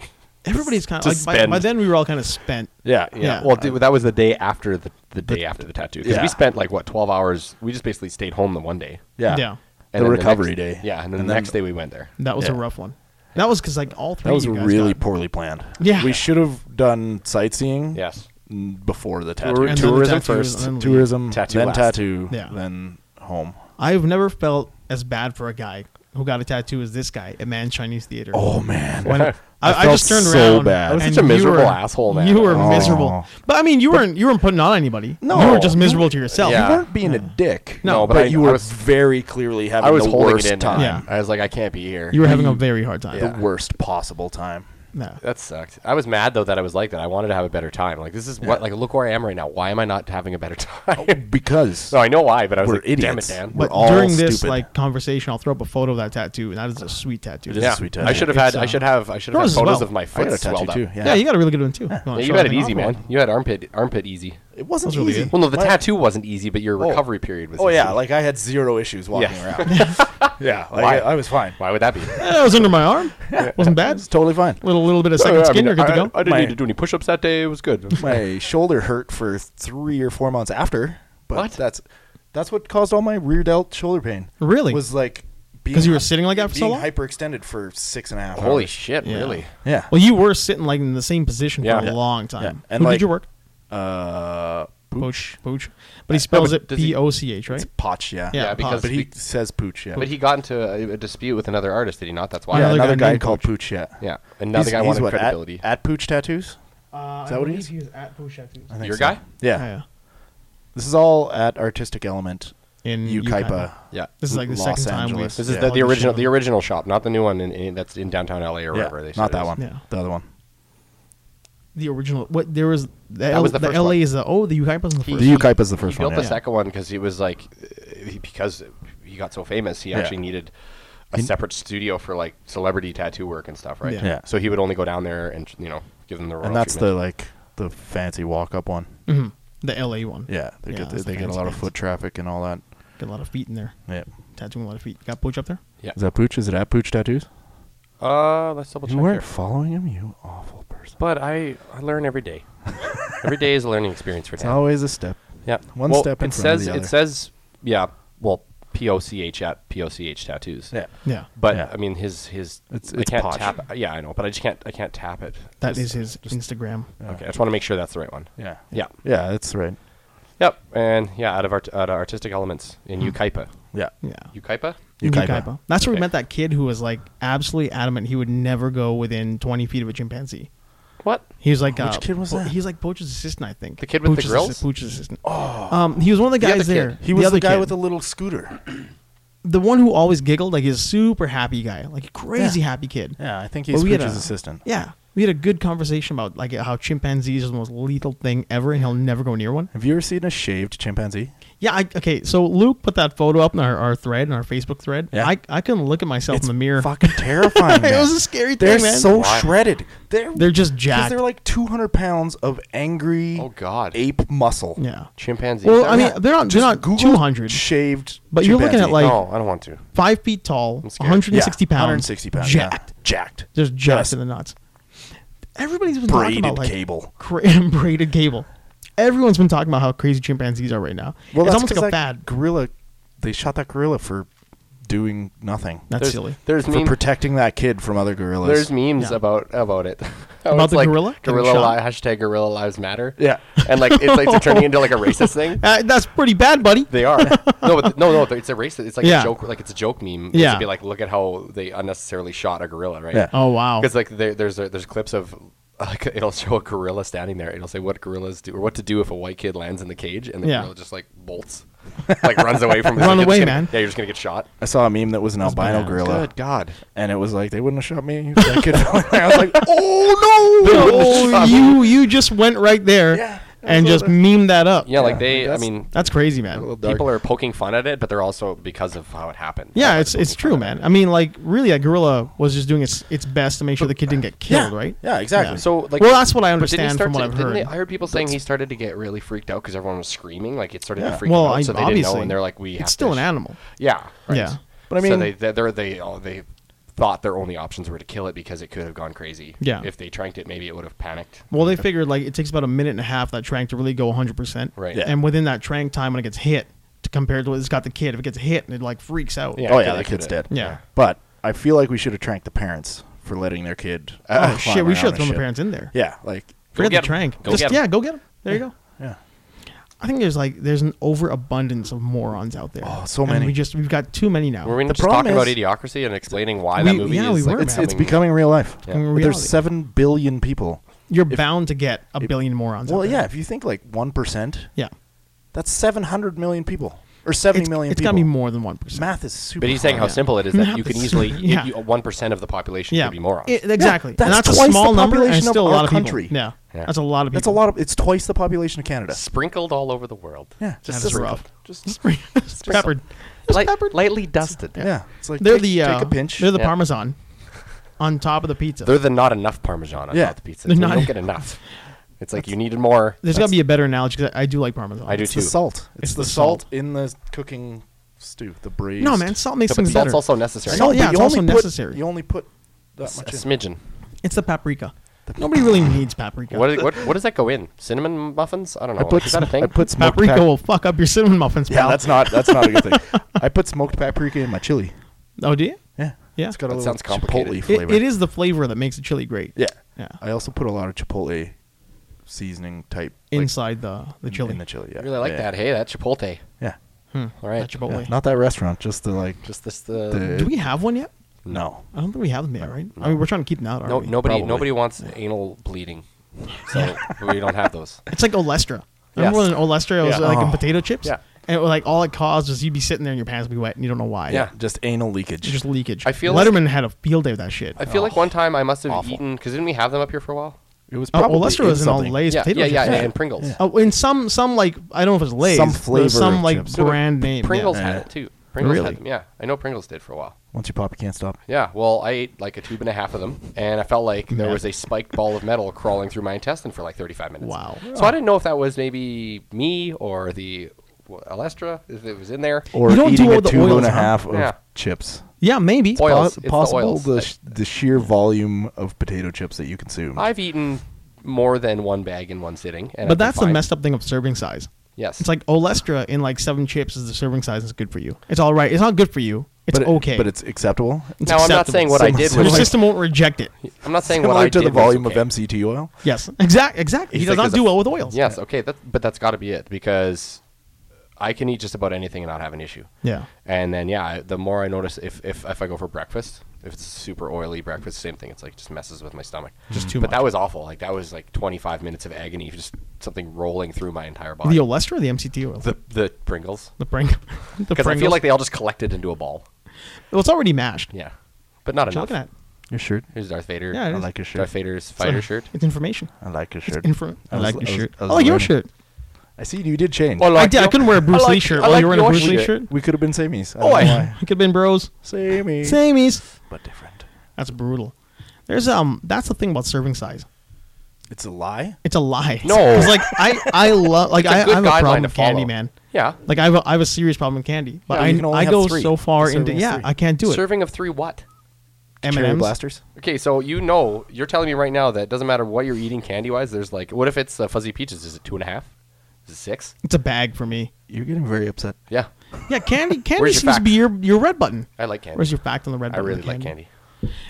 Speaker 3: <laughs> Everybody's kind
Speaker 2: to
Speaker 3: of like by,
Speaker 2: spend.
Speaker 3: by then we were all kind of spent.
Speaker 1: yeah,
Speaker 2: Yeah.
Speaker 3: Yeah.
Speaker 2: Well, dude, that was the day after the, the day after the tattoo because
Speaker 1: Yeah.
Speaker 2: we spent like what 12 hours. We just basically stayed home the one day.
Speaker 1: yeah,
Speaker 3: Yeah.
Speaker 1: the
Speaker 2: then
Speaker 1: recovery day.
Speaker 2: next- Yeah, and then the next day we went
Speaker 1: <laughs>
Speaker 2: there.
Speaker 3: That was a
Speaker 1: Yeah.
Speaker 3: rough one. That was because like all three.
Speaker 1: That was
Speaker 3: of you guys
Speaker 1: really
Speaker 3: got-
Speaker 1: poorly planned.
Speaker 3: Yeah.
Speaker 1: we should have done sightseeing.
Speaker 2: Yes.
Speaker 1: n- before the
Speaker 2: Tour-
Speaker 1: tattoo.
Speaker 3: And then the
Speaker 2: tourism
Speaker 3: tattoos,
Speaker 2: first.
Speaker 3: and then leave.
Speaker 1: tourism,
Speaker 2: Tattoo
Speaker 1: then
Speaker 2: last.
Speaker 1: tattoo,
Speaker 3: Yeah.
Speaker 1: then home.
Speaker 3: I've never felt as bad for a guy who got a tattoo as this guy at Man Chinese Theater.
Speaker 1: Oh <laughs> man,
Speaker 3: When I, <laughs> I,
Speaker 1: felt
Speaker 3: just turned
Speaker 1: so
Speaker 3: around.
Speaker 1: bad. I was
Speaker 3: and
Speaker 2: such a
Speaker 3: you
Speaker 2: miserable
Speaker 3: were-
Speaker 2: asshole, man.
Speaker 3: You were
Speaker 1: Oh.
Speaker 3: miserable, but I mean, you weren't you weren't putting on anybody.
Speaker 1: No.
Speaker 3: you were just miserable to yourself.
Speaker 2: Yeah.
Speaker 1: you weren't being a dick.
Speaker 2: No,
Speaker 1: but,
Speaker 2: but I-
Speaker 1: you
Speaker 2: I
Speaker 1: were
Speaker 2: was-
Speaker 1: very clearly having
Speaker 2: I was
Speaker 1: the
Speaker 2: holding
Speaker 1: worst
Speaker 2: it in.
Speaker 1: time,
Speaker 3: Yeah.
Speaker 2: I was like, I can't be here.
Speaker 3: You were having a very hard time.
Speaker 1: the worst possible
Speaker 2: <laughs>
Speaker 1: time.
Speaker 3: No.
Speaker 2: That sucked. I was mad though that I was like that. I wanted to have a better time. Like this is what like look where I am right now. Why am I not having a better <laughs> time?
Speaker 1: Because
Speaker 2: so I know why, but I was
Speaker 1: Oh, We're
Speaker 2: like, damn it,
Speaker 1: idiots.
Speaker 2: Dan.
Speaker 1: We're
Speaker 3: But
Speaker 1: all
Speaker 3: during this
Speaker 1: stupid.
Speaker 3: like conversation, I'll throw up a photo of that tattoo, and that is a sweet tattoo.
Speaker 1: It is.
Speaker 2: yeah,
Speaker 1: sweet tattoo.
Speaker 2: I should have had.
Speaker 3: It's, uh,
Speaker 2: I should have. I should have
Speaker 3: yours
Speaker 2: had
Speaker 3: as
Speaker 2: photos
Speaker 3: well.
Speaker 2: of my
Speaker 1: I
Speaker 2: foot
Speaker 1: got a
Speaker 2: swelled
Speaker 1: tattoo
Speaker 2: up.
Speaker 1: too.
Speaker 2: Yeah,
Speaker 1: Yeah,
Speaker 3: Yeah, you got a really good one too. wanna
Speaker 2: you
Speaker 3: show
Speaker 2: got
Speaker 3: that
Speaker 2: it
Speaker 3: thing
Speaker 2: easy,
Speaker 3: off
Speaker 2: man.
Speaker 3: or what?
Speaker 2: You had armpit armpit easy.
Speaker 1: it wasn't
Speaker 3: Those were
Speaker 1: easy.
Speaker 3: good.
Speaker 2: Well, no, the
Speaker 1: My-
Speaker 2: tattoo wasn't easy, but your recovery period was.
Speaker 1: <laughs> Oh
Speaker 2: easy.
Speaker 1: yeah, like I had zero issues walking
Speaker 2: Yeah. <laughs>
Speaker 3: <laughs>
Speaker 1: around. yeah, like, I,
Speaker 2: Why?
Speaker 1: I was fine.
Speaker 2: why
Speaker 1: <laughs>
Speaker 2: would that be?
Speaker 3: Yeah, it was under my arm. Wasn't bad.
Speaker 1: It's totally fine.
Speaker 3: Little little bit of second
Speaker 2: I
Speaker 3: skin,
Speaker 2: mean,
Speaker 3: you're
Speaker 2: I-
Speaker 3: good to
Speaker 2: I
Speaker 3: go.
Speaker 2: didn't
Speaker 1: My-
Speaker 2: need to do any push-ups that day. It was good.
Speaker 1: my shoulder hurt for three or four months after. But
Speaker 2: What?
Speaker 1: That's that's what caused all my rear delt shoulder pain.
Speaker 3: Really?
Speaker 1: Was like
Speaker 3: 'Cause
Speaker 1: because
Speaker 3: you were sitting like that for so long?
Speaker 1: hyperextended for six and a half.
Speaker 2: <laughs> Holy
Speaker 1: hours.
Speaker 2: shit!
Speaker 3: Yeah.
Speaker 2: Really?
Speaker 1: Yeah.
Speaker 3: Well, you were sitting like in the same position
Speaker 2: Yeah.
Speaker 3: for a
Speaker 2: Yeah.
Speaker 3: long time.
Speaker 1: Yeah. And,
Speaker 3: Who
Speaker 1: like,
Speaker 3: did you work?
Speaker 1: uh,
Speaker 3: Pooch. Pooch. But he spells
Speaker 2: but
Speaker 3: it
Speaker 2: does he-
Speaker 3: P O C H, right?
Speaker 1: it's potch. Yeah.
Speaker 3: Yeah,
Speaker 2: Yeah, because
Speaker 1: But he
Speaker 2: be-
Speaker 1: says pooch. Yeah.
Speaker 2: But he got into a, a dispute with another artist, did he not? That's why.
Speaker 1: yeah,
Speaker 3: Another
Speaker 1: another,
Speaker 3: guy
Speaker 1: guy,
Speaker 3: named
Speaker 1: called pooch. Yeah.
Speaker 2: Yeah, and now the
Speaker 1: He's-
Speaker 2: guy
Speaker 1: he's
Speaker 2: wanted
Speaker 1: what, at-
Speaker 2: credibility.
Speaker 1: At, pooch tattoos.
Speaker 3: Uh,
Speaker 1: Is that what he is?
Speaker 3: was at Pooch Tattoos.
Speaker 1: I think
Speaker 2: Your
Speaker 1: so.
Speaker 2: guy?
Speaker 1: Yeah.
Speaker 3: Oh, Yeah.
Speaker 1: This is all at artistic element.
Speaker 3: In
Speaker 1: Ukaipa.
Speaker 2: yeah,
Speaker 3: This is like the
Speaker 1: Los
Speaker 3: second time we've.
Speaker 1: Angeles.
Speaker 2: This is
Speaker 1: Yeah.
Speaker 2: the, the
Speaker 3: on
Speaker 2: original,
Speaker 3: show.
Speaker 2: the original shop, not the new one in, in, that's in downtown LA or
Speaker 1: Yeah,
Speaker 2: wherever. They said
Speaker 1: not
Speaker 2: it
Speaker 1: that
Speaker 2: is.
Speaker 1: one.
Speaker 3: Yeah.
Speaker 1: The other one.
Speaker 3: The original. What there was. The L,
Speaker 2: was the
Speaker 3: the
Speaker 2: first
Speaker 3: LA
Speaker 2: one.
Speaker 3: is the oh the Ukaipa was the
Speaker 2: He-
Speaker 3: first.
Speaker 1: The
Speaker 2: he-
Speaker 1: Ukaipa is the first
Speaker 2: he built
Speaker 1: one,
Speaker 2: the
Speaker 1: yeah.
Speaker 2: second one because he was like, uh, he, because he got so famous, he
Speaker 1: Yeah.
Speaker 2: actually needed a separate studio for like celebrity tattoo work and stuff, right?
Speaker 3: Yeah.
Speaker 1: Yeah.
Speaker 2: So he would only go down there and you know give them the.
Speaker 1: And that's the like the fancy walk up one.
Speaker 3: Mhm. The LA one.
Speaker 1: Mm-hmm. Yeah. They
Speaker 3: Yeah,
Speaker 1: get
Speaker 3: that's the
Speaker 1: they get a
Speaker 3: fancy
Speaker 1: lot of
Speaker 3: pants.
Speaker 1: foot traffic and all that.
Speaker 3: Got a lot of feet in there.
Speaker 1: Yeah.
Speaker 3: Tattooing a lot of feet. Got Pooch up there.
Speaker 2: the. Yeah.
Speaker 1: Is that Pooch? Is it at Pooch Tattoos?
Speaker 2: Uh, let's double check.
Speaker 1: You weren't
Speaker 2: here.
Speaker 1: following him, you awful person.
Speaker 2: But I I learn every day. every day is a learning experience for
Speaker 1: It's
Speaker 2: Dan.
Speaker 1: always a step.
Speaker 2: Yeah.
Speaker 1: One
Speaker 2: Well,
Speaker 1: step in
Speaker 2: it
Speaker 1: front of
Speaker 2: says
Speaker 1: the
Speaker 2: it
Speaker 1: other.
Speaker 2: says yeah. Well, P O C H at P O C H tattoos.
Speaker 1: Yeah.
Speaker 3: Yeah.
Speaker 2: But
Speaker 1: Yeah.
Speaker 2: I mean, his his
Speaker 1: It's-
Speaker 2: I
Speaker 1: it's
Speaker 2: can't
Speaker 1: Podge.
Speaker 2: tap. Yeah, I know, but I just can't I can't tap it.
Speaker 3: That is
Speaker 2: Just-
Speaker 3: his Instagram.
Speaker 2: Okay, I just want to make sure that's the right one.
Speaker 1: Yeah.
Speaker 2: Yeah.
Speaker 1: Yeah, that's right.
Speaker 2: Yep. And yeah, out of art, out of artistic elements in
Speaker 1: Hmm.
Speaker 2: Ukaipa.
Speaker 1: Yeah.
Speaker 3: Yeah.
Speaker 2: Ukaipa.
Speaker 1: Ukaipa.
Speaker 3: Ukaipa. That's where we
Speaker 2: Okay.
Speaker 3: met that kid who was like absolutely adamant he would never go within 20 feet of a chimpanzee.
Speaker 2: What?
Speaker 3: He was like,
Speaker 1: Which
Speaker 3: uh,
Speaker 1: kid was
Speaker 3: Po-
Speaker 1: that?
Speaker 3: He was like Poach's assistant, I think.
Speaker 2: The kid with the
Speaker 3: Poach's
Speaker 2: grills?
Speaker 3: assi- Poach's assistant. Oh. Um, he was one of the
Speaker 2: The other
Speaker 3: guys
Speaker 2: kid.
Speaker 3: there.
Speaker 1: He was the,
Speaker 3: other
Speaker 1: guy
Speaker 3: kid.
Speaker 1: with the little scooter.
Speaker 3: the one who always giggled, like he's a super happy guy, like a crazy
Speaker 1: Yeah.
Speaker 3: happy kid.
Speaker 1: Yeah, I think
Speaker 3: But
Speaker 1: he's
Speaker 3: we had
Speaker 1: Pooch's
Speaker 3: a-
Speaker 1: assistant.
Speaker 3: Yeah. We had a good conversation about like how chimpanzees are the most lethal thing ever, and he'll never go near one.
Speaker 1: Have you ever seen a shaved chimpanzee?
Speaker 3: Yeah. I, okay. So Luke put that photo up in our, our thread, in our Facebook thread.
Speaker 1: Yeah.
Speaker 3: I, I couldn't look at myself
Speaker 1: it's
Speaker 3: in the mirror.
Speaker 1: fucking terrifying.
Speaker 3: <laughs> it
Speaker 1: man.
Speaker 3: was a scary
Speaker 1: They're
Speaker 3: thing, man.
Speaker 1: so
Speaker 2: Why?
Speaker 1: shredded. They're
Speaker 3: They're just
Speaker 1: 'cause
Speaker 3: jacked.
Speaker 1: They're like 200 pounds of angry
Speaker 2: Oh God.
Speaker 1: ape muscle.
Speaker 3: yeah.
Speaker 2: Chimpanzee.
Speaker 3: Well, I mean, they're not they're
Speaker 1: Just
Speaker 3: not
Speaker 1: Google
Speaker 3: two hundred.
Speaker 1: shaved.
Speaker 3: But you're looking at,
Speaker 1: chimpanzee. Oh,
Speaker 3: like,
Speaker 2: no, I don't want to.
Speaker 3: Five feet tall,
Speaker 2: I'm
Speaker 3: one
Speaker 2: scared.
Speaker 3: hundred and
Speaker 1: Yeah,
Speaker 3: sixty pounds,
Speaker 1: 160 pounds. yeah.
Speaker 3: jacked,
Speaker 1: Jacked.
Speaker 3: just jacked
Speaker 1: Just
Speaker 3: to the nuts. Everybody's been talking
Speaker 1: braided
Speaker 3: about like
Speaker 1: cable.
Speaker 3: Cra- <laughs> braided cable. Everyone's been talking about how crazy chimpanzees are right now.
Speaker 1: Well,
Speaker 3: it's
Speaker 1: that's
Speaker 3: almost
Speaker 1: 'cause
Speaker 3: like a
Speaker 1: that
Speaker 3: fad.
Speaker 1: gorilla. They shot that gorilla for doing nothing.
Speaker 3: That's
Speaker 2: There's,
Speaker 3: silly.
Speaker 2: There's
Speaker 1: for
Speaker 2: memes.
Speaker 1: protecting that kid from other gorillas.
Speaker 2: There's memes
Speaker 3: Yeah.
Speaker 2: about about it. How
Speaker 3: About
Speaker 2: it's
Speaker 3: the
Speaker 2: like
Speaker 3: gorilla getting
Speaker 2: Gorilla
Speaker 3: shot?
Speaker 2: li- hashtag Gorilla Lives Matter.
Speaker 1: Yeah.
Speaker 2: And like it's like
Speaker 3: <laughs>
Speaker 2: it's turning into like a racist thing.
Speaker 3: Uh, that's pretty bad, buddy.
Speaker 2: They are no, but no, no. It's a racist. It's like
Speaker 3: Yeah.
Speaker 2: a joke. Like it's a joke meme.
Speaker 3: Yeah.
Speaker 2: To be like, look at how they unnecessarily shot a gorilla, right?
Speaker 1: Yeah.
Speaker 3: Oh wow.
Speaker 2: Because like there, there's there's clips of like it'll show a gorilla standing there. It'll say what gorillas do or what to do if a white kid lands in the cage, and the
Speaker 3: Yeah.
Speaker 2: gorilla just like bolts, like runs away from.
Speaker 3: Run
Speaker 2: like, "You're just
Speaker 3: away,
Speaker 2: gonna-
Speaker 3: man."
Speaker 2: Yeah, you're just gonna get shot.
Speaker 1: I saw a meme that was an albino
Speaker 3: bananas.
Speaker 1: gorilla,
Speaker 2: Good God!
Speaker 1: and it was like they wouldn't have shot me. <laughs> if That kid fell in there. I was like, oh no! <laughs>
Speaker 3: <laughs> Oh, you you just went right there
Speaker 1: Yeah,
Speaker 3: and just
Speaker 1: absolutely.
Speaker 3: memed that up.
Speaker 2: Yeah, like
Speaker 1: Yeah,
Speaker 2: they. I
Speaker 1: that's-
Speaker 2: mean,
Speaker 3: that's crazy, man.
Speaker 1: dark.
Speaker 2: people are poking fun at it, but they're also because of how it happened.
Speaker 3: Yeah,
Speaker 2: they're
Speaker 3: it's it's
Speaker 2: poking
Speaker 3: true,
Speaker 2: fun at
Speaker 3: man. I mean, like really, that gorilla was just doing its its best to make sure the kid didn't get killed,
Speaker 1: Yeah.
Speaker 3: right?
Speaker 1: Yeah, exactly.
Speaker 2: it. So like,
Speaker 3: well, that's what I
Speaker 2: but did he
Speaker 3: understand
Speaker 2: start
Speaker 3: from what
Speaker 2: to-
Speaker 3: I've
Speaker 2: didn't
Speaker 3: heard.
Speaker 2: they- I heard people saying he started to get really freaked out because everyone was screaming. Like it started
Speaker 1: Yeah.
Speaker 2: to freak
Speaker 3: well,
Speaker 2: him out,
Speaker 3: I,
Speaker 2: so they
Speaker 3: obviously,
Speaker 2: didn't know, and they're like, "We." have
Speaker 3: it's still
Speaker 2: to
Speaker 3: an
Speaker 2: sh-
Speaker 3: animal.
Speaker 2: Yeah. Right.
Speaker 3: Yeah.
Speaker 1: But I
Speaker 2: so
Speaker 1: mean-
Speaker 2: they they they're- they all they thought their only options were to kill it because it could have gone crazy.
Speaker 3: Yeah.
Speaker 2: If they tranked it, maybe it would have panicked.
Speaker 3: Well, they figured like it takes about a minute and a half that trank to really go 100. percent
Speaker 2: Right.
Speaker 1: Yeah.
Speaker 3: And within that trank time, when it gets hit, to compared to what it's got the kid, if it gets hit and it like freaks out.
Speaker 2: Yeah.
Speaker 1: oh
Speaker 2: it
Speaker 1: yeah,
Speaker 2: could-
Speaker 1: that
Speaker 2: it could
Speaker 1: kid's dead.
Speaker 2: have-
Speaker 3: Yeah.
Speaker 1: But I feel like we should have tranked the parents for letting their kid. uh,
Speaker 3: Oh
Speaker 1: climb
Speaker 3: shit, we
Speaker 1: around
Speaker 3: should have
Speaker 1: and
Speaker 3: thrown the
Speaker 1: shit.
Speaker 3: parents in there.
Speaker 1: Yeah, like
Speaker 3: Forget
Speaker 2: get
Speaker 3: the
Speaker 2: 'em.
Speaker 3: trank.
Speaker 2: Go
Speaker 3: Just-
Speaker 2: get 'em.
Speaker 3: yeah, go get him. There you go.
Speaker 1: yeah.
Speaker 3: I think there's like there's an overabundance of morons out there.
Speaker 1: Oh, so
Speaker 3: And
Speaker 1: many.
Speaker 3: we just we've got too many now.
Speaker 2: Were we
Speaker 1: The
Speaker 2: just talking
Speaker 1: problem
Speaker 2: about
Speaker 1: is-
Speaker 2: idiocracy and explaining why
Speaker 3: We-
Speaker 2: that movie
Speaker 3: yeah,
Speaker 2: is
Speaker 3: we
Speaker 2: like,
Speaker 3: were,
Speaker 1: It's
Speaker 3: man.
Speaker 1: it's becoming real life.
Speaker 2: Yeah.
Speaker 3: In
Speaker 1: But
Speaker 3: reality.
Speaker 1: There's seven billion people.
Speaker 3: You're bound to get a billion morons.
Speaker 1: Well,
Speaker 3: out there.
Speaker 1: yeah. If you think like one percent,
Speaker 3: yeah.
Speaker 1: that's seven hundred million people or seventy
Speaker 3: It's-
Speaker 1: million.
Speaker 3: it's
Speaker 1: people.
Speaker 3: gotta be more than one percent.
Speaker 1: Math is super.
Speaker 2: But he's saying how
Speaker 1: hard.
Speaker 2: simple it is that
Speaker 3: <laughs> Yeah.
Speaker 2: you can easily
Speaker 3: Yeah.
Speaker 2: one of the population
Speaker 3: Yeah,
Speaker 2: could be morons.
Speaker 3: It- exactly.
Speaker 1: that's
Speaker 3: and that's
Speaker 1: twice
Speaker 3: a small
Speaker 1: the
Speaker 3: number and
Speaker 1: population of
Speaker 3: still a
Speaker 1: our
Speaker 3: lot of
Speaker 1: country.
Speaker 3: people. Yeah.
Speaker 2: Yeah.
Speaker 3: that's a lot of people.
Speaker 1: That's a lot of. It's twice the population of Canada.
Speaker 2: Sprinkled all over the world.
Speaker 1: Yeah,
Speaker 3: That's
Speaker 1: just-
Speaker 3: rough.
Speaker 1: Just,
Speaker 3: Just bring- <laughs> just peppered. Just
Speaker 2: Light-
Speaker 3: peppered.
Speaker 2: lightly dusted.
Speaker 1: yeah. It's like
Speaker 3: They're
Speaker 1: take,
Speaker 3: the uh,
Speaker 1: take a pinch.
Speaker 3: They're the
Speaker 2: Yeah.
Speaker 3: parmesan on top of the pizza.
Speaker 2: They're the not enough Parmesan on
Speaker 1: Yeah.
Speaker 2: top of the pizza.
Speaker 3: They're
Speaker 2: You
Speaker 3: not-
Speaker 2: don't get enough. It's like you needed more.
Speaker 3: There's got to be a better analogy because I, I do like parmesan.
Speaker 2: I do
Speaker 1: it's
Speaker 2: too.
Speaker 1: the salt. It's, the,
Speaker 3: the
Speaker 1: salt,
Speaker 3: salt.
Speaker 1: in the cooking stew. The braised.
Speaker 3: No man, salt makes
Speaker 2: No, but
Speaker 3: things
Speaker 2: salt's
Speaker 3: better.
Speaker 2: also necessary.
Speaker 3: Salt-
Speaker 1: but
Speaker 3: yeah,
Speaker 1: you
Speaker 3: it's also
Speaker 1: only put-
Speaker 3: necessary.
Speaker 1: You only put that
Speaker 2: S- a
Speaker 1: much. in.
Speaker 2: smidgen.
Speaker 3: It's the paprika. Nobody really needs paprika.
Speaker 2: What, what what does that go in? Cinnamon muffins? I don't know.
Speaker 1: I put
Speaker 2: Like, is that a
Speaker 1: sm-
Speaker 2: thing?
Speaker 1: I put smoked
Speaker 3: paprika
Speaker 1: pap-
Speaker 3: will fuck up your cinnamon muffins.
Speaker 1: Yeah,
Speaker 3: pal.
Speaker 1: that's not that's not a good
Speaker 3: <laughs>
Speaker 1: thing. I put smoked paprika in my chili.
Speaker 3: Oh, do you?
Speaker 1: Yeah,
Speaker 3: Yeah.
Speaker 1: it's got
Speaker 2: That
Speaker 1: a little
Speaker 2: sounds complicated.
Speaker 1: chipotle
Speaker 2: It-
Speaker 3: It,
Speaker 1: flavor.
Speaker 3: it is the flavor that makes the chili great.
Speaker 1: Yeah,
Speaker 3: Yeah.
Speaker 1: I also put a lot of chipotle seasoning type like,
Speaker 3: Inside the the
Speaker 1: in-
Speaker 3: chili.
Speaker 1: in the chili. Yeah,
Speaker 2: I really like
Speaker 1: yeah.
Speaker 2: that. Hey, that chipotle.
Speaker 1: Yeah,
Speaker 3: Hmm.
Speaker 2: All right.
Speaker 3: That chipotle.
Speaker 1: Yeah, not that restaurant, just the like. Just
Speaker 2: Just this
Speaker 1: The-
Speaker 2: the,
Speaker 3: Do we have one yet?
Speaker 1: no.
Speaker 3: I don't think we have them yet, right? I mean, we're trying to keep them out. Aren't
Speaker 2: no
Speaker 3: we?
Speaker 2: nobody
Speaker 1: Probably.
Speaker 2: nobody wants anal bleeding, so we don't have those.
Speaker 3: It's like Olestra.
Speaker 2: Yes.
Speaker 3: Remember when Olestra was
Speaker 2: Yeah. Uh-huh.
Speaker 3: like
Speaker 1: Oh.
Speaker 3: in potato chips?
Speaker 2: Yeah.
Speaker 3: And it was like all it caused was you'd be sitting there and your pants would be wet and you don't know why.
Speaker 2: Yeah.
Speaker 1: Just anal leakage.
Speaker 3: It's just leakage.
Speaker 2: I feel like-
Speaker 3: Letterman had a field day with that shit.
Speaker 2: I feel like one time I must have
Speaker 1: Awful.
Speaker 2: eaten because didn't we have them up here for a while?
Speaker 1: it was
Speaker 3: oh,
Speaker 1: probably
Speaker 3: Olestra was in all
Speaker 1: something.
Speaker 3: Lay's
Speaker 2: yeah,
Speaker 3: potato
Speaker 2: yeah,
Speaker 3: chips.
Speaker 2: yeah,
Speaker 3: right?
Speaker 2: and Pringles.
Speaker 1: Yeah.
Speaker 3: Oh, in some some like I don't know if it was Lay's,
Speaker 1: Some
Speaker 3: but
Speaker 1: flavor
Speaker 3: some like
Speaker 1: chips.
Speaker 3: brand name.
Speaker 2: Pringles
Speaker 3: Yeah.
Speaker 2: had
Speaker 1: Yeah.
Speaker 2: it too. Pringles
Speaker 3: Really?
Speaker 2: had them. Yeah, I know Pringles did for a while.
Speaker 1: Once you pop, you can't stop.
Speaker 2: Yeah, well, I ate like a tube and a half of them, and I felt like there
Speaker 3: Meth.
Speaker 2: was a spiked ball of metal crawling through my intestine for like 35 minutes.
Speaker 3: Wow.
Speaker 2: So I didn't know if that was maybe me or the Alestra, if it was in there.
Speaker 1: Or
Speaker 3: You don't do
Speaker 1: eating
Speaker 3: all
Speaker 1: a
Speaker 3: the
Speaker 1: two
Speaker 3: oils,
Speaker 1: and a
Speaker 3: huh?
Speaker 1: half of
Speaker 2: Yeah.
Speaker 1: chips.
Speaker 3: Yeah, maybe.
Speaker 2: Oil. Oils.
Speaker 1: Po-
Speaker 2: It's the
Speaker 1: possible
Speaker 2: oils.
Speaker 1: the,
Speaker 2: I-
Speaker 1: sh- the sheer volume of potato chips that you consume.
Speaker 2: I've eaten more than one bag in one sitting. And
Speaker 3: But that's the messed up thing of serving size.
Speaker 2: Yes.
Speaker 3: It's like Olestra in like seven chips is the serving size and it's good for you. It's all right. It's not good for you. It's
Speaker 1: but it-
Speaker 3: okay.
Speaker 1: but it's acceptable.
Speaker 3: It's
Speaker 2: Now, I'm not
Speaker 3: acceptable.
Speaker 2: saying what I
Speaker 1: Some-
Speaker 2: did
Speaker 1: some
Speaker 3: Your
Speaker 2: was.
Speaker 1: like-
Speaker 3: system won't
Speaker 2: <laughs>
Speaker 3: reject it.
Speaker 2: I'm not saying what I
Speaker 1: Similar
Speaker 2: did
Speaker 1: to the
Speaker 2: was
Speaker 1: volume
Speaker 2: okay.
Speaker 1: of MCT oil.
Speaker 3: Yes, exactly. Exactly. He
Speaker 1: He's
Speaker 3: does
Speaker 1: like,
Speaker 3: not
Speaker 1: there's
Speaker 3: do
Speaker 1: a-
Speaker 3: well with oils.
Speaker 2: Yes, okay, that, but that's got to be it because I can eat just about anything and not have an issue.
Speaker 3: Yeah.
Speaker 2: And then yeah, I- the more I notice if, if if I go for breakfast, if it's super oily breakfast, same thing. It's like just messes with my stomach.
Speaker 3: Just too
Speaker 2: But that
Speaker 3: much.
Speaker 2: was awful. Like that was like 25 minutes of agony, just something rolling through my entire body.
Speaker 3: The Olestra or the MCT oil?
Speaker 2: the the Pringles.
Speaker 3: The Pring. <laughs> the
Speaker 2: Because I feel
Speaker 3: Pringles.
Speaker 2: like they all just collected into a ball.
Speaker 3: well, it's already mashed.
Speaker 2: Yeah, but not
Speaker 3: What you
Speaker 2: enough.
Speaker 3: looking at?
Speaker 1: Your shirt.
Speaker 2: Here's Darth Vader.
Speaker 3: Yeah, it
Speaker 1: I
Speaker 3: is.
Speaker 1: like your shirt.
Speaker 2: Darth Vader's fighter
Speaker 3: So-
Speaker 2: shirt.
Speaker 3: It's information.
Speaker 1: I like your
Speaker 3: It's
Speaker 1: shirt.
Speaker 3: infra- I,
Speaker 1: I was-
Speaker 3: like
Speaker 1: I
Speaker 3: your
Speaker 1: was-
Speaker 3: shirt.
Speaker 1: I
Speaker 3: I,
Speaker 1: was
Speaker 3: like your
Speaker 1: learning.
Speaker 3: shirt.
Speaker 1: I see you did change.
Speaker 2: Well,
Speaker 3: I, did, I
Speaker 2: your-
Speaker 3: couldn't wear a Bruce
Speaker 2: like
Speaker 3: Lee shirt.
Speaker 2: your-
Speaker 3: while
Speaker 2: like
Speaker 3: you were in a
Speaker 2: your
Speaker 3: Bruce Lee
Speaker 2: shit.
Speaker 3: shirt.
Speaker 1: we could have been Samies. I don't know
Speaker 3: Boy,
Speaker 1: why.
Speaker 3: could have been bros.
Speaker 1: Samey.
Speaker 3: <laughs> Samies.
Speaker 1: But different.
Speaker 3: That's brutal. There's um. That's the thing about serving size.
Speaker 1: It's a lie.
Speaker 3: It's a lie.
Speaker 2: No.
Speaker 3: 'Cause, like I
Speaker 2: <laughs>
Speaker 3: I love like
Speaker 2: It's a
Speaker 3: I, I
Speaker 2: good
Speaker 3: have a
Speaker 2: guideline
Speaker 3: problem
Speaker 2: to
Speaker 3: with candy,
Speaker 2: follow.
Speaker 3: man.
Speaker 2: Yeah.
Speaker 3: Like I have a, I have a serious problem with candy, but
Speaker 1: Yeah,
Speaker 3: I
Speaker 1: you can only
Speaker 3: I
Speaker 1: have
Speaker 3: go
Speaker 1: three.
Speaker 3: so far
Speaker 1: Serving
Speaker 3: into
Speaker 1: is
Speaker 3: yeah
Speaker 1: three.
Speaker 3: I can't do it.
Speaker 2: Serving of three what?
Speaker 3: M
Speaker 1: Cherry
Speaker 3: and M's.
Speaker 1: blasters.
Speaker 2: Okay, so you know you're telling me right now that it doesn't matter what you're eating candy wise. There's like, what if it's uh, fuzzy peaches? Is it two and a half? Is it six?
Speaker 3: It's a bag for me.
Speaker 1: You're getting very upset.
Speaker 2: Yeah,
Speaker 3: Yeah, candy candy
Speaker 2: Where's your
Speaker 3: seems to be
Speaker 2: fact?
Speaker 3: your your red button.
Speaker 2: I like candy.
Speaker 3: Where's your fact on the red
Speaker 2: I
Speaker 3: button?
Speaker 2: really like candy.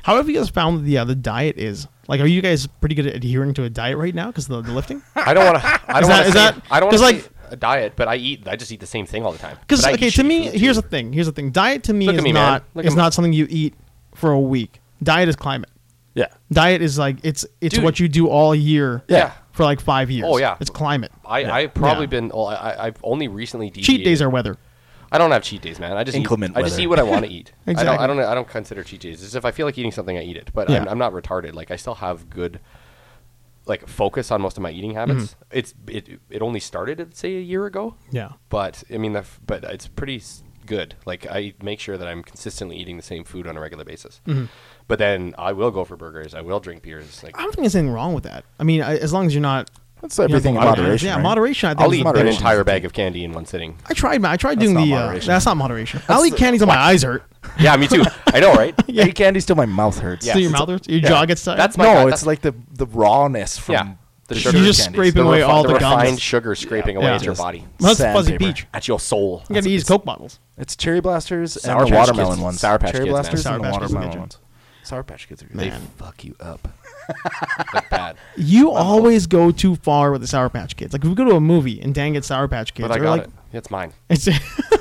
Speaker 3: How have you guys found the uh, the diet is? Like, are you guys pretty good at adhering to a diet right now because of the,
Speaker 2: <laughs>
Speaker 3: the lifting?
Speaker 2: I don't want
Speaker 3: <laughs>
Speaker 2: to. I
Speaker 3: Is
Speaker 2: don't
Speaker 3: that-
Speaker 2: want to.
Speaker 3: is that-
Speaker 2: I don't
Speaker 3: 'cause,
Speaker 2: want
Speaker 3: like-
Speaker 2: to a diet, but I eat. I just eat the same thing all the time.
Speaker 3: Because
Speaker 2: But I
Speaker 3: okay,
Speaker 2: eat
Speaker 3: to
Speaker 2: shitty
Speaker 3: me,
Speaker 2: food,
Speaker 3: here's
Speaker 2: too.
Speaker 3: the thing. Here's the thing. Diet to me
Speaker 2: Look at
Speaker 3: is
Speaker 2: me, man.
Speaker 3: not
Speaker 2: Look
Speaker 3: is
Speaker 2: at me.
Speaker 3: not something you eat for a week. Diet is climate.
Speaker 1: Yeah.
Speaker 3: Diet is like it's it's
Speaker 2: Dude.
Speaker 3: what you do all year.
Speaker 2: Yeah.
Speaker 3: For like five years.
Speaker 2: Oh, yeah.
Speaker 3: It's climate.
Speaker 2: I I've probably
Speaker 3: Yeah.
Speaker 2: been. Oh, I I've only recently
Speaker 3: Cheat
Speaker 2: deviated.
Speaker 3: days are weather.
Speaker 2: I don't have cheat days, man. I just
Speaker 1: Inclement
Speaker 2: Eat, I just
Speaker 1: weather.
Speaker 2: eat what I
Speaker 3: <laughs>
Speaker 2: want to eat. I
Speaker 3: Exactly.
Speaker 2: don't. I don't. I don't consider cheat days. It's if I feel like eating something, I eat it. But I'm,
Speaker 3: Yeah.
Speaker 2: I'm not retarded. Like I still have good, like focus on most of my eating habits.
Speaker 3: Mm-hmm.
Speaker 2: It's it it only started at, say a year ago.
Speaker 3: Yeah.
Speaker 2: But I mean, the, f- but it's pretty s- good. Like I make sure that I'm consistently eating the same food on a regular basis.
Speaker 3: Mm-hmm.
Speaker 2: But then I will go for burgers. I will drink beers. Like
Speaker 3: I don't think there's anything wrong with that. I mean, I, as long as you're not
Speaker 1: That's everything
Speaker 3: you
Speaker 1: in
Speaker 3: know,
Speaker 1: moderation.
Speaker 3: Yeah,
Speaker 1: right?
Speaker 3: moderation. I think
Speaker 2: I'll
Speaker 3: is
Speaker 2: eat
Speaker 3: the
Speaker 2: an
Speaker 3: best.
Speaker 2: entire bag of candy in one sitting.
Speaker 3: I tried. man. I tried doing
Speaker 1: not
Speaker 3: the. Uh,
Speaker 1: moderation.
Speaker 3: that's not moderation. I'll eat candies on my eyes hurt.
Speaker 2: Yeah, me too. I know,
Speaker 3: <laughs>
Speaker 2: right?
Speaker 1: I eat candies till my mouth hurts.
Speaker 2: Yeah.
Speaker 3: so your
Speaker 2: it's-
Speaker 3: mouth hurts. Your jaw gets tight.
Speaker 2: That's my
Speaker 1: No,
Speaker 2: God,
Speaker 1: it's
Speaker 2: that's-
Speaker 1: like the the rawness from
Speaker 2: Yeah.
Speaker 1: the
Speaker 2: The sugar
Speaker 1: sugar
Speaker 2: You
Speaker 3: just
Speaker 1: candies.
Speaker 3: scrape it away all the gums.
Speaker 2: refined sugar scraping away
Speaker 3: Yeah.
Speaker 2: at your
Speaker 3: Just-
Speaker 2: body,
Speaker 3: Well, that's
Speaker 1: Sand
Speaker 3: fuzzy
Speaker 1: paper.
Speaker 3: peach.
Speaker 2: at your soul.
Speaker 3: You gotta use Coke bottles.
Speaker 1: It's cherry blasters
Speaker 2: Sour
Speaker 1: and
Speaker 2: Patch
Speaker 1: the watermelon
Speaker 2: Kids.
Speaker 1: ones.
Speaker 2: Sour Patch
Speaker 1: cherry
Speaker 2: Kids, man.
Speaker 1: blasters
Speaker 3: Sour
Speaker 1: and the
Speaker 3: Patch Kids will get
Speaker 1: watermelon
Speaker 3: you.
Speaker 1: ones. Sour Patch Kids are good.
Speaker 2: They
Speaker 3: Man.
Speaker 2: fuck you up. like
Speaker 3: <laughs>
Speaker 2: bad.
Speaker 3: You
Speaker 2: Uh-huh.
Speaker 3: always go too far with the Sour Patch Kids. Like if we go to a movie and Dan gets Sour Patch Kids,
Speaker 2: But I
Speaker 3: or,
Speaker 2: got
Speaker 3: like,
Speaker 2: it. It's mine.
Speaker 3: <laughs> It's,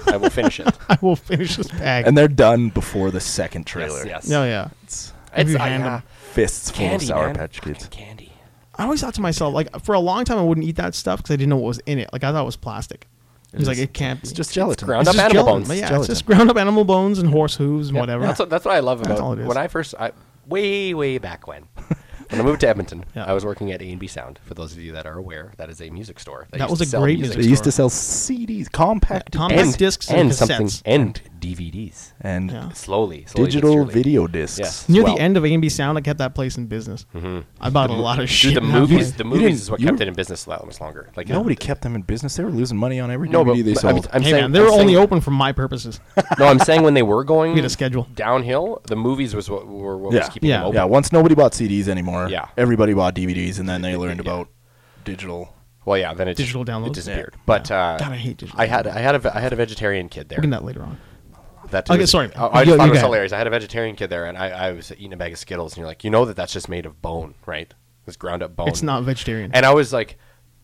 Speaker 2: I will finish
Speaker 3: <laughs>
Speaker 2: it.
Speaker 3: I will finish this bag.
Speaker 1: And they're done before the second
Speaker 2: yes,
Speaker 1: trailer.
Speaker 2: yes.
Speaker 3: no, yeah.
Speaker 1: It's
Speaker 3: If you
Speaker 2: I-
Speaker 3: hand
Speaker 2: yeah.
Speaker 3: 'em-
Speaker 1: fists full
Speaker 2: candy,
Speaker 1: of Sour
Speaker 2: man.
Speaker 1: Patch Kids.
Speaker 2: Fucking Candy.
Speaker 3: I always thought to myself, like for a long time, I wouldn't eat that stuff because I didn't know what was in it. Like I thought it was plastic. It was like it can't.
Speaker 1: It's just gelatin.
Speaker 2: ground up animal bones.
Speaker 3: but yeah,
Speaker 1: Gelatin.
Speaker 3: it's just ground up animal bones and horse hooves and
Speaker 2: Yeah,
Speaker 3: whatever.
Speaker 2: That's what, that's what I love about
Speaker 3: all it is.
Speaker 2: when I first I, way way back
Speaker 3: <laughs>
Speaker 2: when. When I moved to Edmonton,
Speaker 3: Yeah.
Speaker 2: I was working at A and B Sound. For those of you that are aware, that is a music store.
Speaker 3: That
Speaker 2: used
Speaker 3: was
Speaker 2: to
Speaker 3: a
Speaker 2: sell
Speaker 3: great
Speaker 1: They
Speaker 3: music
Speaker 1: used to sell
Speaker 3: store.
Speaker 1: CDs, compact
Speaker 3: Yeah, compact
Speaker 1: discs,
Speaker 2: and
Speaker 3: discs and
Speaker 2: and, something
Speaker 3: cassettes.
Speaker 2: and DVDs.
Speaker 1: and
Speaker 3: Yeah.
Speaker 2: Slowly, slowly but
Speaker 1: digital
Speaker 2: surely.
Speaker 1: video discs.
Speaker 2: Yes.
Speaker 3: Near
Speaker 2: well.
Speaker 3: the end of A&B Sound, I kept that place in business. I bought a lot of shit.
Speaker 2: Dude, Mm-hmm. the
Speaker 3: in that
Speaker 2: movies,
Speaker 3: place.
Speaker 2: the
Speaker 1: You
Speaker 2: movies
Speaker 1: didn't-
Speaker 2: is what
Speaker 1: you-
Speaker 2: kept it in business that much longer. Like
Speaker 1: Nobody
Speaker 2: uh,
Speaker 1: kept them in business. They were losing money on every
Speaker 2: No, but
Speaker 1: DVD they
Speaker 2: but I'm-
Speaker 1: sold.
Speaker 2: I'm,
Speaker 3: hey
Speaker 2: saying
Speaker 3: man, they were
Speaker 2: I'm
Speaker 3: only
Speaker 2: saying-
Speaker 3: open for my purposes.
Speaker 2: No, I'm saying when they were going
Speaker 3: We had a schedule.
Speaker 2: downhill, the movies was what were what
Speaker 1: Yeah.
Speaker 2: was keeping them
Speaker 3: Yeah.
Speaker 2: open.
Speaker 1: yeah, once nobody bought CDs anymore.
Speaker 2: Yeah.
Speaker 1: everybody bought DVDs, and then they learned
Speaker 2: <laughs> Yeah.
Speaker 1: about digital.
Speaker 2: Well, yeah, then it
Speaker 3: Digital
Speaker 2: it
Speaker 3: downloads?
Speaker 2: disappeared.
Speaker 3: Yeah.
Speaker 2: But
Speaker 3: Yeah.
Speaker 2: uh,
Speaker 3: God, I hate digital
Speaker 2: I had I had a ve- I had a vegetarian kid there.
Speaker 3: Look at that later on.
Speaker 2: That
Speaker 3: Okay,
Speaker 2: was- Oh,
Speaker 3: sorry.
Speaker 2: I, I
Speaker 3: You-
Speaker 2: just thought it
Speaker 3: you
Speaker 2: was
Speaker 3: go ahead.
Speaker 2: hilarious. I had a vegetarian kid there, and I, I was eating a bag of Skittles, and you're like, you know that that's just made of bone, right? It's ground up bone.
Speaker 3: It's not vegetarian.
Speaker 2: And I was like,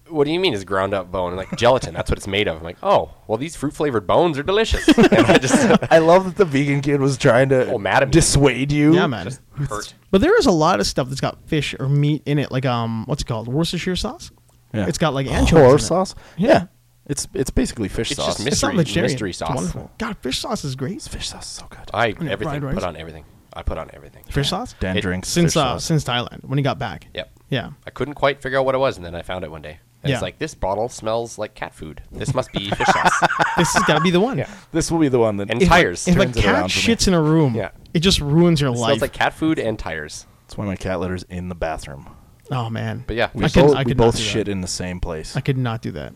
Speaker 2: what do you mean is ground up bone? And like gelatin, that's what it's made of. I'm like, oh, well, these fruit flavored bones are delicious. <laughs> and I just
Speaker 1: I love that the vegan kid was trying to
Speaker 2: Oh, mad at me.
Speaker 1: dissuade you.
Speaker 3: yeah, man.
Speaker 2: hurt.
Speaker 3: But there is a lot of stuff that's got fish or meat in it, like um, what's it called, Worcestershire sauce.
Speaker 1: Yeah.
Speaker 3: It's got like anchovies. in
Speaker 1: Horror
Speaker 3: it.
Speaker 1: Oh, sauce.
Speaker 3: Yeah.
Speaker 1: Yeah. it's it's basically fish
Speaker 2: It's
Speaker 1: sauce.
Speaker 2: just
Speaker 3: It's not
Speaker 2: Mystery-
Speaker 3: vegetarian.
Speaker 2: mystery
Speaker 3: It's
Speaker 2: sauce.
Speaker 3: wonderful. God, fish sauce is great.
Speaker 1: fish sauce is so good.
Speaker 2: I
Speaker 3: fried
Speaker 2: everything
Speaker 3: rice.
Speaker 2: put on everything. I put on everything.
Speaker 3: Fish sauce.
Speaker 1: Dan
Speaker 2: It-
Speaker 1: drinks
Speaker 3: Since
Speaker 1: fish
Speaker 3: uh,
Speaker 1: sauce.
Speaker 3: since Thailand when he got back.
Speaker 2: Yep.
Speaker 3: Yeah.
Speaker 2: I couldn't quite figure out what it was, and then I found it one day. And
Speaker 3: Yeah.
Speaker 2: It's like this bottle smells like cat food. This must be fish sauce.
Speaker 3: This has got to be the
Speaker 2: <laughs>
Speaker 3: one.
Speaker 2: Yeah.
Speaker 1: This will be the one that
Speaker 2: And
Speaker 3: If,
Speaker 2: Tires
Speaker 3: If a
Speaker 1: turns it
Speaker 3: cat
Speaker 1: around for me.
Speaker 3: shits in a room,
Speaker 2: Yeah.
Speaker 3: it just ruins your
Speaker 2: It
Speaker 3: life.
Speaker 2: smells like cat food and tires.
Speaker 1: That's why my cat litter's in the bathroom.
Speaker 3: oh man.
Speaker 2: But yeah,
Speaker 3: I
Speaker 2: we
Speaker 3: could,
Speaker 1: both,
Speaker 3: I
Speaker 1: we
Speaker 3: could
Speaker 1: both
Speaker 3: not do
Speaker 1: shit
Speaker 3: That.
Speaker 1: in the same place.
Speaker 3: I could not do that.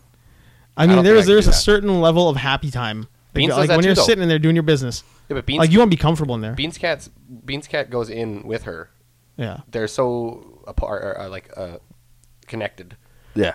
Speaker 3: I
Speaker 2: don't
Speaker 3: mean,
Speaker 2: think I
Speaker 3: there's
Speaker 2: could
Speaker 3: there's
Speaker 2: do
Speaker 3: a
Speaker 2: that.
Speaker 3: certain level of happy time. that-
Speaker 2: Beans does
Speaker 3: like
Speaker 2: that
Speaker 3: when
Speaker 2: too,
Speaker 3: you're
Speaker 2: though.
Speaker 3: sitting in there doing your business.
Speaker 2: Yeah, but beans,
Speaker 3: like you want to be comfortable in there.
Speaker 2: beans cats, beans cat goes in with her.
Speaker 3: yeah.
Speaker 2: They're so apart, or, uh, like uh, connected,
Speaker 1: yeah.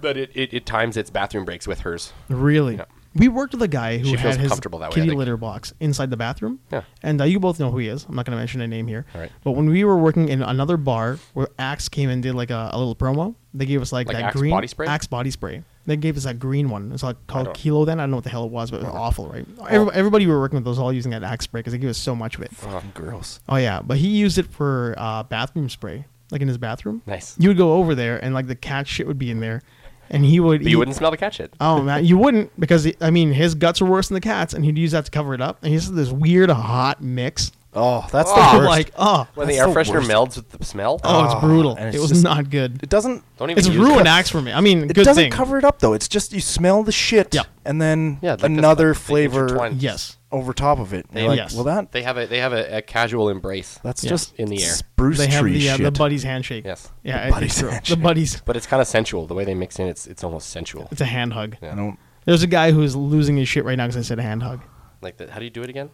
Speaker 2: that it, it, it times its bathroom breaks with hers.
Speaker 3: Really?
Speaker 2: Yeah.
Speaker 3: We worked with a guy who
Speaker 2: She feels
Speaker 3: had his
Speaker 2: comfortable that way, I
Speaker 3: kitty
Speaker 2: think.
Speaker 3: litter box inside the bathroom.
Speaker 2: Yeah.
Speaker 3: And uh, you both know who he is. I'm not going to mention a name here.
Speaker 2: All right.
Speaker 3: But when we were working in another bar where Axe came and did like a, a little promo, they gave us like,
Speaker 2: Like
Speaker 3: that
Speaker 2: Axe
Speaker 3: green
Speaker 2: body spray?
Speaker 3: Axe body spray. They gave us that green one. It's like
Speaker 2: don't- Oh.
Speaker 3: called Kilo then. I don't know what the hell it was, but it was awful, right? Every, everybody we were working with was all using that Axe spray because they gave us so much of it.
Speaker 1: Fucking gross.
Speaker 3: Oh yeah, but he used it for uh, bathroom spray, like in his bathroom.
Speaker 2: Nice.
Speaker 3: You would go over there, and like the cat shit would be in there, and he would.
Speaker 2: But
Speaker 3: eat-
Speaker 2: you wouldn't smell the cat shit.
Speaker 3: Oh man, you wouldn't because I mean his guts are worse than the cat's, and he'd use that to cover it up. And he's this weird hot mix.
Speaker 1: Oh, that's
Speaker 2: Oh,
Speaker 1: the worst.
Speaker 3: like oh,
Speaker 2: when
Speaker 1: that's
Speaker 2: the air
Speaker 1: the
Speaker 2: freshener
Speaker 1: worst.
Speaker 2: melds with the smell.
Speaker 3: oh, it's brutal.
Speaker 1: and
Speaker 3: it
Speaker 1: it's
Speaker 3: was
Speaker 1: just-
Speaker 3: not good.
Speaker 1: it doesn't.
Speaker 2: Don't even
Speaker 3: It's
Speaker 2: use it.
Speaker 3: ruined axe for me. I mean,
Speaker 1: It
Speaker 3: good
Speaker 1: doesn't
Speaker 3: thing.
Speaker 1: cover it up though. It's just you smell the shit.
Speaker 3: Yeah.
Speaker 1: And then
Speaker 2: Yeah, like that's
Speaker 1: another
Speaker 2: what they
Speaker 1: flavor
Speaker 2: intertwine.
Speaker 3: Yes,
Speaker 1: over top of it. And
Speaker 2: They-
Speaker 1: you're like,
Speaker 3: yes.
Speaker 1: Well, that
Speaker 2: <sniffs> They have a they have a, a casual embrace.
Speaker 1: that's
Speaker 3: Yes.
Speaker 1: just
Speaker 2: In the air.
Speaker 1: Spruce
Speaker 3: they have
Speaker 1: tree
Speaker 3: the, uh,
Speaker 1: shit.
Speaker 3: the buddy's handshake.
Speaker 2: Yes.
Speaker 3: yeah,
Speaker 1: The
Speaker 3: it-
Speaker 1: buddy's
Speaker 3: it's true. the
Speaker 1: handshake.
Speaker 3: buddies.
Speaker 2: But it's kind of sensual. The way they mix in, it's it's almost sensual.
Speaker 3: It's a hand hug.
Speaker 1: I don't.
Speaker 3: There's a guy who's losing his shit right now because I said hand hug.
Speaker 2: Like the, how do you do it again?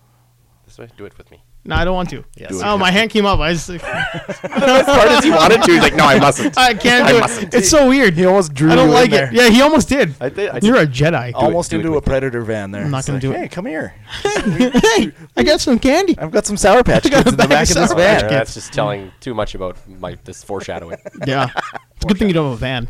Speaker 2: This way. Do it with me.
Speaker 3: No, I don't want to.
Speaker 2: Yes. Do it.
Speaker 3: Oh, my hand came up. I just,
Speaker 2: as hard as you wanted to. He's like, no, I mustn't.
Speaker 3: <laughs> I can't do it. It's so weird.
Speaker 1: He almost drew.
Speaker 3: I don't
Speaker 1: you
Speaker 3: like
Speaker 1: in
Speaker 3: it.
Speaker 1: there.
Speaker 3: Yeah, he almost did.
Speaker 2: I did- I
Speaker 3: You're a Jedi.
Speaker 1: Almost
Speaker 2: do it
Speaker 1: into a
Speaker 2: with me.
Speaker 1: predator van there.
Speaker 3: I'm not
Speaker 1: It's
Speaker 3: gonna
Speaker 1: like,
Speaker 3: do it.
Speaker 1: Hey, come here.
Speaker 3: <laughs> hey, I got some candy.
Speaker 1: I've got some Sour Patch
Speaker 3: I got
Speaker 1: Kids
Speaker 3: a
Speaker 1: in the
Speaker 3: bag
Speaker 1: back
Speaker 3: of
Speaker 1: of this
Speaker 3: Sour
Speaker 2: Yeah,
Speaker 1: van.
Speaker 3: Patch Kids.
Speaker 2: that's just telling too much about my this foreshadowing.
Speaker 3: <laughs> Yeah. It's a good thing you don't have a van.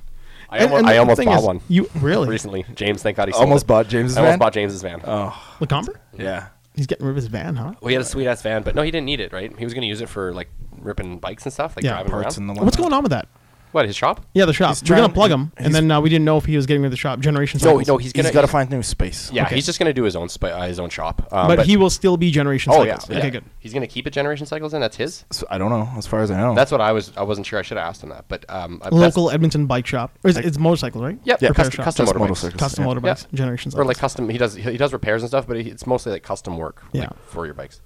Speaker 2: I almo- I
Speaker 3: the
Speaker 2: almost
Speaker 3: thing
Speaker 2: bought
Speaker 3: is,
Speaker 2: one.
Speaker 3: You really?
Speaker 2: Recently, James, thank God he sold
Speaker 1: Almost
Speaker 2: it.
Speaker 1: bought James's
Speaker 2: I almost
Speaker 1: van?
Speaker 2: bought James's van.
Speaker 1: Oh,
Speaker 3: Lacombe?
Speaker 1: yeah.
Speaker 3: He's getting rid of his van, huh?
Speaker 2: Well, he had a sweet ass van, but no, he didn't need it, right? He was going to use it for like ripping bikes and stuff, like
Speaker 3: Yeah,
Speaker 2: driving
Speaker 1: Parts in
Speaker 2: around.
Speaker 1: the
Speaker 3: What's going on with that?
Speaker 2: what his shop?
Speaker 3: Yeah, the shop.
Speaker 1: He's
Speaker 3: We're gonna
Speaker 1: trying-
Speaker 3: plug him, and
Speaker 1: he's-
Speaker 3: then uh, we didn't know if he was getting rid of the shop. Generation
Speaker 2: No,
Speaker 3: Cycles.
Speaker 2: no, he's gonna.
Speaker 1: he's got to find new space.
Speaker 2: yeah,
Speaker 3: okay.
Speaker 2: he's just gonna do his own spa uh, his own shop. Um,
Speaker 3: but, he will still be Generation
Speaker 2: Oh yeah,
Speaker 3: Cycles.
Speaker 2: yeah.
Speaker 3: okay, good.
Speaker 2: He's gonna keep it Generation Cycles, and that's his.
Speaker 1: So I don't know. As far as I know,
Speaker 2: That's what I was. I wasn't sure. I should have asked him that. But um, I- that's-
Speaker 3: Local Edmonton bike shop. Or is it- it's motorcycles, right?
Speaker 2: Yep, yeah,
Speaker 3: Repair
Speaker 2: custom,
Speaker 3: shop.
Speaker 2: custom
Speaker 1: Just
Speaker 2: motorbikes.
Speaker 1: motorcycles.
Speaker 3: Custom
Speaker 1: Yeah.
Speaker 3: motorbikes.
Speaker 2: Yeah.
Speaker 3: Generation Cycles.
Speaker 2: or like custom. He does he does repairs and stuff, but he- it's mostly like custom work
Speaker 3: Yeah.
Speaker 2: like, for your bikes.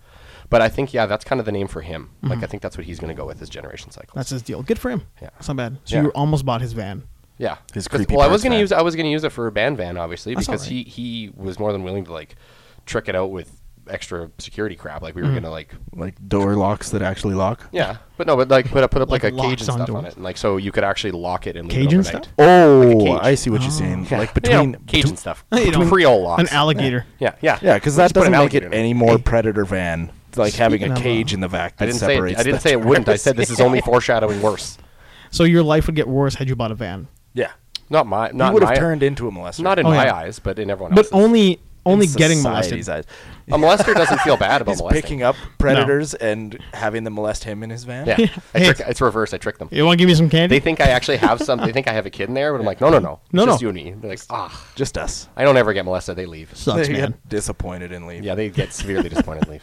Speaker 2: But I think yeah, that's kind of the name for him. Like I think that's what he's going to go with is Generation Cycles.
Speaker 3: Mm-hmm. That's his deal. Good for him.
Speaker 2: Yeah.
Speaker 3: It's not bad. So
Speaker 2: Yeah.
Speaker 3: you almost bought his van. <laughs>
Speaker 2: yeah,
Speaker 1: His
Speaker 2: 'Cause-
Speaker 1: creepy
Speaker 2: Well, I
Speaker 1: parts
Speaker 2: was going to
Speaker 1: van.
Speaker 2: use I was going to use it for a band van, obviously,
Speaker 3: That's all
Speaker 2: because
Speaker 3: right.
Speaker 2: he he was more than willing to like trick it out with extra security crap. Like we
Speaker 3: Mm.
Speaker 2: were going to like
Speaker 1: like door locks that actually lock.
Speaker 2: yeah, but no, but like put up put up like,
Speaker 3: Like
Speaker 2: a cage
Speaker 3: locks
Speaker 2: and
Speaker 3: on
Speaker 2: stuff on
Speaker 3: doors.
Speaker 2: it, and like so you could actually lock it and leave
Speaker 3: Cage
Speaker 2: it
Speaker 3: and
Speaker 2: overnight.
Speaker 3: stuff?
Speaker 1: Oh,
Speaker 2: cage.
Speaker 1: I see what you're saying.
Speaker 3: Oh.
Speaker 1: Like
Speaker 2: You know,
Speaker 1: between
Speaker 2: cage
Speaker 1: between-
Speaker 2: and stuff,
Speaker 3: <laughs> You know,
Speaker 2: Creole locks,
Speaker 3: An alligator.
Speaker 2: Yeah, yeah,
Speaker 1: Yeah, because
Speaker 2: Let's
Speaker 1: that
Speaker 2: put
Speaker 1: doesn't
Speaker 2: an
Speaker 1: make
Speaker 2: alligator
Speaker 1: it
Speaker 2: in
Speaker 1: any more predator van. It's like having
Speaker 3: Speaking
Speaker 1: a
Speaker 3: of,
Speaker 1: cage
Speaker 3: uh,
Speaker 1: in the back
Speaker 2: I
Speaker 1: that
Speaker 2: didn't say it,
Speaker 1: separates.
Speaker 2: I didn't
Speaker 1: the
Speaker 2: say it wouldn't. I said this is only foreshadowing worse.
Speaker 3: So your life would get worse had you bought a van.
Speaker 1: Yeah,
Speaker 2: Not my.
Speaker 1: you
Speaker 2: Not
Speaker 1: would
Speaker 2: in my,
Speaker 1: have turned into a molester.
Speaker 2: Not in
Speaker 3: Oh,
Speaker 2: my
Speaker 3: yeah.
Speaker 2: eyes, but in everyone
Speaker 3: But
Speaker 2: else's.
Speaker 3: only only
Speaker 1: in
Speaker 3: getting molested.
Speaker 1: society's eyes.
Speaker 2: a molester doesn't feel bad
Speaker 3: <laughs>
Speaker 2: about
Speaker 1: He's
Speaker 2: molesting.
Speaker 1: picking up predators and having them molest him in his van.
Speaker 2: Yeah, I
Speaker 3: Hey.
Speaker 2: trick, it's reverse. I trick them.
Speaker 3: You want to give me some candy?
Speaker 2: They think I actually have some. They think I have a kid in there, but I'm like, no, no, no,
Speaker 3: No,
Speaker 2: it's just
Speaker 3: no.
Speaker 2: you and me. They're like, ah,
Speaker 1: just us.
Speaker 2: I don't ever get molested. They leave.
Speaker 3: Sucks,
Speaker 1: they
Speaker 3: man.
Speaker 1: get disappointed and leave.
Speaker 2: Yeah, they get
Speaker 3: <laughs>
Speaker 2: severely disappointed. and Leave.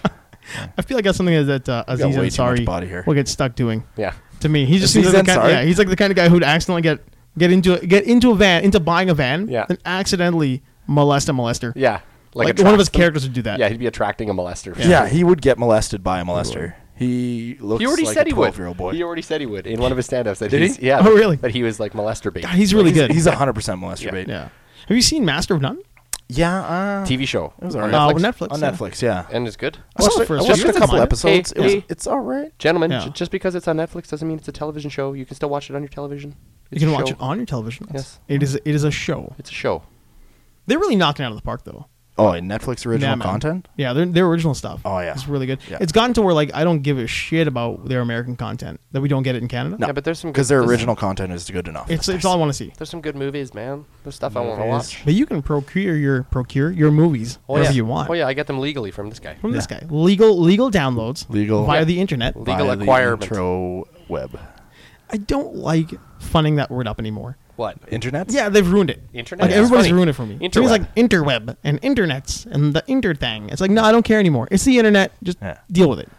Speaker 3: I feel like that's something that uh,
Speaker 1: got
Speaker 3: Aziz
Speaker 1: way too much
Speaker 3: Ansari
Speaker 1: body hair.
Speaker 3: will get stuck doing.
Speaker 2: Yeah,
Speaker 3: To me, he just
Speaker 1: Aziz
Speaker 3: seems like the kind,
Speaker 1: Ansari?
Speaker 3: yeah, he's like the kind of guy who'd accidentally get get into get into a van, into buying a van,
Speaker 2: Yeah.
Speaker 3: and accidentally molest a molester.
Speaker 2: yeah.
Speaker 3: like, one of his
Speaker 2: attracts them.
Speaker 3: characters would do that.
Speaker 2: Yeah, he'd be attracting a molester.
Speaker 1: Yeah, he would get molested by a molester. He looks
Speaker 2: He already
Speaker 1: like
Speaker 2: said
Speaker 1: a
Speaker 2: he would.
Speaker 1: 12-year-old boy.
Speaker 2: He already said he would in one of his stand-ups. That
Speaker 1: Did he?
Speaker 2: he's, Yeah.
Speaker 3: Oh, really?
Speaker 2: That he was like molester bait.
Speaker 3: God, he's really
Speaker 1: he's,
Speaker 3: good.
Speaker 1: He's 100% molester
Speaker 2: Yeah.
Speaker 1: bait.
Speaker 3: yeah. Have you seen Master of None?
Speaker 1: Yeah, uh,
Speaker 2: TV show.
Speaker 1: It was
Speaker 2: on
Speaker 1: alright.
Speaker 3: Uh,
Speaker 2: Netflix.
Speaker 3: Netflix.
Speaker 1: on
Speaker 3: yeah.
Speaker 1: Netflix, yeah.
Speaker 2: and it's good.
Speaker 1: I watched,
Speaker 3: saw the
Speaker 1: I
Speaker 3: first
Speaker 1: watched a
Speaker 3: episode.
Speaker 1: couple
Speaker 3: Mine.
Speaker 1: episodes.
Speaker 2: Hey,
Speaker 1: it was,
Speaker 2: hey.
Speaker 1: It's all right.
Speaker 2: Gentlemen,
Speaker 3: Yeah.
Speaker 2: ju- just because it's on Netflix doesn't mean it's a television show. You can still watch it on your television.
Speaker 3: You
Speaker 2: It's
Speaker 3: can
Speaker 2: a
Speaker 3: watch
Speaker 2: show.
Speaker 3: it on your television.
Speaker 2: Yes.
Speaker 3: It is it is a show.
Speaker 2: It's a show.
Speaker 3: They're really knocking it out of the park though.
Speaker 1: Oh, and Netflix original
Speaker 3: Yeah, man.
Speaker 1: content?
Speaker 3: Yeah, their their original stuff.
Speaker 1: Oh, yeah.
Speaker 3: It's really good.
Speaker 1: Yeah.
Speaker 3: It's gotten to where like I don't give a shit about their American content that we don't get it in Canada.
Speaker 1: No,
Speaker 2: Yeah, but there's some
Speaker 1: Because
Speaker 2: good-
Speaker 1: their
Speaker 2: there's-
Speaker 1: original content is good enough.
Speaker 3: It's it's all I want to see.
Speaker 2: There's some good movies, man. There's stuff I want to
Speaker 1: Movies.
Speaker 2: watch.
Speaker 3: But you can procure your procure your movies
Speaker 2: Oh,
Speaker 3: wherever
Speaker 2: yeah.
Speaker 3: you want.
Speaker 2: Oh yeah, I get them legally from this guy.
Speaker 3: From this guy. Legal legal downloads.
Speaker 1: Legal-
Speaker 3: via
Speaker 1: Yeah.
Speaker 3: the internet.
Speaker 2: Le- legal
Speaker 1: Via the
Speaker 2: acquirement.
Speaker 1: intro web.
Speaker 3: I don't like funning that word up anymore.
Speaker 2: What?
Speaker 1: Internet?
Speaker 3: Yeah, they've ruined it.
Speaker 2: Internet
Speaker 3: Like
Speaker 2: is
Speaker 3: everybody's
Speaker 2: funny.
Speaker 3: ruined it for me. To me, It's
Speaker 2: Interweb.
Speaker 3: like interweb and internets and the inter thing. It's like no, I don't care anymore. It's the internet. Just
Speaker 1: Yeah.
Speaker 3: deal with it.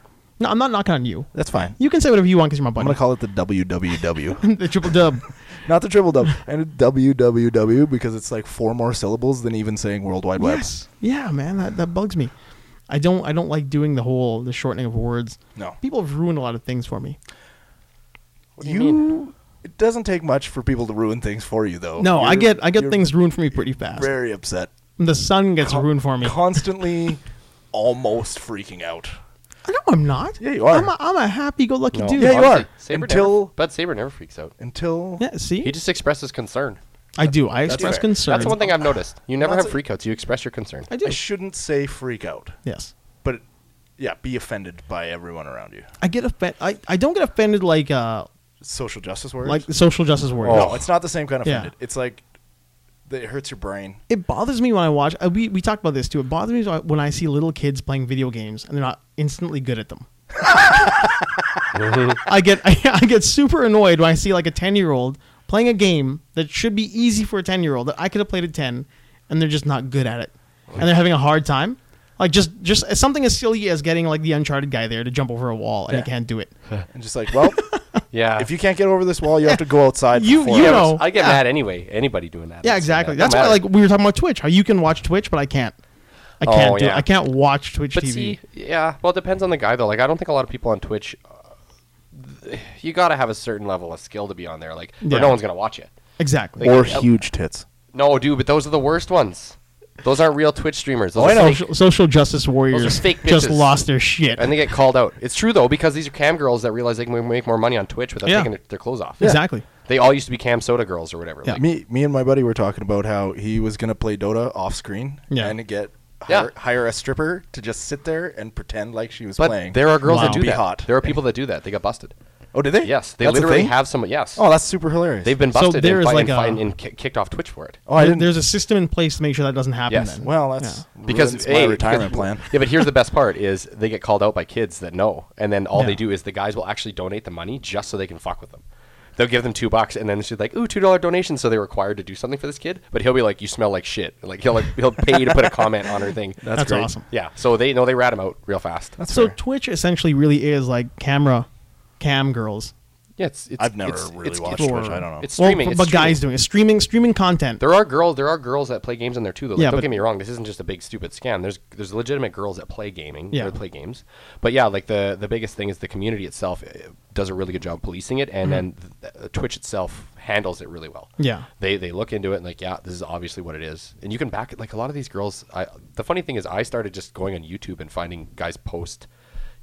Speaker 3: No, I'm not knocking on you.
Speaker 1: That's fine.
Speaker 3: You can say whatever you want because you're my
Speaker 1: I'm
Speaker 3: buddy.
Speaker 1: going to call it the WWW.
Speaker 3: <laughs> the triple dub.
Speaker 1: Not the triple W. <laughs> And WWW because it's like four more syllables than even saying World Wide Web.
Speaker 3: yes. Yeah, man, that, that bugs me. I don't I don't like doing the whole the shortening of words.
Speaker 1: No.
Speaker 3: People have ruined a lot of things for me.
Speaker 2: do you mean?
Speaker 1: It doesn't take much for people to ruin things for you, though.
Speaker 3: No, I
Speaker 1: Oh, You're-
Speaker 3: get I get
Speaker 1: you're
Speaker 3: things ruined for me pretty fast.
Speaker 1: very upset.
Speaker 3: The sun gets ruined for me.
Speaker 1: Constantly <laughs> almost freaking out.
Speaker 3: no, I'm not.
Speaker 1: Yeah, you are.
Speaker 3: I'm a, I'm a happy-go-lucky dude.
Speaker 1: Yeah, you are.
Speaker 2: Saber
Speaker 1: Until-
Speaker 2: never, but Saber never freaks out.
Speaker 1: Until
Speaker 3: Yeah, see,
Speaker 2: He just expresses concern.
Speaker 3: I do. I express
Speaker 1: fair.
Speaker 3: concern.
Speaker 2: That's one thing I've noticed. You never
Speaker 1: That's
Speaker 2: have
Speaker 1: a-
Speaker 2: freakouts. You express your concern.
Speaker 3: I do.
Speaker 1: I shouldn't say freak out,
Speaker 3: yes,
Speaker 1: but yeah, be offended by everyone around you.
Speaker 3: I get offended. I, I don't get offended like uh
Speaker 1: Social justice warriors.
Speaker 3: like social justice warriors.
Speaker 1: no, it's not the same kind of
Speaker 3: Yeah.
Speaker 1: offended. It's like that it hurts your brain.
Speaker 3: It bothers me when I watch. Uh, we we talked about this too. It bothers me when I see little kids playing video games and they're not instantly good at them.
Speaker 1: Mm-hmm.
Speaker 3: I get <laughs> I, get super annoyed when I see like a ten year old playing a game that should be easy for a ten year old that I could have played at ten, and they're just not good at it, and they're having a hard time. Like just just something as silly as getting like the Uncharted guy there to jump over a wall and
Speaker 1: <laughs>
Speaker 3: he
Speaker 1: Yeah.
Speaker 3: can't do it.
Speaker 1: And just like,
Speaker 3: <laughs>
Speaker 1: well,
Speaker 2: Yeah.
Speaker 1: if you can't get over this wall, you have to go outside.
Speaker 3: You-
Speaker 1: for four
Speaker 3: you
Speaker 1: hours.
Speaker 3: know-
Speaker 2: I get
Speaker 3: Yeah.
Speaker 2: mad anyway. Anybody doing that?
Speaker 3: Yeah,
Speaker 2: I'd say
Speaker 3: exactly.
Speaker 2: that.
Speaker 3: That's
Speaker 2: No
Speaker 3: why,
Speaker 2: matter.
Speaker 3: like, we were talking about Twitch. How you can watch Twitch, but I can't. I
Speaker 2: Oh,
Speaker 3: can't do it.
Speaker 2: yeah.
Speaker 3: I can't watch Twitch
Speaker 2: But
Speaker 3: TV.
Speaker 2: see, yeah. Well, it depends on the guy though. Like, I don't think a lot of people on Twitch. Uh, th- you got to have a certain level of skill to be on there. Like, or
Speaker 3: Yeah.
Speaker 2: no one's gonna watch it.
Speaker 3: exactly.
Speaker 1: or huge tits.
Speaker 2: No, dude, but those are the worst ones. Those aren't real Twitch streamers. Those
Speaker 1: Oh,
Speaker 2: are
Speaker 1: I know.
Speaker 2: fake-
Speaker 3: social, social justice warriors
Speaker 2: fake
Speaker 3: just
Speaker 2: bitches.
Speaker 3: lost their shit.
Speaker 2: and they get called out. It's true though because these are cam girls that realize they can make more money on Twitch without
Speaker 3: Yeah.
Speaker 2: taking their, their clothes off.
Speaker 3: Exactly.
Speaker 2: They all used to be cam soda girls or whatever.
Speaker 3: Yeah.
Speaker 2: Like,
Speaker 1: Me, me, and my buddy were talking about how he was gonna play Dota off screen
Speaker 3: Yeah.
Speaker 1: and get
Speaker 2: Yeah.
Speaker 1: hire, hire a stripper to just sit there and pretend like she was
Speaker 2: but
Speaker 1: playing.
Speaker 2: there are girls
Speaker 3: Wow.
Speaker 2: that do
Speaker 1: Be
Speaker 2: that.
Speaker 1: hot.
Speaker 2: There are people that do that. They got busted.
Speaker 1: Oh, did they?
Speaker 2: Yes, they
Speaker 1: That's a
Speaker 2: literally
Speaker 1: thing?
Speaker 2: have some. Yes,
Speaker 1: Oh, that's super hilarious.
Speaker 2: they've been
Speaker 3: So
Speaker 2: busted
Speaker 3: there
Speaker 2: and,
Speaker 3: is
Speaker 2: fi-
Speaker 3: like
Speaker 2: and, fi-
Speaker 3: a-
Speaker 2: and ki- kicked off Twitch for it.
Speaker 1: oh, I didn't.
Speaker 3: There's a system in place to make sure that doesn't happen.
Speaker 2: Yes.
Speaker 3: Then.
Speaker 1: well, that's
Speaker 2: because
Speaker 1: ruins
Speaker 2: hey,
Speaker 1: my
Speaker 2: <laughs>
Speaker 1: retirement
Speaker 2: because-
Speaker 1: plan.
Speaker 2: Yeah, but here's the best part: is they get called out by kids that know, and then all
Speaker 3: Yeah.
Speaker 2: they do is the guys will actually donate the money just so they can fuck with them. They'll give them two bucks, and then she's like, "Ooh, two dollar donation," so they're required to do something for this kid. But he'll be like, "You smell like shit." Like he'll like he'll pay to put a comment on
Speaker 1: <laughs>
Speaker 2: her thing.
Speaker 3: that's,
Speaker 1: great.
Speaker 3: awesome.
Speaker 2: yeah, so they know they rat him out real fast.
Speaker 1: That's
Speaker 3: So
Speaker 1: fair.
Speaker 3: Twitch essentially really is like camera cam girls.
Speaker 2: yeah, it's, it's
Speaker 1: I've never
Speaker 2: it's-
Speaker 1: really
Speaker 2: it's-
Speaker 1: watched
Speaker 2: It's,
Speaker 1: Twitch. I don't know.
Speaker 2: it's
Speaker 3: Well,
Speaker 2: streaming,
Speaker 3: but,
Speaker 2: it's
Speaker 3: but guys
Speaker 2: streaming.
Speaker 3: doing it. streaming streaming content.
Speaker 2: There are girls. There are girls that play games in there too. Though, like,
Speaker 3: Yeah,
Speaker 2: don't
Speaker 3: but-
Speaker 2: get me wrong. This isn't just a big stupid scam. There's there's legitimate girls that play gaming.
Speaker 3: Yeah.
Speaker 2: or play games. But yeah, like the the biggest thing is the community itself eh, does a really good job policing it, and then th- th- Twitch itself handles it really well.
Speaker 3: Mm-hmm. Yeah.
Speaker 2: they they look into it and like yeah, this is obviously what it is, and you can back it. Like a lot of these girls. I the funny thing is I started just going on YouTube and finding guys post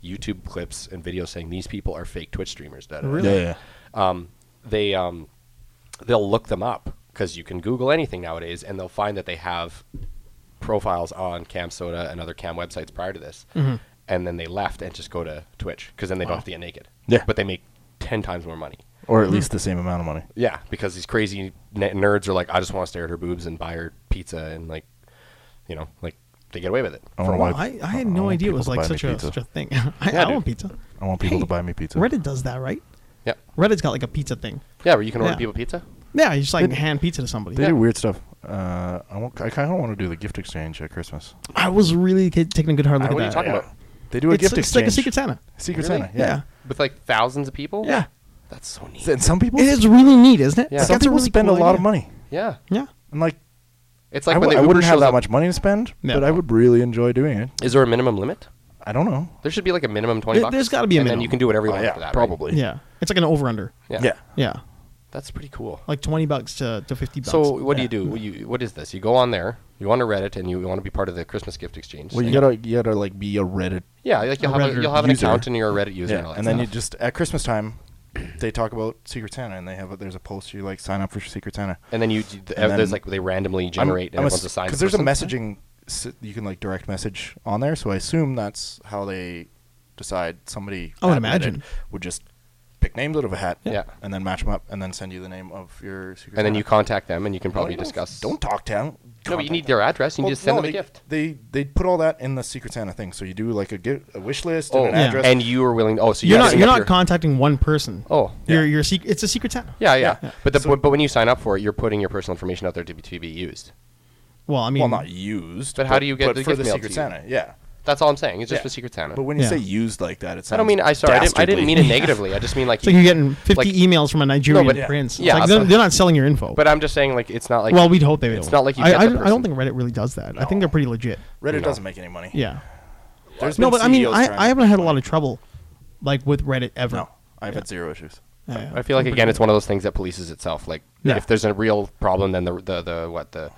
Speaker 2: YouTube clips and videos saying these people are fake Twitch streamers. da, da, da, da
Speaker 3: Really?
Speaker 1: yeah, yeah.
Speaker 2: um, they um, they'll look them up because you can Google anything nowadays, and they'll find that they have profiles on Cam Soda and other Cam websites prior to this,
Speaker 1: Mm-hmm.
Speaker 2: and then they left and just go to Twitch because then they don't have to get naked.
Speaker 1: Yeah.
Speaker 2: but they make ten times more money.
Speaker 1: Or at least the same amount of money.
Speaker 2: Yeah, because these crazy ne- nerds are like, I just want to stare at her boobs and buy her pizza and like, you know, like they get away with it.
Speaker 1: I
Speaker 3: For a
Speaker 1: want,
Speaker 3: while,
Speaker 1: my-
Speaker 3: I, I had
Speaker 1: I
Speaker 3: no
Speaker 1: want
Speaker 3: idea it
Speaker 1: people
Speaker 3: was
Speaker 1: to
Speaker 3: like
Speaker 1: buy me
Speaker 3: such a,
Speaker 1: pizza.
Speaker 3: such a thing. <laughs> I,
Speaker 2: Yeah,
Speaker 3: I want
Speaker 2: dude.
Speaker 3: pizza.
Speaker 1: I want people
Speaker 3: Hey,
Speaker 1: to buy me pizza.
Speaker 3: Reddit does that, right?
Speaker 2: Yeah,
Speaker 3: Reddit's got like a pizza thing.
Speaker 2: yeah, where you can order
Speaker 3: Yeah.
Speaker 2: people pizza.
Speaker 3: Yeah, you just like
Speaker 1: They-
Speaker 3: hand pizza to somebody.
Speaker 1: They do weird stuff. Uh, I, won't, I kind of want to do the gift exchange at Christmas.
Speaker 3: I was really ki- taking a good hard look
Speaker 2: What are you
Speaker 3: at that.
Speaker 2: talking about?
Speaker 1: They do a
Speaker 3: it's
Speaker 1: gift
Speaker 3: it's
Speaker 1: exchange.
Speaker 3: like a Secret Santa.
Speaker 1: Secret
Speaker 2: Really?
Speaker 1: Santa. Yeah.
Speaker 2: With like thousands of people.
Speaker 3: Yeah.
Speaker 2: that's so neat.
Speaker 1: And some people,
Speaker 3: It is really neat, isn't it?
Speaker 2: Yeah.
Speaker 3: Like,
Speaker 1: some
Speaker 3: that's
Speaker 1: people
Speaker 3: really
Speaker 1: spend a
Speaker 3: cool
Speaker 1: lot
Speaker 3: idea.
Speaker 1: of money.
Speaker 2: Yeah,
Speaker 3: Yeah.
Speaker 1: And like,
Speaker 2: it's
Speaker 1: I
Speaker 2: like
Speaker 1: w-
Speaker 2: when the
Speaker 1: I
Speaker 2: Uber
Speaker 1: wouldn't have
Speaker 2: shows
Speaker 1: that
Speaker 2: up-
Speaker 1: much money to spend,
Speaker 3: No.
Speaker 1: but I would really enjoy doing it.
Speaker 2: Is there a minimum limit?
Speaker 1: I don't know.
Speaker 2: There should be like a minimum twenty
Speaker 3: There-
Speaker 2: bucks.
Speaker 3: there's gotta be a
Speaker 2: and
Speaker 3: minimum.
Speaker 2: then you can do whatever you
Speaker 1: Oh,
Speaker 2: want
Speaker 1: yeah,
Speaker 2: for that. right?
Speaker 1: probably.
Speaker 3: Yeah. It's like an over under.
Speaker 2: Yeah.
Speaker 1: Yeah.
Speaker 3: Yeah.
Speaker 2: That's pretty cool.
Speaker 3: Like 20 bucks to, to 50 bucks.
Speaker 2: So what do you do? You, what is this? You go on there. You want to Reddit, and you want to be part of the Christmas gift exchange.
Speaker 1: Well, you
Speaker 2: thing.
Speaker 1: gotta you gotta like be a Reddit
Speaker 2: yeah, like you'll
Speaker 3: a
Speaker 2: have a,
Speaker 3: Reddit
Speaker 2: you'll have an
Speaker 1: user.
Speaker 2: account and you're a Reddit user,
Speaker 1: Yeah,
Speaker 2: and, all that
Speaker 1: and then you
Speaker 2: stuff.
Speaker 1: just at Christmas time, they talk about Secret Santa, and they have a, there's a post you like sign up for Secret Santa.
Speaker 2: and then you you-
Speaker 1: and
Speaker 2: there's
Speaker 1: then-
Speaker 2: like they randomly generate and everyone's assigned
Speaker 1: because
Speaker 2: a
Speaker 1: there's a
Speaker 2: person.
Speaker 1: messaging s- you can like direct message on there, so I assume that's how they decide somebody.
Speaker 3: I would
Speaker 1: at Reddit
Speaker 3: imagine.
Speaker 1: would just pick names out of a hat,
Speaker 2: Yeah.
Speaker 1: and then match them up, and then send you the name of your Secret.
Speaker 2: and then
Speaker 1: Santa.
Speaker 2: you contact them, and you can
Speaker 1: No,
Speaker 2: probably
Speaker 1: don't-
Speaker 2: discuss.
Speaker 1: Don't talk to them.
Speaker 2: No, but you
Speaker 1: Contact
Speaker 2: need
Speaker 1: them.
Speaker 2: their address. and You
Speaker 1: Well,
Speaker 2: can just send
Speaker 1: no,
Speaker 2: them a
Speaker 1: they-
Speaker 2: gift.
Speaker 1: They they put all that in the Secret Santa thing, so you do like a, gi- a wish list
Speaker 2: Oh,
Speaker 1: and an
Speaker 3: Yeah.
Speaker 1: address.
Speaker 2: and you were willing. Oh, so
Speaker 3: You're
Speaker 2: you're
Speaker 3: not, you're not
Speaker 2: your,
Speaker 3: contacting one person.
Speaker 2: Oh,
Speaker 3: You're,
Speaker 1: Yeah.
Speaker 3: you're sec- it's a Secret Santa.
Speaker 2: yeah, yeah.
Speaker 1: Yeah.
Speaker 2: But the,
Speaker 1: So-
Speaker 2: but when you sign up for it, you're putting your personal information out there to be, to be used.
Speaker 3: Well, I mean,
Speaker 1: well, not used.
Speaker 2: But how do you get
Speaker 1: but
Speaker 2: the
Speaker 1: for
Speaker 2: gift
Speaker 1: the
Speaker 2: mailed
Speaker 1: Secret
Speaker 2: to you?
Speaker 1: Santa? Yeah.
Speaker 2: That's all I'm saying. It's just
Speaker 1: Yeah.
Speaker 2: for Secret Santa.
Speaker 1: But when you
Speaker 3: Yeah.
Speaker 1: say used like that, it's
Speaker 2: I don't mean I sorry. I didn't, I didn't mean
Speaker 1: <laughs>
Speaker 2: it negatively. I just mean like
Speaker 3: it's like you're getting e- 50
Speaker 2: like-
Speaker 3: emails from a Nigerian
Speaker 2: but-
Speaker 3: prince. It's
Speaker 2: yeah,
Speaker 3: like they're,
Speaker 2: so-
Speaker 3: they're not selling your info.
Speaker 2: But I'm just saying like it's not like
Speaker 3: well, we'd hope they would.
Speaker 2: it's not like you
Speaker 3: I,
Speaker 2: get
Speaker 3: I,
Speaker 2: the
Speaker 3: I don't
Speaker 2: person.
Speaker 3: think Reddit really does that. I think they're pretty legit.
Speaker 1: Reddit
Speaker 2: No.
Speaker 1: doesn't make any money.
Speaker 3: Yeah.
Speaker 1: There's
Speaker 3: No,
Speaker 1: been
Speaker 3: but I
Speaker 2: E
Speaker 3: mean,
Speaker 1: CEOs
Speaker 3: I,
Speaker 1: trying
Speaker 3: I
Speaker 1: to
Speaker 3: haven't
Speaker 1: make
Speaker 3: had a
Speaker 1: money.
Speaker 3: lot of trouble like with Reddit ever.
Speaker 1: No, I've had zero issues.
Speaker 3: Yeah.
Speaker 2: I feel like again it's one of those things that polices itself. Like
Speaker 3: Yeah.
Speaker 2: if there's a real problem, then the the, the what the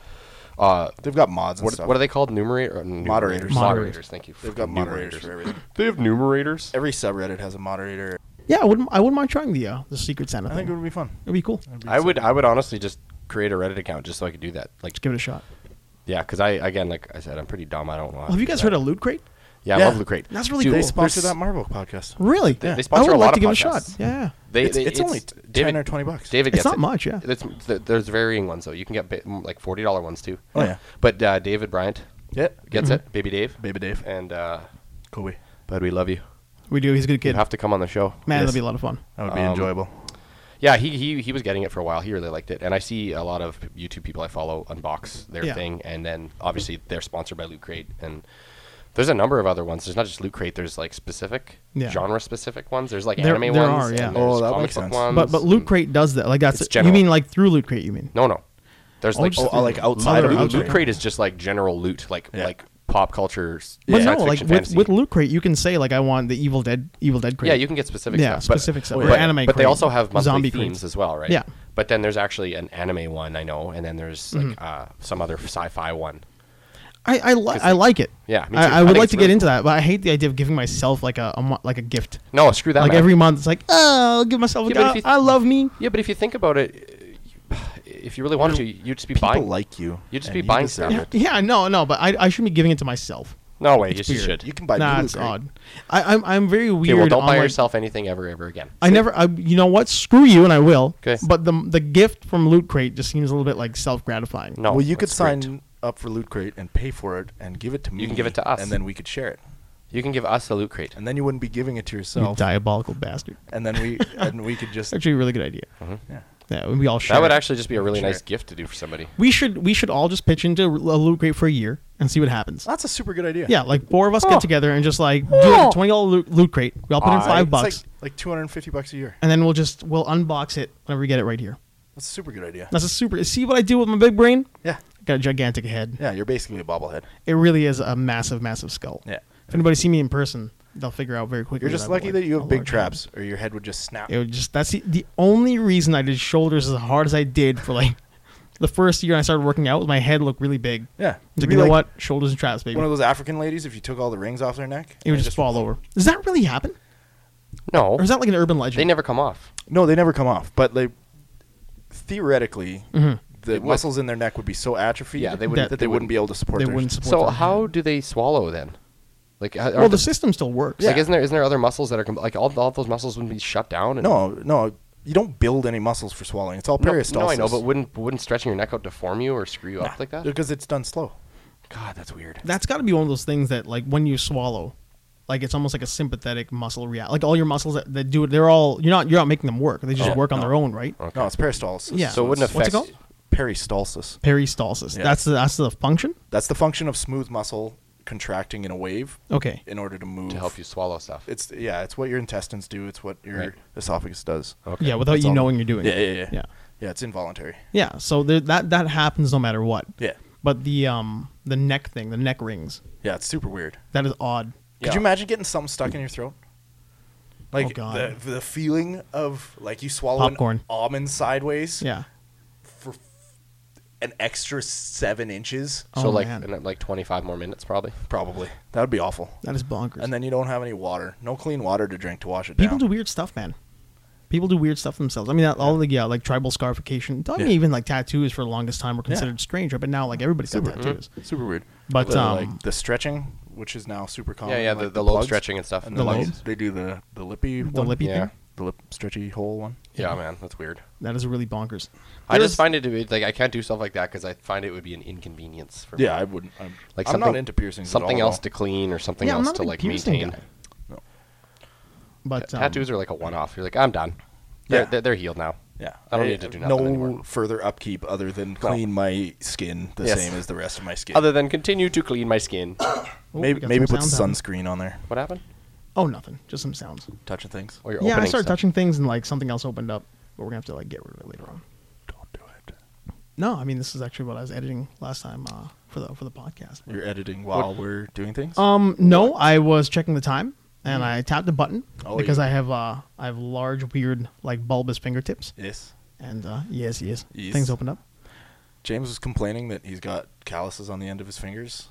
Speaker 2: uh
Speaker 1: They've got mods and
Speaker 2: what,
Speaker 1: stuff.
Speaker 2: what are they called? Numerator or numerators?
Speaker 1: Moderators.
Speaker 2: Moderators. Thank you.
Speaker 1: They've got moderators for everything.
Speaker 2: They have numerators.
Speaker 1: <laughs> Every subreddit has a moderator.
Speaker 3: Yeah, I wouldn't. I wouldn't mind trying the uh, the Secret Santa
Speaker 1: I
Speaker 3: thing.
Speaker 1: think it
Speaker 3: It'd
Speaker 1: would be fun.
Speaker 3: be cool.
Speaker 2: I would I would honestly just create a Reddit account just so I could do that. Like
Speaker 3: Just give it a shot.
Speaker 2: yeah, because I again like I said I'm pretty dumb. I don't know. how
Speaker 3: Well, have
Speaker 2: to
Speaker 3: you
Speaker 2: do
Speaker 3: guys
Speaker 2: that.
Speaker 3: heard of Loot Crate?
Speaker 2: Yeah,
Speaker 1: Yeah.
Speaker 2: Love the Crate.
Speaker 3: That's really
Speaker 2: Dude,
Speaker 1: They
Speaker 3: cool.
Speaker 1: sponsor
Speaker 2: there's-
Speaker 1: that Marvel podcast.
Speaker 3: Really?
Speaker 2: They- they
Speaker 3: I
Speaker 2: sponsor
Speaker 3: would
Speaker 2: a lot
Speaker 3: like to
Speaker 2: of
Speaker 3: give it a
Speaker 2: podcasts.
Speaker 3: shot. Yeah.
Speaker 2: They,
Speaker 1: It's,
Speaker 2: they-
Speaker 1: it's only t- ten
Speaker 2: David-
Speaker 1: or twenty bucks.
Speaker 2: David
Speaker 3: It's
Speaker 2: gets
Speaker 3: not
Speaker 2: it.
Speaker 3: much, yeah.
Speaker 2: It's, th- there's varying ones though. You can get ba- m- like forty dollar ones too.
Speaker 1: Oh, yeah.
Speaker 2: But uh, David Bryant
Speaker 1: Yeah,
Speaker 2: gets it. Baby Dave.
Speaker 1: baby Dave,
Speaker 2: And uh,
Speaker 1: Kobe.
Speaker 2: bud, we love you.
Speaker 3: We do. He's a good
Speaker 2: You'd
Speaker 3: kid.
Speaker 2: have to come on the show.
Speaker 1: Yes.
Speaker 3: Man, that'll be a lot of fun.
Speaker 1: That would be
Speaker 2: Um,
Speaker 1: enjoyable.
Speaker 2: Yeah, he, he he was getting it for a while. He really liked it, and I see a lot of YouTube people I follow unbox their
Speaker 3: Yeah.
Speaker 2: thing, and then obviously they're sponsored by Loot Crate, and there's a number of other ones. There's not just Loot Crate. There's like specific
Speaker 3: Yeah.
Speaker 2: genre specific ones. There's like
Speaker 3: There-
Speaker 2: anime
Speaker 3: there
Speaker 2: ones.
Speaker 3: are, yeah.
Speaker 2: and
Speaker 1: Oh,
Speaker 2: there's
Speaker 1: that
Speaker 2: comic
Speaker 1: makes
Speaker 2: book
Speaker 1: sense.
Speaker 2: Ones,
Speaker 3: But but Loot Crate does that. Like that's
Speaker 2: Um, It's
Speaker 3: you
Speaker 2: general.
Speaker 3: mean like through Loot Crate? You mean?
Speaker 2: No, no. There's
Speaker 3: Oh,
Speaker 2: like
Speaker 3: just
Speaker 1: Oh, like outside
Speaker 3: Mother
Speaker 1: of
Speaker 2: Loot,
Speaker 1: Loot
Speaker 2: loot
Speaker 1: Crate.
Speaker 2: Crate is just like general loot, like
Speaker 1: Yeah.
Speaker 2: like pop culture. s-
Speaker 3: But
Speaker 2: science
Speaker 3: no, like
Speaker 2: fiction,
Speaker 3: with,
Speaker 2: fantasy.
Speaker 3: with Loot Crate, you can say like I want the Evil Dead Evil Dead Crate.
Speaker 2: Yeah, you can get specific
Speaker 3: Yeah,
Speaker 2: stuff. but-
Speaker 3: specific stuff.
Speaker 2: But,
Speaker 3: Or anime
Speaker 2: But they
Speaker 3: crate,
Speaker 2: also have monthly
Speaker 3: zombie
Speaker 2: themes
Speaker 3: crates.
Speaker 2: as well, right?
Speaker 3: Yeah.
Speaker 2: But then there's actually an anime one I know, and then there's
Speaker 3: Mm-hmm.
Speaker 2: like uh, some other sci-fi one.
Speaker 3: I I, li-
Speaker 2: 'Cause
Speaker 3: I like it.
Speaker 2: Yeah, me too.
Speaker 3: I,
Speaker 2: I
Speaker 3: I would
Speaker 2: think
Speaker 3: like
Speaker 2: it's
Speaker 3: to
Speaker 2: really
Speaker 3: get into that, but I hate the idea of giving myself like a, a mo- like a gift.
Speaker 2: No, screw that.
Speaker 3: like
Speaker 2: man.
Speaker 3: every month, it's like oh, I'll give myself a
Speaker 2: Yeah, but
Speaker 3: gift.
Speaker 2: if you-
Speaker 3: I love me.
Speaker 2: Yeah, but if you think about it, uh, you- if you really wanted to, you'd just be
Speaker 1: People
Speaker 2: buying.
Speaker 1: like you.
Speaker 2: You'd just
Speaker 1: and
Speaker 2: be buying
Speaker 3: <laughs>
Speaker 1: deserve
Speaker 2: stuff.
Speaker 1: it.
Speaker 3: Yeah, no, no, but I, I shouldn't be giving it to myself.
Speaker 2: No way. Yes, you
Speaker 3: weird.
Speaker 2: should.
Speaker 1: You can buy
Speaker 3: nah,
Speaker 1: Blu-ray.
Speaker 3: it's odd. I, I'm I'm very weird.
Speaker 2: okay, well, don't
Speaker 3: on,
Speaker 2: buy
Speaker 3: like-
Speaker 2: yourself anything ever, ever again.
Speaker 3: I never. I, you know what? Screw you, and I will.
Speaker 2: 'Kay.
Speaker 3: But the the gift from Loot Crate just seems a little bit like self gratifying.
Speaker 2: No.
Speaker 1: well, you could
Speaker 2: that's great.
Speaker 1: sign up for Loot Crate and pay for it and give it to me.
Speaker 2: You can give it to us.
Speaker 1: and then we could share it.
Speaker 2: You can give us a loot crate.
Speaker 1: And then you wouldn't be giving it to
Speaker 3: You
Speaker 1: yourself.
Speaker 3: diabolical bastard.
Speaker 1: And then
Speaker 3: <laughs>
Speaker 1: we and we could just
Speaker 3: It's actually a really good idea.
Speaker 1: yeah.
Speaker 3: Yeah, we all
Speaker 2: Mm-hmm.
Speaker 3: share.
Speaker 2: That would
Speaker 3: it.
Speaker 2: actually just be a really
Speaker 1: Sure.
Speaker 2: nice gift to do for somebody.
Speaker 3: We should we should all just pitch into a Loot Crate for a year and see what
Speaker 2: Ah.
Speaker 3: happens.
Speaker 1: That's a super good idea.
Speaker 3: Yeah, like four of us
Speaker 2: Oh.
Speaker 3: get together and just like do
Speaker 2: Oh.
Speaker 3: a twenty dollar loot, loot crate. We all put in
Speaker 2: Alright.
Speaker 3: five
Speaker 1: It's
Speaker 3: bucks,
Speaker 1: like like 250 bucks a year.
Speaker 3: and then we'll just we'll unbox it whenever we get it right here.
Speaker 1: That's a super good idea.
Speaker 3: That's a super. See what I do with my big brain?
Speaker 1: Yeah.
Speaker 3: Got a gigantic head.
Speaker 1: Yeah, you're basically a bobblehead.
Speaker 3: It really is a massive, massive skull.
Speaker 1: Yeah.
Speaker 3: If anybody see me in person, they'll figure out very quickly.
Speaker 1: You're just
Speaker 3: I'm
Speaker 1: lucky
Speaker 3: like
Speaker 1: that you
Speaker 3: a
Speaker 1: have big
Speaker 3: large
Speaker 1: traps or your head would just snap.
Speaker 3: head. It would just that's the, the only reason I did shoulders as hard as I did for like <laughs> the first year I started working out. My head looked really big.
Speaker 1: yeah.
Speaker 3: It's
Speaker 1: You'd
Speaker 3: Like,
Speaker 1: be
Speaker 3: you know
Speaker 1: like
Speaker 3: what? Shoulders and traps, baby.
Speaker 1: One of those African ladies, if you took all the rings off their neck,
Speaker 3: it would
Speaker 1: and
Speaker 3: just, fall over. Does that really happen?
Speaker 2: No,
Speaker 3: Or is that like an urban legend?
Speaker 2: they never come off.
Speaker 1: No, they never come off. But they theoretically, the
Speaker 2: It would.
Speaker 1: muscles in their neck would be so atrophied
Speaker 2: Yeah, they
Speaker 1: that,
Speaker 2: wouldn't-
Speaker 1: they,
Speaker 2: they
Speaker 1: wouldn't be able to support.
Speaker 3: Mm-hmm. They
Speaker 1: their-
Speaker 3: wouldn't support.
Speaker 2: So
Speaker 3: that.
Speaker 2: how do they swallow then? Like, uh,
Speaker 3: Well,
Speaker 2: aren't
Speaker 3: the
Speaker 2: there-
Speaker 3: system still works.
Speaker 2: like
Speaker 1: Yeah.
Speaker 2: isn't there isn't there other muscles that are com- like all, all those muscles would be shut down? And,
Speaker 1: No, no, you don't build any muscles for swallowing. It's all
Speaker 2: no,
Speaker 1: peristalsis.
Speaker 2: no, I know, but wouldn't wouldn't stretching your neck out deform you or screw you up like that?
Speaker 1: because it's done slow.
Speaker 2: God, that's weird.
Speaker 3: That's got to be one of those things that like when you swallow, like it's almost like a sympathetic muscle react. Like all your muscles that, that do it, they're all you're not you're not making them work. They just
Speaker 1: Oh,
Speaker 3: work on
Speaker 1: no.
Speaker 3: their own, right?
Speaker 2: Okay.
Speaker 1: No, it's peristalsis.
Speaker 3: Yeah.
Speaker 2: so it wouldn't
Speaker 3: What's
Speaker 2: affect.
Speaker 3: it called?
Speaker 1: peristalsis.
Speaker 3: Peristalsis.
Speaker 1: Yeah.
Speaker 3: That's the that's the function.
Speaker 1: That's the function of smooth muscle contracting in a wave
Speaker 3: Okay.
Speaker 1: in order to move
Speaker 2: to help you swallow stuff.
Speaker 1: It's yeah, it's what your intestines do. It's what your
Speaker 2: Right.
Speaker 1: esophagus does.
Speaker 2: Okay.
Speaker 3: Yeah, without
Speaker 1: That's
Speaker 3: you
Speaker 1: all-
Speaker 3: knowing you're doing
Speaker 1: Yeah,
Speaker 3: it.
Speaker 1: yeah, yeah,
Speaker 3: Yeah.
Speaker 1: Yeah, it's involuntary.
Speaker 3: Yeah. So there, that that happens no matter what.
Speaker 1: Yeah,
Speaker 3: But the um the neck thing, the neck rings,
Speaker 1: yeah, it's super weird.
Speaker 3: that is odd.
Speaker 1: Could you imagine getting something stuck in your throat? Like
Speaker 3: Oh, God.
Speaker 1: the the feeling of like you swallow
Speaker 3: Popcorn.
Speaker 1: an almond sideways
Speaker 3: Yeah.
Speaker 1: for an extra seven inches,
Speaker 2: So
Speaker 3: Oh,
Speaker 2: like
Speaker 3: man.
Speaker 2: in, uh, like 25 more minutes probably.
Speaker 1: probably that would be awful.
Speaker 3: That is bonkers.
Speaker 1: And then you don't have any water, no clean water to drink to wash it
Speaker 3: People
Speaker 1: down.
Speaker 3: do weird stuff, man. People do weird stuff themselves. I mean, that- all the yeah, like tribal scarification. I mean,
Speaker 1: Yeah.
Speaker 3: even like tattoos for the longest time were considered strange, right? but now like everybody's got
Speaker 1: Super. Mm-hmm.
Speaker 3: tattoos.
Speaker 1: super weird.
Speaker 3: But,
Speaker 1: The,
Speaker 3: um,
Speaker 1: like the stretching, which is now super common.
Speaker 2: Yeah, yeah,
Speaker 1: like
Speaker 2: the, the, lobe
Speaker 1: plugs.
Speaker 2: stretching and stuff.
Speaker 1: and
Speaker 3: The
Speaker 1: the
Speaker 3: lobes?
Speaker 1: lips. They do the the lippy
Speaker 3: The
Speaker 1: one.
Speaker 3: lippy
Speaker 2: Yeah.
Speaker 3: thing
Speaker 1: the lip stretchy hole one.
Speaker 2: Yeah, man, that's weird.
Speaker 3: that is really bonkers.
Speaker 2: I
Speaker 3: There's-
Speaker 2: just find it to be like I can't do stuff like that because I find it would be an inconvenience for me.
Speaker 1: Yeah, I wouldn't. I'm,
Speaker 2: like
Speaker 1: I'm
Speaker 2: something
Speaker 1: not into piercings.
Speaker 2: something
Speaker 1: at all,
Speaker 2: else to clean or something
Speaker 3: Yeah, I'm
Speaker 2: else
Speaker 3: not
Speaker 2: to
Speaker 3: a big
Speaker 2: like
Speaker 3: piercing
Speaker 2: maintain.
Speaker 3: guy.
Speaker 1: No.
Speaker 3: But um,
Speaker 2: Tattoos are like a one-off. You're like, I'm done. They're,
Speaker 1: Yeah.
Speaker 2: they're, they're healed now.
Speaker 1: Yeah,
Speaker 2: I don't need to do nothing
Speaker 1: no
Speaker 2: anymore.
Speaker 1: further upkeep other than clean my skin the
Speaker 2: Yes.
Speaker 1: same as the rest of my skin.
Speaker 2: Other than continue to clean my skin.
Speaker 3: oh, we
Speaker 1: maybe
Speaker 3: got
Speaker 1: maybe
Speaker 3: some
Speaker 1: put
Speaker 3: sounds
Speaker 1: sunscreen on there.
Speaker 2: what happened?
Speaker 3: happening. Oh, nothing. Just some sounds.
Speaker 1: Touching things.
Speaker 2: Oh, you're
Speaker 3: yeah, I
Speaker 2: opening
Speaker 3: started
Speaker 2: stuff.
Speaker 3: touching things and like something else opened up, but we're gonna have to like get rid of it later on.
Speaker 1: Don't do it.
Speaker 3: No, I mean this is actually what I was editing last time uh, for the for the podcast.
Speaker 1: You're editing while we're doing things.
Speaker 3: Um, no, I was checking the time and I tapped a button
Speaker 1: Mm. Oh,
Speaker 3: because
Speaker 1: you-
Speaker 3: I have uh I have large weird like bulbous fingertips
Speaker 1: yes.
Speaker 3: and uh, yes, yes,
Speaker 1: Yes.
Speaker 3: things opened up
Speaker 1: James was complaining that he's got calluses on the end of his fingers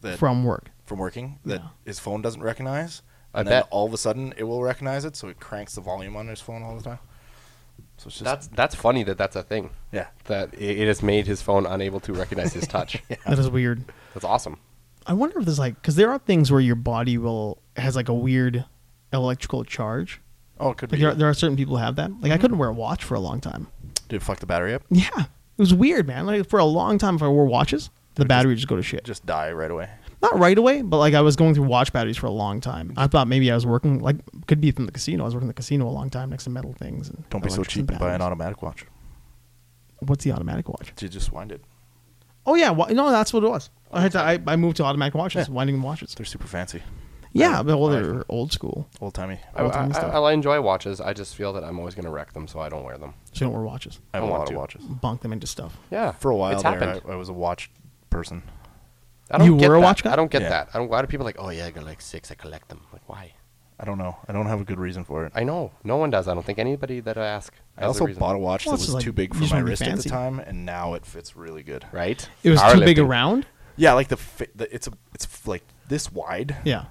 Speaker 1: that from,
Speaker 3: from work.
Speaker 1: working that
Speaker 3: Yeah.
Speaker 1: his phone doesn't recognize.
Speaker 2: I
Speaker 1: and then
Speaker 2: bet.
Speaker 1: all of a sudden it will recognize it, so it cranks the volume on his phone all the time. So it's just
Speaker 2: That's that's funny that that's a thing.
Speaker 1: yeah.
Speaker 2: That it, it has made his phone unable to recognize
Speaker 1: <laughs>
Speaker 2: his touch.
Speaker 3: That is weird.
Speaker 2: That's awesome.
Speaker 3: I wonder if there's like because there are things where your body will has like a weird electrical charge.
Speaker 1: Oh, it could
Speaker 3: Like
Speaker 1: be.
Speaker 3: there, there are certain people who have that. Like I
Speaker 1: Mm-hmm.
Speaker 3: couldn't wear a watch for a long time.
Speaker 1: Did it fuck the battery up?
Speaker 3: Yeah, it was weird, man. Like for a long time, if I wore watches, the battery would just go to shit.
Speaker 1: Just die right away.
Speaker 3: Not right away, but like I was going through watch batteries for a long time. I thought maybe I was working like could be from the casino. I was working in the casino a long time next to metal things. And
Speaker 1: Don't be so
Speaker 3: electrics
Speaker 1: cheap and buy an
Speaker 3: batteries.
Speaker 1: automatic watch.
Speaker 3: What's the automatic watch?
Speaker 1: You just wind it.
Speaker 3: Oh yeah, wa- no, that's what it was. I had to. I, I moved to automatic watches, winding watches.
Speaker 1: They're super fancy,
Speaker 3: Yeah, but well, they're old school.
Speaker 1: old timey.
Speaker 2: I,
Speaker 3: All
Speaker 2: I,
Speaker 3: time stuff.
Speaker 2: I, I enjoy watches. I just feel that I'm always going to wreck them, so I don't wear them.
Speaker 3: So you don't wear watches.
Speaker 1: I have
Speaker 2: I
Speaker 1: a
Speaker 2: want
Speaker 1: lot
Speaker 2: to.
Speaker 1: of watches.
Speaker 3: Bonk them into stuff.
Speaker 2: Yeah,
Speaker 1: For a
Speaker 2: it's
Speaker 1: while there,
Speaker 2: happened.
Speaker 1: I, I was a watch person.
Speaker 2: I don't
Speaker 3: You
Speaker 2: get
Speaker 3: were a
Speaker 2: that.
Speaker 3: watch guy?
Speaker 2: I don't get
Speaker 1: Yeah.
Speaker 2: that. I don't, why do people like? Oh yeah, I got like six. I collect them. Like why?
Speaker 1: I don't know. I don't have a good reason for it. I,
Speaker 2: I know no one does. I don't think anybody that I ask. has a
Speaker 1: also
Speaker 2: reason.
Speaker 1: bought a watch
Speaker 3: Well,
Speaker 1: that
Speaker 3: it's
Speaker 1: was
Speaker 3: like-
Speaker 1: too big
Speaker 3: you
Speaker 1: for
Speaker 3: just
Speaker 1: my
Speaker 3: wanna be
Speaker 1: wrist at
Speaker 3: fancy.
Speaker 1: the time, and now it fits really good.
Speaker 2: right.
Speaker 3: It was too big
Speaker 2: Powerlifting.
Speaker 3: around.
Speaker 1: Yeah, like the, fi- the it's a it's like this wide,
Speaker 3: Yeah.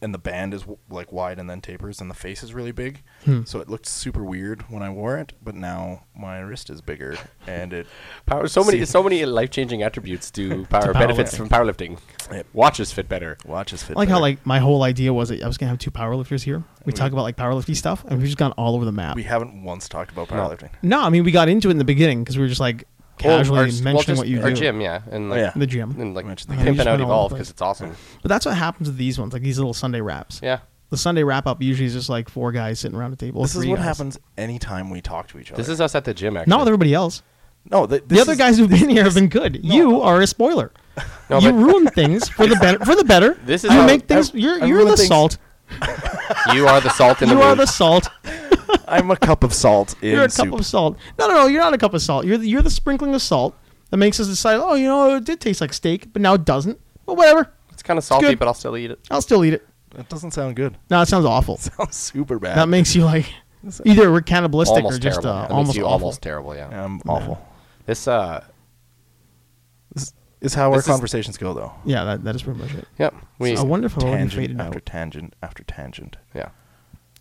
Speaker 1: and the band is w- like wide and then tapers, and the face is really big.
Speaker 3: Hmm.
Speaker 1: So it looked super weird when I wore it, but now my wrist is
Speaker 3: <laughs>
Speaker 1: bigger, and it
Speaker 2: Power, so many,
Speaker 1: See.
Speaker 2: so many life-changing attributes
Speaker 3: <laughs>
Speaker 2: to power benefits
Speaker 3: powerlifting.
Speaker 2: from powerlifting.
Speaker 1: Yep.
Speaker 2: Watches fit better.
Speaker 1: watches fit.
Speaker 3: I like how
Speaker 1: better.
Speaker 3: like my whole idea was that I was gonna have two powerlifters here. We talk about like powerlifting stuff, and we've just gone all over the map.
Speaker 1: we haven't once talked about powerlifting.
Speaker 3: no, I mean we got into it in the beginning because we were just like
Speaker 2: Well,
Speaker 3: casually
Speaker 2: our s- well,
Speaker 3: mentioning
Speaker 2: just
Speaker 3: what you
Speaker 2: our
Speaker 3: do.
Speaker 2: gym, yeah, and like,
Speaker 1: Oh, yeah.
Speaker 3: The gym.
Speaker 2: and like
Speaker 1: Mention the gym.
Speaker 2: pimping
Speaker 3: Just
Speaker 2: out
Speaker 3: went all
Speaker 2: evolve
Speaker 3: over.
Speaker 2: because it's awesome.
Speaker 3: But that's what happens with these ones, like these little Sunday wraps.
Speaker 2: Yeah,
Speaker 3: The Sunday wrap up usually is just like four guys sitting around a table.
Speaker 1: This is
Speaker 3: three
Speaker 1: what
Speaker 3: guys.
Speaker 1: happens anytime we talk to each other.
Speaker 2: this is us at the gym. Actually,
Speaker 3: Not with everybody else.
Speaker 1: no th-
Speaker 3: The
Speaker 1: this
Speaker 3: other
Speaker 1: is-
Speaker 3: guys who've been here have been good. you are
Speaker 2: <laughs>
Speaker 3: a spoiler. you
Speaker 2: but-
Speaker 3: ruin things for the better. For the better.
Speaker 2: <laughs> This is
Speaker 3: you
Speaker 2: how-
Speaker 3: make things.
Speaker 1: I-
Speaker 3: you're
Speaker 1: I
Speaker 3: you're
Speaker 1: ruin
Speaker 3: the
Speaker 1: things.
Speaker 3: salt.
Speaker 2: you are the salt in the
Speaker 3: <laughs> You are
Speaker 2: wound. <laughs>
Speaker 3: the salt.
Speaker 1: <laughs> I'm a cup of salt in
Speaker 3: <laughs> You're a
Speaker 1: soup.
Speaker 3: cup of salt. No, no, no. You're not a cup of salt. You're the, you're the sprinkling of salt that makes us decide. Oh, you know, it did taste like steak, but now it doesn't. Well, whatever.
Speaker 2: it's kind of salty,
Speaker 3: good.
Speaker 2: but I'll still eat it.
Speaker 3: I'll still eat it.
Speaker 1: That doesn't sound good. <laughs>
Speaker 3: No, it sounds awful.
Speaker 1: Sounds super bad.
Speaker 3: That makes you like <laughs> either we're cannibalistic
Speaker 2: Almost
Speaker 3: or just
Speaker 2: terrible.
Speaker 3: uh,
Speaker 2: That makes
Speaker 3: almost
Speaker 2: you
Speaker 3: awful. Um,
Speaker 2: almost terrible. Yeah.
Speaker 1: I'm awful.
Speaker 2: This uh,
Speaker 1: This is how our
Speaker 2: This is-
Speaker 1: conversations go, though.
Speaker 3: Yeah, that, that is pretty much it.
Speaker 2: yep. We
Speaker 3: I wonder if I would have
Speaker 1: Tangent
Speaker 3: faded
Speaker 1: after
Speaker 3: out.
Speaker 1: tangent after tangent.
Speaker 2: yeah,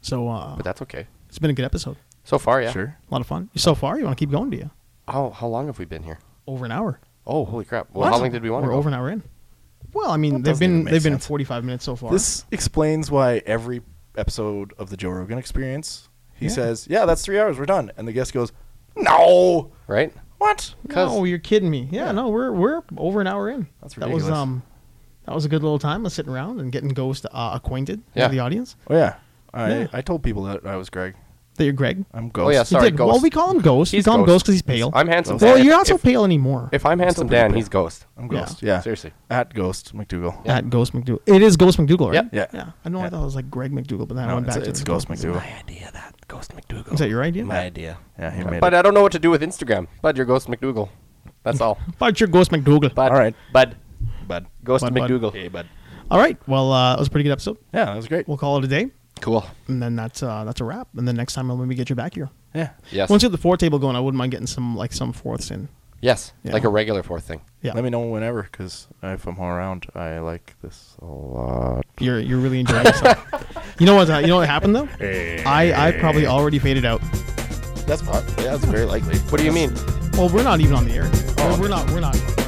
Speaker 3: So uh,
Speaker 2: but that's okay.
Speaker 3: it's been a good episode.
Speaker 2: So far, yeah.
Speaker 1: Sure.
Speaker 3: A lot of fun. So far, you want to keep going? Do you?
Speaker 2: How how long have we been here?
Speaker 3: Over an hour.
Speaker 2: Oh, holy crap! Well, how long did we want?
Speaker 3: We're
Speaker 2: to go?
Speaker 3: over an hour in. Well, I mean,
Speaker 1: That
Speaker 3: they've
Speaker 1: doesn't even
Speaker 3: been
Speaker 1: make
Speaker 3: they've been
Speaker 1: sense.
Speaker 3: 45 minutes so far.
Speaker 1: This explains why every episode of the Joe Rogan Experience, he
Speaker 3: Yeah.
Speaker 1: says, "Yeah, that's three hours. We're done." And the guest goes, "No,
Speaker 2: right?
Speaker 1: what?
Speaker 2: 'cause-
Speaker 3: no, you're kidding me. Yeah, no, we're we're over an hour in.
Speaker 1: That's
Speaker 3: That was
Speaker 1: ridiculous.
Speaker 3: um, that was a good little time of sitting around and getting ghost uh, acquainted
Speaker 2: Yeah.
Speaker 3: with the audience.
Speaker 1: Oh yeah, I
Speaker 3: Yeah.
Speaker 1: I told people that I was Greg.
Speaker 3: That you're Greg.
Speaker 1: I'm Ghost.
Speaker 2: Oh, yeah,
Speaker 3: You
Speaker 2: sorry,
Speaker 3: did-
Speaker 2: Ghost.
Speaker 3: Well, we call him Ghost.
Speaker 2: He's
Speaker 3: we call him
Speaker 2: Ghost.
Speaker 3: Ghost because he's pale.
Speaker 2: I'm handsome.
Speaker 3: well,
Speaker 2: Dan.
Speaker 3: you're not so
Speaker 2: If-
Speaker 3: pale anymore.
Speaker 2: If I'm handsome
Speaker 1: pretty
Speaker 2: Dan,
Speaker 1: bad.
Speaker 2: he's Ghost.
Speaker 1: I'm
Speaker 3: Yeah.
Speaker 1: Ghost. Yeah.
Speaker 2: Seriously.
Speaker 1: At Ghost McDougal. Uh,
Speaker 3: At Ghost McDougal. It is Ghost McDougal, right?
Speaker 1: Yeah. Yeah.
Speaker 3: Yeah. I know I
Speaker 1: Yeah.
Speaker 3: thought it was like Greg McDougal, but then I
Speaker 1: No,
Speaker 3: went
Speaker 1: it's,
Speaker 3: back to
Speaker 1: it's
Speaker 3: the-
Speaker 1: Ghost McDougal.
Speaker 2: idea that Ghost McDougal.
Speaker 3: Is that your idea?
Speaker 2: idea.
Speaker 1: Yeah, he made
Speaker 2: But uh,
Speaker 1: it.
Speaker 2: I don't know what to do with Instagram. Bud, you're Ghost McDougal. That's
Speaker 3: <laughs>
Speaker 2: all.
Speaker 3: But you're Ghost McDougal.
Speaker 2: Bud.
Speaker 1: All right.
Speaker 2: Bud.
Speaker 1: Bud.
Speaker 2: Ghost
Speaker 3: Bud, bud.
Speaker 2: McDougal.
Speaker 1: bud.
Speaker 3: All right. Well, uh, that was a pretty good episode.
Speaker 1: Yeah, that was great.
Speaker 3: We'll call it a day,
Speaker 2: Cool.
Speaker 3: and then that's uh, that's a wrap. And then next time I'll maybe get you back here.
Speaker 1: yeah.
Speaker 2: Yes.
Speaker 3: Once you get the four table going, I wouldn't mind getting some like some fourths in.
Speaker 2: yes.
Speaker 3: Yeah.
Speaker 2: Like a regular fourth thing.
Speaker 3: Yeah.
Speaker 1: Let me know whenever, because if I'm around, I like this a lot.
Speaker 3: You're you're really enjoying yourself. you know what? Uh, you know what happened though? I I probably already faded out.
Speaker 1: That's pot. Yeah, that's very likely.
Speaker 2: What do you mean?
Speaker 3: Well, we're not even on the air. We're- we're not. We're not.